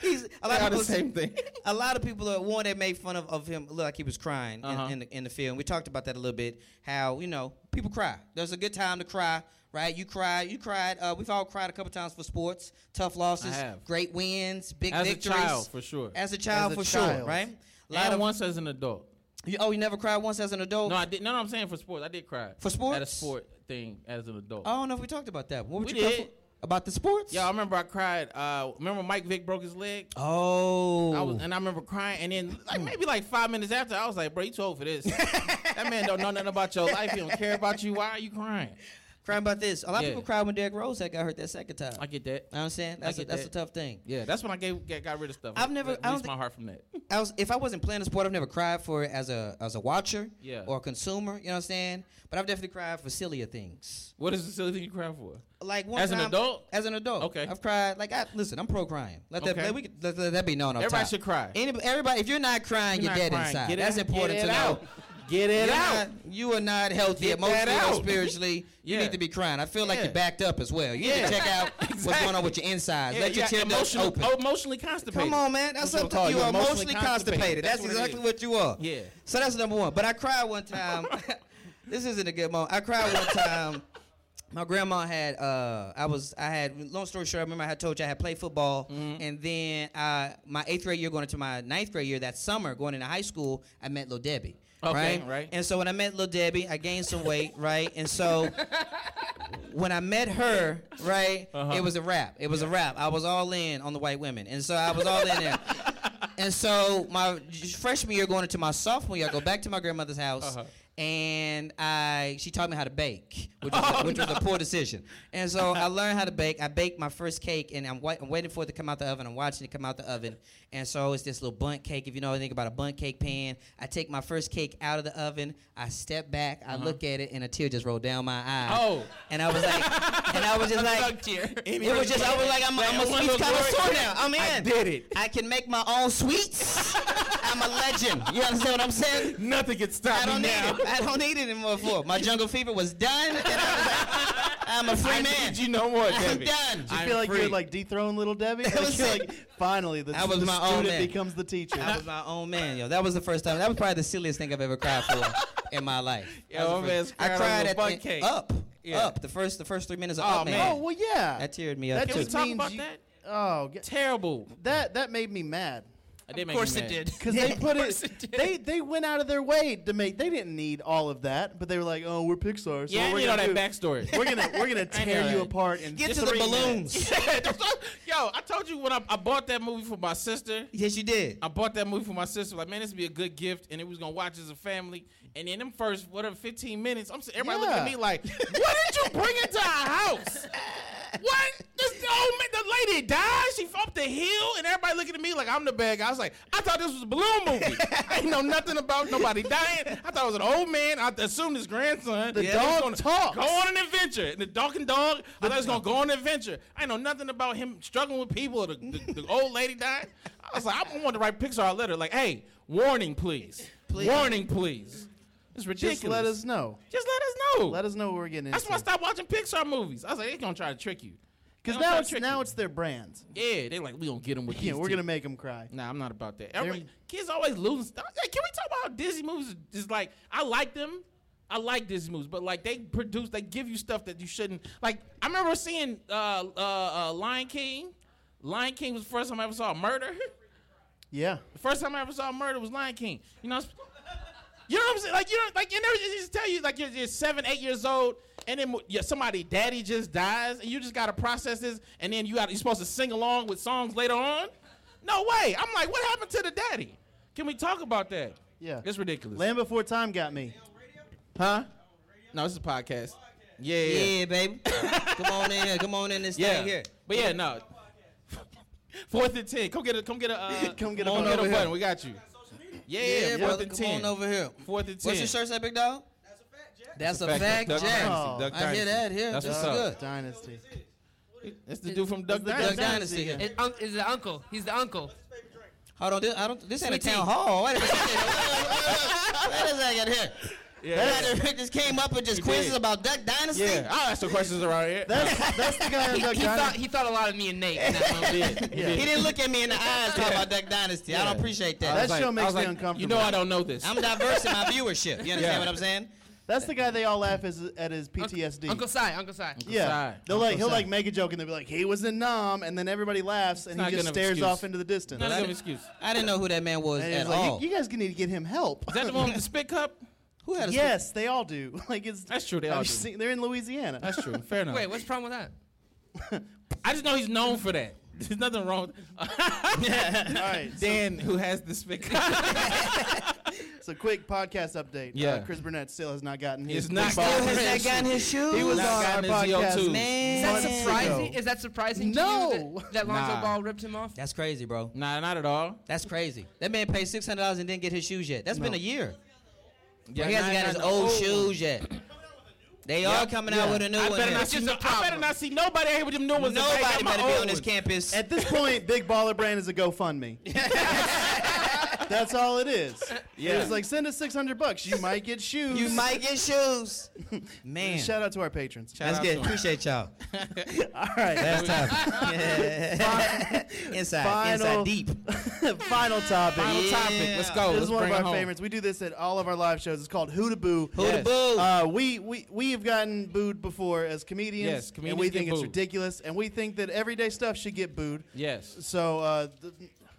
Speaker 3: he's a lot
Speaker 2: They are
Speaker 3: of
Speaker 2: the
Speaker 3: people say-
Speaker 2: same thing.
Speaker 3: a lot of people are one that made fun of, of him look like he was crying in-
Speaker 2: Uh-huh.
Speaker 3: in, the, in the film. We talked about that a little bit. How you know people cry. There's a good time to cry, right? You cried. You cried. Uh, we've all cried a couple times for sports, tough losses,
Speaker 2: have.
Speaker 3: great wins, big
Speaker 2: As a
Speaker 3: victories.
Speaker 2: child, for sure.
Speaker 3: As a child,
Speaker 1: As a
Speaker 3: for sure,
Speaker 1: child.
Speaker 3: right? A lot
Speaker 2: and
Speaker 3: of
Speaker 2: once as an adult.
Speaker 3: you, oh, you never cried once as an adult.
Speaker 2: No, I did. No, no, I'm saying for sports. I did cry
Speaker 3: For
Speaker 2: at a
Speaker 3: sports? Oh.
Speaker 2: sport thing as an adult.
Speaker 3: I don't know if we talked about that. What would
Speaker 2: We
Speaker 3: you cry
Speaker 2: did.
Speaker 3: for- about the sports?
Speaker 2: Yeah, I remember I cried. Uh, remember Mike Vick broke his leg.
Speaker 3: oh, Mm.
Speaker 2: I was, and I remember crying, and then like maybe like five minutes after, I was like, "Bro, you too old for
Speaker 3: (laughs)
Speaker 2: this. that man don't know nothing about your life. He don't care about you. Why are you crying?"
Speaker 3: crying about this. A lot
Speaker 2: Yeah.
Speaker 3: of people cried when Derrick Rose had got hurt that second time.
Speaker 2: I get that.
Speaker 3: You know what I'm saying that's a,
Speaker 2: get
Speaker 3: that's
Speaker 2: that.
Speaker 3: a tough thing.
Speaker 2: Yeah, that's when I gave, get, got rid of stuff.
Speaker 3: I've never-
Speaker 2: Re-
Speaker 3: I don't
Speaker 2: released my
Speaker 3: think-
Speaker 2: heart from that.
Speaker 3: I was, if I wasn't playing a sport, I've never cried for it as a as a watcher
Speaker 2: Yeah.
Speaker 3: or a consumer. You know what I'm saying? But I've definitely cried for sillier things.
Speaker 2: What is the silly thing you cry for?
Speaker 3: Like one
Speaker 2: As an
Speaker 3: time-
Speaker 2: adult?
Speaker 3: as an adult,
Speaker 2: Okay.
Speaker 3: I've cried. Like I listen, I'm pro crying. Let that
Speaker 2: Okay.
Speaker 3: let, we, could- let, let that be known. off
Speaker 2: Everybody
Speaker 3: top.
Speaker 2: should cry.
Speaker 3: Anybody, everybody, if you're not crying,
Speaker 2: You're not
Speaker 3: you're, dead
Speaker 2: crying.
Speaker 3: inside.
Speaker 2: Get it
Speaker 3: That's
Speaker 2: out.
Speaker 3: important
Speaker 2: Get
Speaker 3: to
Speaker 2: it out.
Speaker 3: know.
Speaker 2: Get it
Speaker 3: You're
Speaker 2: out.
Speaker 3: not- you are not healthy
Speaker 2: Get that
Speaker 3: emotionally or
Speaker 2: out.
Speaker 3: spiritually.
Speaker 2: (laughs)
Speaker 3: You
Speaker 2: Yeah.
Speaker 3: need to be crying. I feel like
Speaker 2: Yeah.
Speaker 3: you're backed up as well. You need
Speaker 2: Yeah.
Speaker 3: to
Speaker 2: (laughs)
Speaker 3: check out what's going on with your insides.
Speaker 2: Yeah,
Speaker 3: Let
Speaker 2: you
Speaker 3: your
Speaker 2: got
Speaker 3: tear ducts
Speaker 2: emotional-
Speaker 3: open.
Speaker 2: oh, emotionally constipated.
Speaker 3: Come on, man. That's
Speaker 2: what I'm
Speaker 3: something
Speaker 2: calling
Speaker 3: you
Speaker 2: you,
Speaker 3: are
Speaker 2: emotionally
Speaker 3: emotionally
Speaker 2: constipated.
Speaker 3: constipated. That's,
Speaker 2: That's what it
Speaker 3: exactly
Speaker 2: is.
Speaker 3: what you are.
Speaker 2: Yeah.
Speaker 3: So that's number one. But I cried one time. (laughs) this isn't a good moment. I cried one
Speaker 2: (laughs)
Speaker 3: time. My grandma had uh I was I had long story short, I remember I had told you I had played football
Speaker 2: Mm-hmm.
Speaker 3: and then uh my eighth grade year going into my ninth grade year that summer going into high school, I met Lil Debbie.
Speaker 2: Okay,
Speaker 3: right?
Speaker 2: right.
Speaker 3: And so when I met Lil Debbie, I gained some weight, right?
Speaker 2: (laughs)
Speaker 3: And so when I met her, right,
Speaker 2: Uh-huh.
Speaker 3: it was a wrap. It was a wrap. I was all in on the white women, and so I was all in there. and so my freshman year, going into my sophomore year, I go back to my grandmother's house.
Speaker 2: Uh-huh.
Speaker 3: And I, she taught me how to bake, which,
Speaker 2: Oh,
Speaker 3: was, a, which was a poor decision. And so
Speaker 2: (laughs)
Speaker 3: I learned how to bake. I baked my first cake, and I'm, wait, I'm waiting for it to come out the oven. I'm watching it come out the oven. And so it's this little bunt cake. If you know anything about a bunt cake pan, I take my first cake out of the oven. I step back, I look at it, and a tear just rolled down my eye.
Speaker 2: Uh-huh. Oh.
Speaker 3: And I was like, and
Speaker 2: (laughs)
Speaker 3: I was just like, it was just, I was like, I'm, I'm a
Speaker 2: One
Speaker 3: sweets
Speaker 2: of those
Speaker 3: kind of
Speaker 2: glory-
Speaker 3: sore now. I'm in.
Speaker 2: I did it.
Speaker 3: I can make my own sweets. (laughs) I'm a legend. You understand what I'm saying?
Speaker 2: Nothing can stop
Speaker 3: I don't
Speaker 2: me
Speaker 3: need
Speaker 2: now.
Speaker 3: it. I don't need it anymore. For my jungle fever was done. And I was like, "Uh, I'm a free
Speaker 2: I
Speaker 3: man.
Speaker 2: need you no
Speaker 3: (laughs)
Speaker 2: more,
Speaker 3: I'm
Speaker 2: Debbie.
Speaker 3: done.
Speaker 1: I
Speaker 2: I'm
Speaker 1: feel like
Speaker 2: free.
Speaker 1: you're like dethroned little Debbie. Like,
Speaker 3: was
Speaker 1: you're
Speaker 3: it.
Speaker 1: like, finally, the,
Speaker 3: That was
Speaker 1: the
Speaker 3: my own
Speaker 1: student
Speaker 3: man.
Speaker 1: becomes the teacher.
Speaker 3: I was my own man, yo. That was the first time. That was probably the silliest thing I've ever cried for in my life.
Speaker 2: Yo,
Speaker 3: That was the
Speaker 2: man,
Speaker 3: first-
Speaker 2: cried
Speaker 3: I
Speaker 2: over
Speaker 3: cried
Speaker 2: a
Speaker 3: at
Speaker 2: butt
Speaker 3: the-
Speaker 2: cake.
Speaker 3: up.
Speaker 2: Yeah.
Speaker 3: Up. The first the first three minutes of
Speaker 2: Oh,
Speaker 3: Up
Speaker 2: man.
Speaker 1: Oh well, yeah.
Speaker 3: That teared me up,
Speaker 1: That
Speaker 3: too.
Speaker 2: Can we
Speaker 1: just
Speaker 2: talk
Speaker 1: means
Speaker 2: about
Speaker 1: you-
Speaker 2: that?
Speaker 1: Oh, g-
Speaker 2: Terrible.
Speaker 1: that that made me mad.
Speaker 2: That did
Speaker 4: Of
Speaker 2: make me
Speaker 4: course it
Speaker 2: mad.
Speaker 4: did.
Speaker 1: Because they put
Speaker 4: course
Speaker 1: it,
Speaker 4: it did.
Speaker 1: they they went out of their way to make. They didn't need all of that, but they were like, "Oh, we're Pixar, so
Speaker 2: Yeah, I
Speaker 1: we're
Speaker 2: need all
Speaker 1: gonna
Speaker 2: that
Speaker 1: do-
Speaker 2: backstory.
Speaker 1: (laughs) We're gonna we're
Speaker 3: (laughs)
Speaker 1: gonna
Speaker 2: (laughs) I know
Speaker 1: tear you
Speaker 2: that.
Speaker 1: apart and
Speaker 3: Get to the balloons.
Speaker 2: (laughs) Yo, I told you when I, I bought that movie for my sister.
Speaker 3: Yes, you did.
Speaker 2: I bought that movie for my sister. Like, man, this would be a good gift, and it was gonna watch as a family. And in them first whatever fifteen minutes, I'm sitting- everybody looking at
Speaker 1: Yeah.
Speaker 2: me like, "What did you bring into our house? What? This the old man, the lady died. She up the hill, and everybody looking at me like I'm the bad guy." I was like, "I thought this was a balloon
Speaker 1: (laughs)
Speaker 2: movie. I ain't know nothing about nobody dying. I thought it was an old man. I assumed his grandson.
Speaker 1: The
Speaker 2: that was
Speaker 1: dog
Speaker 2: gonna
Speaker 1: talks.
Speaker 2: Go on an adventure. And the Dunkin' Dog, I thought he was gonna go on an adventure. I know nothing about him struggling with people or the,
Speaker 1: (laughs)
Speaker 2: the, the old lady dying. I was like, I wanted to write Pixar a letter like, hey, warning, please. Warning, please. It's ridiculous.
Speaker 1: Just let us know.
Speaker 2: Just let us know.
Speaker 1: Let us know what we're getting
Speaker 2: That's why I
Speaker 1: into.
Speaker 2: stopped watching Pixar movies. I was like, they're gonna try to trick you. They
Speaker 1: Because
Speaker 2: gonna try
Speaker 1: now
Speaker 2: to
Speaker 1: it's
Speaker 2: trick
Speaker 1: now
Speaker 2: you.
Speaker 1: it's their brand.
Speaker 2: yeah. They like we gonna get them with
Speaker 1: (laughs) Yeah,
Speaker 2: these
Speaker 1: we're
Speaker 2: two.
Speaker 1: gonna make them cry.
Speaker 2: Nah, I'm not about that. Everybody- kids always losing stuff. Like, can we talk about how Disney movies? Is like I like them. I like Disney movies, but like they produce, they give you stuff that you shouldn't. Like I remember seeing uh, uh, uh, Lion King. Lion King was the first time I ever saw a murder. (laughs)
Speaker 1: Yeah.
Speaker 2: The first time I ever saw a murder was Lion King. You know, it's- you know what I'm saying? Like you know, like and they just tell you like you're, you're seven, eight years old, and then yeah, somebody daddy just dies, and you just gotta process this, and then you got you're supposed to sing along with songs later on. No way! I'm like, what happened to the daddy? Can we talk about that?
Speaker 1: Yeah.
Speaker 2: it's ridiculous.
Speaker 1: Land Before Time got me. Huh?
Speaker 2: no, this is a podcast. Yeah, yeah, yeah.
Speaker 3: Yeah, baby. come on in here. Come on in this
Speaker 2: Yeah.
Speaker 3: thing here.
Speaker 2: But yeah, no. (laughs) Fourth and ten. Come get a come get a uh,
Speaker 1: Come get a
Speaker 2: on,
Speaker 1: button over here.
Speaker 2: button. We got you. Yeah, yeah.
Speaker 3: Yeah,
Speaker 2: fourth
Speaker 3: brother.
Speaker 2: and
Speaker 3: Come
Speaker 2: ten.
Speaker 3: on over here.
Speaker 2: Fourth and ten.
Speaker 3: What's your shirt say, big dog? That's a
Speaker 2: Fact,
Speaker 3: fact,
Speaker 2: Duck
Speaker 3: Jack. Oh,
Speaker 2: Dynasty, Duck
Speaker 3: I
Speaker 2: Dynasty.
Speaker 3: hear that here.
Speaker 2: That's
Speaker 3: That's
Speaker 2: what's up.
Speaker 3: good.
Speaker 1: Dynasty.
Speaker 2: That's the dude from Duck
Speaker 1: the
Speaker 3: Duck
Speaker 2: Dynasty.
Speaker 3: Dynasty here.
Speaker 4: It, un- is the uncle. He's the uncle.
Speaker 3: Hold on, this, I don't. This ain't a
Speaker 4: Sweet
Speaker 3: town
Speaker 4: tea.
Speaker 3: hall. Wait a (laughs) second. Wait a second here.
Speaker 2: Yeah.
Speaker 3: That just came up with just
Speaker 2: He did.
Speaker 3: quizzes about Duck Dynasty. Oh,
Speaker 2: Yeah, I'll ask the questions around here.
Speaker 1: That's (laughs) that's the guy on
Speaker 2: (laughs)
Speaker 4: He,
Speaker 1: Duck
Speaker 4: he thought
Speaker 1: Dynasty.
Speaker 4: he thought a lot of me and Nate. In that moment.
Speaker 2: Yeah,
Speaker 3: He
Speaker 2: yeah.
Speaker 3: didn't look at
Speaker 2: (laughs)
Speaker 3: me in the eyes talking about Duck Dynasty. I
Speaker 2: Yeah.
Speaker 3: don't appreciate
Speaker 2: I
Speaker 3: that.
Speaker 2: was
Speaker 1: That show
Speaker 2: I
Speaker 1: makes
Speaker 2: was
Speaker 1: me uncomfortable.
Speaker 2: You know I don't know this.
Speaker 3: I'm diverse in my viewership. You understand
Speaker 2: Yeah.
Speaker 3: what I'm saying?
Speaker 1: That's the guy they all laugh is, at his PTSD.
Speaker 4: Uncle Si. Uncle Si.
Speaker 1: yeah,
Speaker 2: Sai.
Speaker 1: they'll like
Speaker 2: Uncle
Speaker 1: he'll
Speaker 2: Sai.
Speaker 1: like make a joke and they'll be like, "He was in Nam," and then everybody laughs and
Speaker 2: not
Speaker 1: he
Speaker 2: good
Speaker 1: just
Speaker 2: enough
Speaker 1: stares
Speaker 2: excuse.
Speaker 1: off into the distance.
Speaker 2: Not a
Speaker 3: That-
Speaker 2: good excuse. Is
Speaker 3: I didn't know who that man was
Speaker 1: And
Speaker 3: at
Speaker 1: it's like,
Speaker 3: all.
Speaker 1: You, you guys need to get him help.
Speaker 2: that the one with the spit cup?
Speaker 3: who had a
Speaker 1: yes, they all do. (laughs) Like it's
Speaker 2: That's true, they
Speaker 1: have
Speaker 2: all
Speaker 1: you
Speaker 2: do.
Speaker 1: seen- they're in Louisiana.
Speaker 2: That's true. Fair enough.
Speaker 4: Wait, what's the problem with that?
Speaker 2: I just know he's known for that. (laughs) There's nothing wrong.
Speaker 1: all right, so,
Speaker 2: (laughs) Dan, who has the spit
Speaker 3: (laughs)
Speaker 2: cup,
Speaker 1: so quick podcast update. Uh,
Speaker 2: Yeah.
Speaker 1: Chris Burnett still has not gotten his.
Speaker 2: is not
Speaker 3: Who
Speaker 2: gotten
Speaker 3: has that
Speaker 2: his-
Speaker 3: guy in his shoes?
Speaker 1: He was
Speaker 2: not
Speaker 1: on our
Speaker 2: gotten his
Speaker 1: podcast.
Speaker 2: EO2.
Speaker 3: Man.
Speaker 4: Is that
Speaker 1: Months ago.
Speaker 4: surprising? Is that surprising to you
Speaker 1: No.
Speaker 4: that, that Lonzo
Speaker 2: Nah.
Speaker 4: Ball ripped him off?
Speaker 3: That's crazy, bro.
Speaker 2: Nah, not at all.
Speaker 3: That's crazy. That man paid six hundred dollars and didn't get his shoes yet. That's been a year.
Speaker 2: Yeah,
Speaker 3: he hasn't
Speaker 2: nah,
Speaker 3: got his
Speaker 2: nah,
Speaker 3: old
Speaker 2: nah.
Speaker 3: shoes yet. They are coming out
Speaker 1: yeah.
Speaker 3: with a new
Speaker 2: I
Speaker 3: one.
Speaker 2: better,
Speaker 3: here.
Speaker 2: not see
Speaker 4: just
Speaker 2: no,
Speaker 4: a
Speaker 2: I better
Speaker 4: problem.
Speaker 2: not see nobody here with them new ones. today. I got
Speaker 3: Nobody
Speaker 2: my
Speaker 3: better be
Speaker 2: old
Speaker 3: on this
Speaker 2: ones.
Speaker 3: campus.
Speaker 1: At this point, Big Baller Brand is a
Speaker 2: (laughs)
Speaker 1: GoFundMe. That's all it is.
Speaker 2: Yeah.
Speaker 1: It's like send us six hundred bucks. You might get shoes.
Speaker 3: you might
Speaker 2: (laughs)
Speaker 3: get shoes. Man.
Speaker 1: Shout out to our patrons.
Speaker 3: That's
Speaker 2: out
Speaker 3: good.
Speaker 2: to 'em.
Speaker 3: Appreciate y'all.
Speaker 1: All right.
Speaker 2: (laughs)
Speaker 3: That's time. (laughs) inside,
Speaker 1: Final-
Speaker 3: inside deep.
Speaker 1: (laughs) Final topic.
Speaker 2: Final topic.
Speaker 3: Yeah.
Speaker 2: Let's go.
Speaker 1: This
Speaker 2: Let's
Speaker 1: is one of
Speaker 2: bring it
Speaker 1: our
Speaker 2: home.
Speaker 1: favorites. We do this at all of our live shows. It's called Who to Boo.
Speaker 3: Who the
Speaker 2: Yes.
Speaker 3: boo?
Speaker 1: Uh, we we we have gotten booed before as comedians.
Speaker 2: Yes, comedians
Speaker 1: and we
Speaker 2: get
Speaker 1: think it's
Speaker 2: booed.
Speaker 1: ridiculous, and we think that everyday stuff should get booed.
Speaker 3: (laughs)
Speaker 2: Yes.
Speaker 1: So uh, the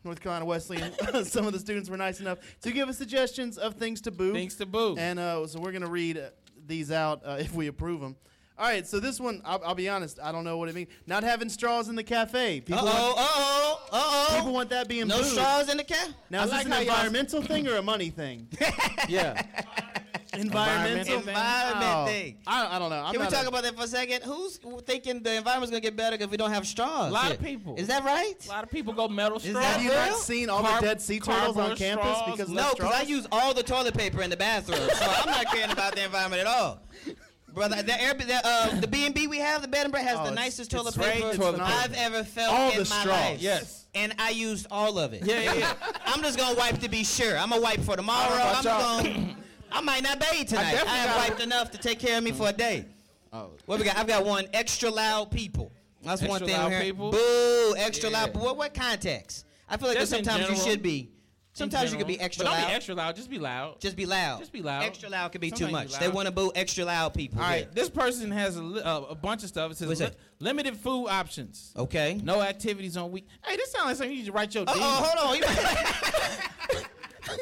Speaker 1: North Carolina Wesleyan, (laughs) some of the students were nice enough to give us suggestions of things to boo.
Speaker 2: Things to boo.
Speaker 1: And uh, so we're gonna read uh, these out uh, if we approve them. All right. So this one, I'll, I'll be honest, I don't know what it means. Not having straws in the cafe.
Speaker 3: Uh
Speaker 1: People
Speaker 3: oh, uh oh, uh oh.
Speaker 1: want, people want that being
Speaker 3: no
Speaker 1: booed.
Speaker 3: straws in the cat.
Speaker 1: Now is
Speaker 2: I like
Speaker 1: this
Speaker 2: how
Speaker 1: an
Speaker 2: y'all-
Speaker 1: environmental thing or a money thing?
Speaker 2: Yeah.
Speaker 1: (laughs) environmental
Speaker 2: Environment thing.
Speaker 3: Environment
Speaker 1: Oh,
Speaker 3: thing.
Speaker 1: I, I don't know. I'm
Speaker 3: Can we
Speaker 1: not
Speaker 3: talk
Speaker 1: a-
Speaker 3: about that for a second? Who's thinking the environment's gonna get better if we don't have straws?
Speaker 2: Lot of
Speaker 3: here?
Speaker 2: people.
Speaker 3: Is that right?
Speaker 2: A lot of people go metal straw.
Speaker 3: that
Speaker 1: Have you not
Speaker 3: Well,
Speaker 1: seen all
Speaker 2: carb-
Speaker 1: the dead sea turtles on
Speaker 2: cardboard
Speaker 1: campus
Speaker 2: straws,
Speaker 1: because of
Speaker 3: No,
Speaker 1: the
Speaker 3: because I
Speaker 1: straws?
Speaker 3: use all the toilet paper in the bathroom, so I'm not caring about the environment at all. Brother, the air, the, uh, the B&B we have, the bed and breakfast,
Speaker 1: Oh,
Speaker 3: has the
Speaker 1: it's-
Speaker 3: nicest
Speaker 1: it's
Speaker 3: toilet
Speaker 1: great,
Speaker 3: paper
Speaker 1: it's phenomenal.
Speaker 3: I've ever felt
Speaker 1: All
Speaker 3: in
Speaker 1: the
Speaker 3: my
Speaker 1: straws.
Speaker 3: life.
Speaker 2: Yes.
Speaker 3: And I used all of it.
Speaker 2: Yeah, yeah, yeah.
Speaker 3: (laughs) I'm just gonna wipe to be sure. I'm gonna wipe for tomorrow.
Speaker 2: I
Speaker 3: I'm
Speaker 2: don't know about
Speaker 3: gonna. I might not bathe tonight. I,
Speaker 2: definitely
Speaker 3: have
Speaker 2: gotta-
Speaker 3: wiped enough to take care of me for a day. What we got? I've got one extra loud people. That's one
Speaker 2: Extra
Speaker 3: thing.
Speaker 2: loud
Speaker 3: here.
Speaker 2: people?
Speaker 3: Boo! Extra loud.
Speaker 2: Yeah.
Speaker 3: What what context? I feel like
Speaker 2: Just in
Speaker 3: sometimes you
Speaker 2: general.
Speaker 3: should be Sometimes you can
Speaker 2: general.
Speaker 3: be extra
Speaker 2: but don't
Speaker 3: loud.
Speaker 2: Be extra loud. Just be loud.
Speaker 3: Just be loud.
Speaker 2: Just be loud.
Speaker 3: Extra loud could be
Speaker 2: Sometimes
Speaker 3: too
Speaker 2: you
Speaker 3: much. They
Speaker 2: loud.
Speaker 3: want to boo extra loud people.
Speaker 2: All right,
Speaker 3: with.
Speaker 2: this person has a, li- uh, a bunch of stuff. It says
Speaker 3: What is
Speaker 2: li-
Speaker 3: that?
Speaker 2: limited food options.
Speaker 3: Okay.
Speaker 2: No activities on week. Hey, this sounds like something you need to write your.
Speaker 3: Uh oh, hold on. You might- (laughs)
Speaker 2: on.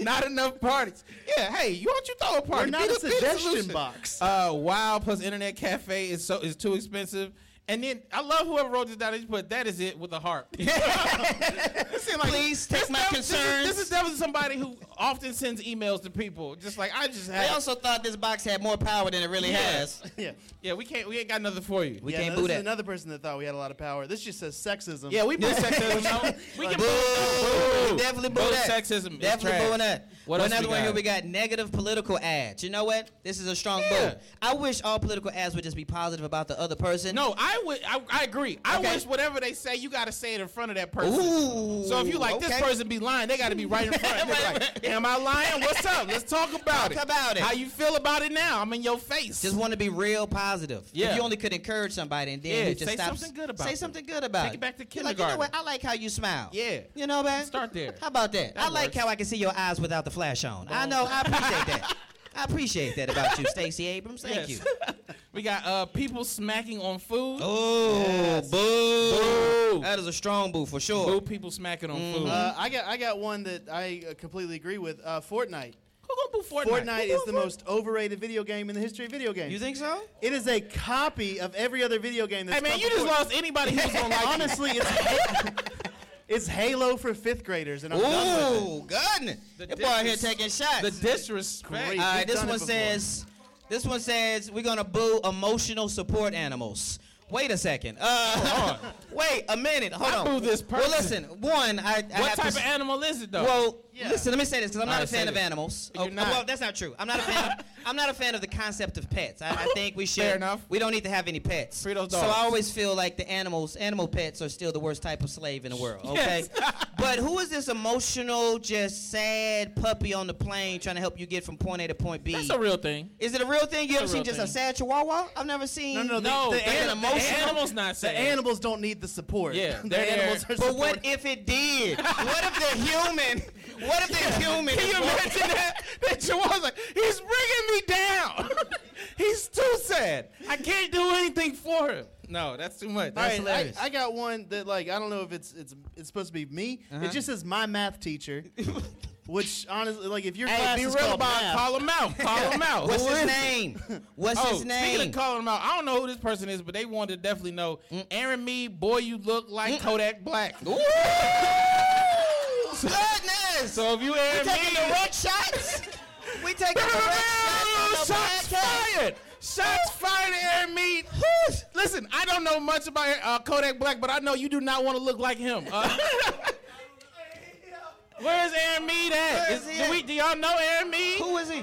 Speaker 2: Not enough parties. Yeah. Hey, you want you throw a
Speaker 1: We're
Speaker 2: party?
Speaker 1: not
Speaker 2: Be
Speaker 1: a
Speaker 2: the- be the
Speaker 1: suggestion
Speaker 2: solution.
Speaker 1: box.
Speaker 2: Uh, wow. Plus, internet cafe is so is too expensive. And then I love whoever wrote this down. They just put that is it with a
Speaker 3: (laughs)
Speaker 2: heart. It seemed like-
Speaker 3: Please take
Speaker 2: this
Speaker 3: my
Speaker 2: def- this is-
Speaker 3: concerns.
Speaker 2: This is definitely somebody who often sends emails to people. Just like I just
Speaker 3: they
Speaker 2: had.
Speaker 3: also thought this box had more power than it
Speaker 2: (laughs)
Speaker 3: really has.
Speaker 1: yeah.
Speaker 2: yeah, we can't. We ain't got nothing for you.
Speaker 3: We can't
Speaker 1: no,
Speaker 3: boo
Speaker 1: this is
Speaker 3: that.
Speaker 1: another person that thought we had a lot of power. This just says sexism.
Speaker 2: Yeah, we boo
Speaker 3: (laughs)
Speaker 2: sexism. we can
Speaker 3: Boo!
Speaker 2: boo.
Speaker 3: We Definitely boo, that.
Speaker 2: sexism. is
Speaker 3: Definitely
Speaker 2: trash.
Speaker 3: booing that.
Speaker 2: What else
Speaker 3: Another
Speaker 2: we
Speaker 3: one
Speaker 2: got?
Speaker 3: here we got negative political ads. You know what? This is a strong
Speaker 2: Yeah.
Speaker 3: boo. I wish all political ads would just be positive about the other person.
Speaker 2: No, I would. I, I agree. I
Speaker 3: Okay.
Speaker 2: wish whatever they say, you got to say it in front of that person.
Speaker 3: Ooh,
Speaker 2: so if you like this
Speaker 3: okay.
Speaker 2: person be lying, they got to be right in front. They're like, Am I lying? What's up? Let's talk about it.
Speaker 3: Talk about it.
Speaker 2: How you feel about it now? I'm in your face.
Speaker 3: Just want to be real positive.
Speaker 2: Yeah.
Speaker 3: If you only could encourage somebody and then
Speaker 2: Yeah,
Speaker 3: you just
Speaker 2: say
Speaker 3: stop.
Speaker 2: something good about
Speaker 3: Say
Speaker 2: them.
Speaker 3: something good about
Speaker 2: Take it back to
Speaker 3: You're Like, you know
Speaker 2: kindergarten.
Speaker 3: what? I like how you smile.
Speaker 2: Yeah.
Speaker 3: You know, man.
Speaker 2: Start there.
Speaker 3: How about that?
Speaker 2: That
Speaker 3: I like
Speaker 2: works.
Speaker 3: how I can see your eyes without the flash on. I know. I appreciate
Speaker 2: (laughs)
Speaker 3: that. I appreciate that about you, Stacey Abrams.
Speaker 2: Yes.
Speaker 3: Thank you.
Speaker 2: (laughs) we got uh, people smacking on food.
Speaker 3: Oh, boo.
Speaker 2: Boo.
Speaker 3: That is a strong boo for sure.
Speaker 2: Boo, people smacking on food.
Speaker 1: Uh, I got I got one that I uh, completely agree with. Uh, Fortnite.
Speaker 2: Who gonna boo Fortnite?
Speaker 1: Fortnite, is the most overrated video game in the history of video games.
Speaker 3: You think so?
Speaker 1: It is a copy of every other video game. That's
Speaker 2: Hey man,
Speaker 1: come
Speaker 2: you just
Speaker 1: before.
Speaker 2: lost anybody who's gonna like you. (laughs)
Speaker 1: Honestly, it's (laughs) it's Halo for fifth graders, and I'm done with it.
Speaker 3: Ooh, goodness.
Speaker 2: The
Speaker 3: That boy out here
Speaker 2: difference-
Speaker 3: taking shots.
Speaker 2: The disrespect.
Speaker 1: Great.
Speaker 3: All right,
Speaker 1: We've
Speaker 3: this
Speaker 1: done it
Speaker 3: one
Speaker 1: before.
Speaker 3: says, this one says we're gonna boo emotional support animals. Wait a second. Uh, (laughs) wait a minute. Hold
Speaker 2: I
Speaker 3: on.
Speaker 2: boo this person.
Speaker 3: Well, listen. One, I, I
Speaker 2: what
Speaker 3: have
Speaker 2: type
Speaker 3: to,
Speaker 2: of animal is it though?
Speaker 3: Well,
Speaker 1: Yeah.
Speaker 3: listen. Let me say this because I'm
Speaker 2: All
Speaker 3: not
Speaker 2: right,
Speaker 3: a
Speaker 2: say
Speaker 3: fan of
Speaker 2: this.
Speaker 3: animals. Oh,
Speaker 2: You're not.
Speaker 3: Well, that's not true. I'm not a fan. Of, I'm not a fan of the concept of pets. I, I
Speaker 2: (laughs)
Speaker 3: think we should.
Speaker 2: Fair enough.
Speaker 3: We don't need to have any pets.
Speaker 2: Free those
Speaker 3: so
Speaker 2: dogs.
Speaker 3: I always feel like the animals, animal pets, are still the worst type of slave in the world. Okay.
Speaker 2: Yes. (laughs)
Speaker 3: but who is this emotional, just sad puppy on the plane trying to help you get from point A to point B?
Speaker 2: That's a real thing.
Speaker 3: Is it a real thing? You ever
Speaker 2: a
Speaker 3: seen
Speaker 2: real
Speaker 3: just a
Speaker 2: thing.
Speaker 3: sad chihuahua? I've never seen.
Speaker 1: No, no, no.
Speaker 2: No,
Speaker 1: the,
Speaker 2: the,
Speaker 1: the, an-
Speaker 3: animal-
Speaker 1: the
Speaker 3: emotional-
Speaker 2: animal's not
Speaker 1: the
Speaker 2: saying.
Speaker 1: animals don't need the support.
Speaker 2: Yeah,
Speaker 1: (laughs) the
Speaker 2: they're-
Speaker 1: animals are.
Speaker 3: But what
Speaker 1: supported.
Speaker 3: if it did? What
Speaker 2: (laughs)
Speaker 3: if the human? What if the human?
Speaker 2: Can you imagine (laughs) that? That Jawan's like, he's bringing me down. (laughs) he's too sad. I can't do anything for him. No, that's too much.
Speaker 1: All
Speaker 2: That's
Speaker 1: right,
Speaker 2: hilarious.
Speaker 1: I, I got one that like I don't know if it's it's it's supposed to be me.
Speaker 2: Uh-huh.
Speaker 1: It just says my math
Speaker 2: (laughs)
Speaker 1: teacher, which honestly, like if your
Speaker 2: Hey,
Speaker 1: class
Speaker 2: be
Speaker 1: is
Speaker 2: real
Speaker 1: called
Speaker 2: about it.
Speaker 1: math,
Speaker 2: Call him out. Call
Speaker 3: (laughs)
Speaker 2: him out.
Speaker 3: What's
Speaker 2: Who
Speaker 3: his
Speaker 2: is it?
Speaker 3: name? What's
Speaker 2: Oh,
Speaker 3: his
Speaker 2: speaking
Speaker 3: name?
Speaker 2: of calling him out, I don't know who this person is, but they wanted to definitely know. Aaron Mead, boy, you look like Kodak Black.
Speaker 3: Goodness!
Speaker 2: (laughs) So if you Aaron
Speaker 3: we taking
Speaker 2: Mead,
Speaker 3: direct
Speaker 2: (laughs)
Speaker 3: shots. we taking direct shots.
Speaker 2: Shots fired! Shots fired to Aaron Mead. Listen, I don't know much about uh, Kodak Black, but I know you do not want to look like him.
Speaker 3: (laughs)
Speaker 2: Uh, where is Aaron Mead at?
Speaker 3: Where is
Speaker 2: Is-
Speaker 3: he
Speaker 2: do,
Speaker 3: at?
Speaker 2: we, do y'all know Aaron Mead?
Speaker 3: Who is he?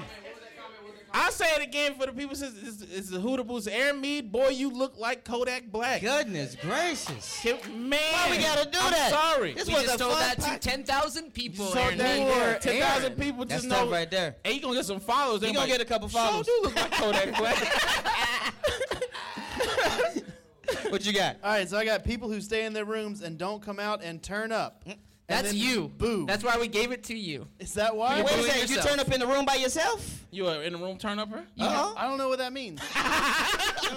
Speaker 2: I'll say it again for the people. Since it's, it's the Hooter Boots. Aaron Mead, boy, you look like Kodak Black.
Speaker 3: Goodness gracious!
Speaker 2: Can- Man,
Speaker 3: Why we gotta do
Speaker 2: I'm
Speaker 3: that?
Speaker 2: Sorry.
Speaker 3: This
Speaker 4: We
Speaker 3: was a
Speaker 4: just told
Speaker 3: fun
Speaker 4: that to
Speaker 3: pod-
Speaker 4: 10,000 people.
Speaker 2: So
Speaker 4: Aaron.
Speaker 2: that-
Speaker 1: Aaron.
Speaker 2: 10,000 people
Speaker 3: That's
Speaker 2: just know
Speaker 3: tough right there.
Speaker 2: And you gonna get some followers. They
Speaker 3: You gonna
Speaker 2: like,
Speaker 3: get a couple
Speaker 2: "Sure
Speaker 3: followers."
Speaker 2: do look like Kodak
Speaker 3: (laughs)
Speaker 2: Black.
Speaker 3: What you got?
Speaker 1: All right, so I got people who stay in their rooms and don't come out and turn up.
Speaker 3: Mm,
Speaker 1: And
Speaker 4: That's
Speaker 1: then
Speaker 4: you.
Speaker 1: Boo.
Speaker 4: That's why we gave it to you.
Speaker 1: Is that why?
Speaker 3: Wait a
Speaker 4: doing
Speaker 3: second. You
Speaker 4: yourself.
Speaker 3: turn up in the room by yourself?
Speaker 2: you are in the room turn upper.
Speaker 3: Uh-huh.
Speaker 1: I don't know what that means.
Speaker 3: Let me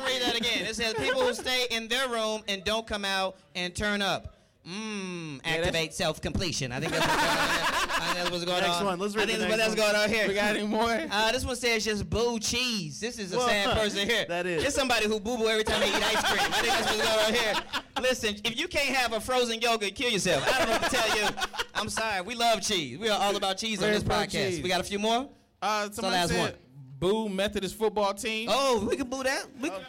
Speaker 3: read that again. It says people who stay in their room and don't come out and turn up. Mmm.
Speaker 2: that's-
Speaker 3: Activate self completion. I think that's what's going on. there. I think that's what's going
Speaker 1: Next
Speaker 3: on.
Speaker 1: one. Let's
Speaker 3: I
Speaker 1: read
Speaker 3: think
Speaker 1: the
Speaker 3: that's
Speaker 1: next
Speaker 3: what's going on here.
Speaker 2: We got any more?
Speaker 3: Uh, this one says just boo cheese. This is a sad person here.
Speaker 1: (laughs) that is.
Speaker 3: It's somebody who boo boo every time they eat ice cream. I think that's what's going on here. Listen, if you can't have a frozen yogurt, kill yourself. I don't know what to tell you. I'm sorry. We love cheese. We are all about cheese on
Speaker 2: We're
Speaker 3: this
Speaker 2: pro
Speaker 3: podcast.
Speaker 2: cheese.
Speaker 3: We got a few more.
Speaker 2: Uh, somebody
Speaker 3: last
Speaker 2: said,
Speaker 3: one.
Speaker 2: "Boo Methodist football team."
Speaker 3: Oh, we can boo that. We
Speaker 1: Uh,
Speaker 3: can,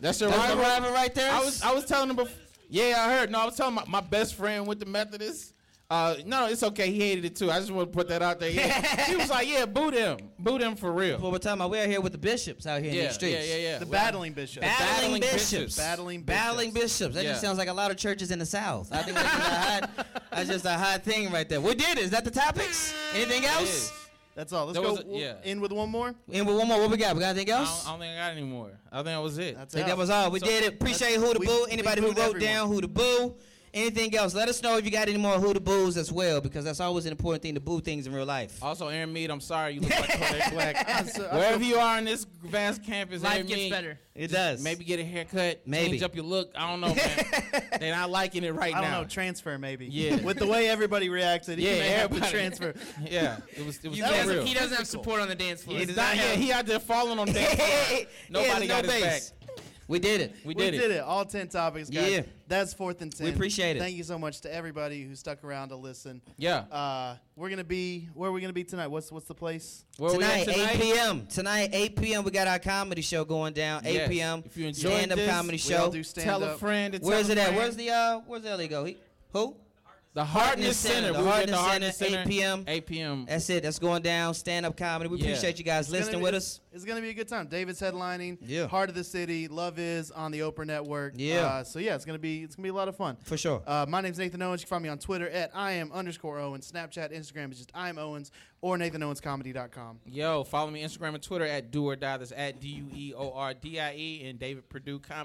Speaker 2: that's your
Speaker 3: that's the
Speaker 2: rival.
Speaker 3: rival right there.
Speaker 2: I was I was telling him before. Yeah, I heard. No, I was telling my, my best friend with the Methodist. Uh, no, it's okay. He hated it too. I just want to put that out there. Yeah. he was like, "Yeah, boo them, boo them for real."
Speaker 3: What we're talking about, we're here with the bishops out here in
Speaker 2: Yeah,
Speaker 3: these streets.
Speaker 2: yeah, yeah, yeah.
Speaker 1: The
Speaker 2: Well,
Speaker 1: battling bishop.
Speaker 3: Battling,
Speaker 2: Battling
Speaker 3: bishops.
Speaker 2: bishops.
Speaker 1: Battling bishops.
Speaker 3: Battling bishops. That
Speaker 2: Yeah.
Speaker 3: just sounds like a lot of churches in the South. I think that's just, a hot, that's just a hot thing right there. We did it. Is that the topics? Anything
Speaker 2: it
Speaker 3: else?
Speaker 2: is.
Speaker 1: That's all. Let's
Speaker 2: There
Speaker 1: go
Speaker 2: was a- yeah.
Speaker 1: in with one more.
Speaker 3: And with one more, what we got? We got anything
Speaker 2: I
Speaker 3: else?
Speaker 2: don't, I don't think I got any more. I think that was it.
Speaker 1: That's
Speaker 3: Think
Speaker 1: out.
Speaker 3: that was all. We
Speaker 2: So-
Speaker 3: did it. Appreciate who to
Speaker 1: we-
Speaker 3: boo.
Speaker 1: we
Speaker 3: Anybody who
Speaker 1: booed
Speaker 3: wrote
Speaker 1: everyone.
Speaker 3: down who to boo. Anything else? Let us know if you got any more who to boos as well, because that's always an important thing to boo things in real life.
Speaker 2: Also, Aaron Mead, I'm sorry you look like Kodak Black.
Speaker 1: So, I
Speaker 2: Wherever you are in this vast campus,
Speaker 4: Life
Speaker 2: Aaron
Speaker 4: gets
Speaker 2: Mead,
Speaker 4: better.
Speaker 3: It does.
Speaker 2: Maybe get a haircut.
Speaker 3: Maybe.
Speaker 2: change up your look. I don't know, (laughs) man. They're not liking it right
Speaker 1: I don't
Speaker 2: now.
Speaker 1: know, transfer maybe.
Speaker 2: Yeah.
Speaker 1: (laughs) With the way everybody reacted, he
Speaker 2: Yeah,
Speaker 1: may have to
Speaker 2: (laughs) everybody.
Speaker 3: (laughs)
Speaker 1: transfer.
Speaker 2: yeah, it was. It was
Speaker 4: He
Speaker 2: for
Speaker 4: doesn't,
Speaker 2: real.
Speaker 4: he doesn't have support on the dance floor.
Speaker 2: It's not- yeah,
Speaker 3: (laughs)
Speaker 2: he out there falling (laughs) on dance floor. Nobody
Speaker 3: He has
Speaker 2: got his
Speaker 3: base. We did it.
Speaker 2: We
Speaker 1: We
Speaker 2: did, it.
Speaker 1: All 10 topics, guys.
Speaker 3: Yeah.
Speaker 1: That's fourth and 10.
Speaker 3: appreciate it.
Speaker 1: Thank you so much to everybody who stuck around to listen.
Speaker 2: Yeah.
Speaker 1: Uh, we're going to be, where are we going to be tonight? What's what's the place?
Speaker 2: Where we at
Speaker 3: tonight, 8 p.m. Tonight, 8 p.m. We got our comedy show going down. 8
Speaker 2: Yes.
Speaker 3: p.m.
Speaker 2: If you enjoyed
Speaker 3: stand-up
Speaker 2: this,
Speaker 3: comedy
Speaker 2: we
Speaker 3: show.
Speaker 1: all do stand-
Speaker 2: Tell a
Speaker 1: up.
Speaker 2: friend. to
Speaker 3: Where's
Speaker 2: tell
Speaker 3: it
Speaker 2: a
Speaker 3: at?
Speaker 2: friend.
Speaker 3: Where's the uh? Where's Ellie go? He, who?
Speaker 2: The Hardness Center.
Speaker 3: The
Speaker 2: We were at
Speaker 3: Hardness Center, 8 p.m..
Speaker 2: 8 p.m.
Speaker 3: That's it. That's going down. Stand-up comedy. We
Speaker 2: Yeah.
Speaker 3: appreciate you guys
Speaker 1: It's gonna
Speaker 3: listening
Speaker 1: be-
Speaker 3: with us.
Speaker 1: It's going to be a good time. David's headlining.
Speaker 3: Yeah.
Speaker 1: Heart of the City, Love Is on the Oprah Network.
Speaker 3: Yeah.
Speaker 1: Uh, so yeah, it's going to be it's going to be a lot of fun.
Speaker 3: For sure.
Speaker 1: Uh, my name's Nathan Owens. You can find me on Twitter at I am underscore Owens. Snapchat, Instagram is just I am Owens or NathanOwensComedy.com.
Speaker 2: Yo, follow me Instagram and Twitter at do or die. That's at D U E O R D I E and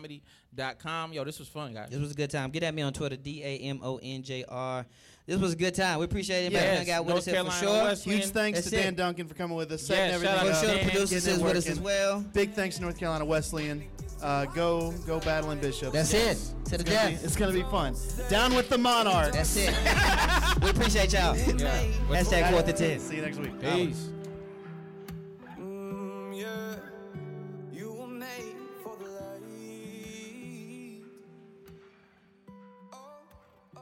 Speaker 2: DavidPurdueComedy.com. Yo, this was fun, guys.
Speaker 3: This was a good time. Get at me on Twitter, D A M O N J R. This was a good time. We appreciate it.
Speaker 2: Yes,
Speaker 3: Everybody got with
Speaker 2: North
Speaker 3: us here for
Speaker 2: Carolina
Speaker 3: sure.
Speaker 2: Wesleyan.
Speaker 1: Huge thanks
Speaker 3: That's
Speaker 1: to Dan
Speaker 3: it.
Speaker 1: Duncan for coming with us,
Speaker 2: Yeah,
Speaker 1: setting everything
Speaker 2: shout out
Speaker 3: Make
Speaker 1: up.
Speaker 2: to
Speaker 3: sure the
Speaker 2: Dan,
Speaker 3: producer
Speaker 1: getting it
Speaker 3: is with us
Speaker 1: working.
Speaker 3: as well.
Speaker 1: Big thanks to North Carolina Wesleyan. Uh, go, go, battling bishops.
Speaker 3: That's it. To the
Speaker 1: It's gonna, be,
Speaker 3: death.
Speaker 1: it's gonna be fun. Down with the monarch.
Speaker 3: That's it. (laughs) we appreciate y'all.
Speaker 2: Yeah.
Speaker 3: Hashtag fourth to ten.
Speaker 1: See you next week.
Speaker 2: Peace.
Speaker 5: Mm, yeah, you were made for the light. Oh, oh.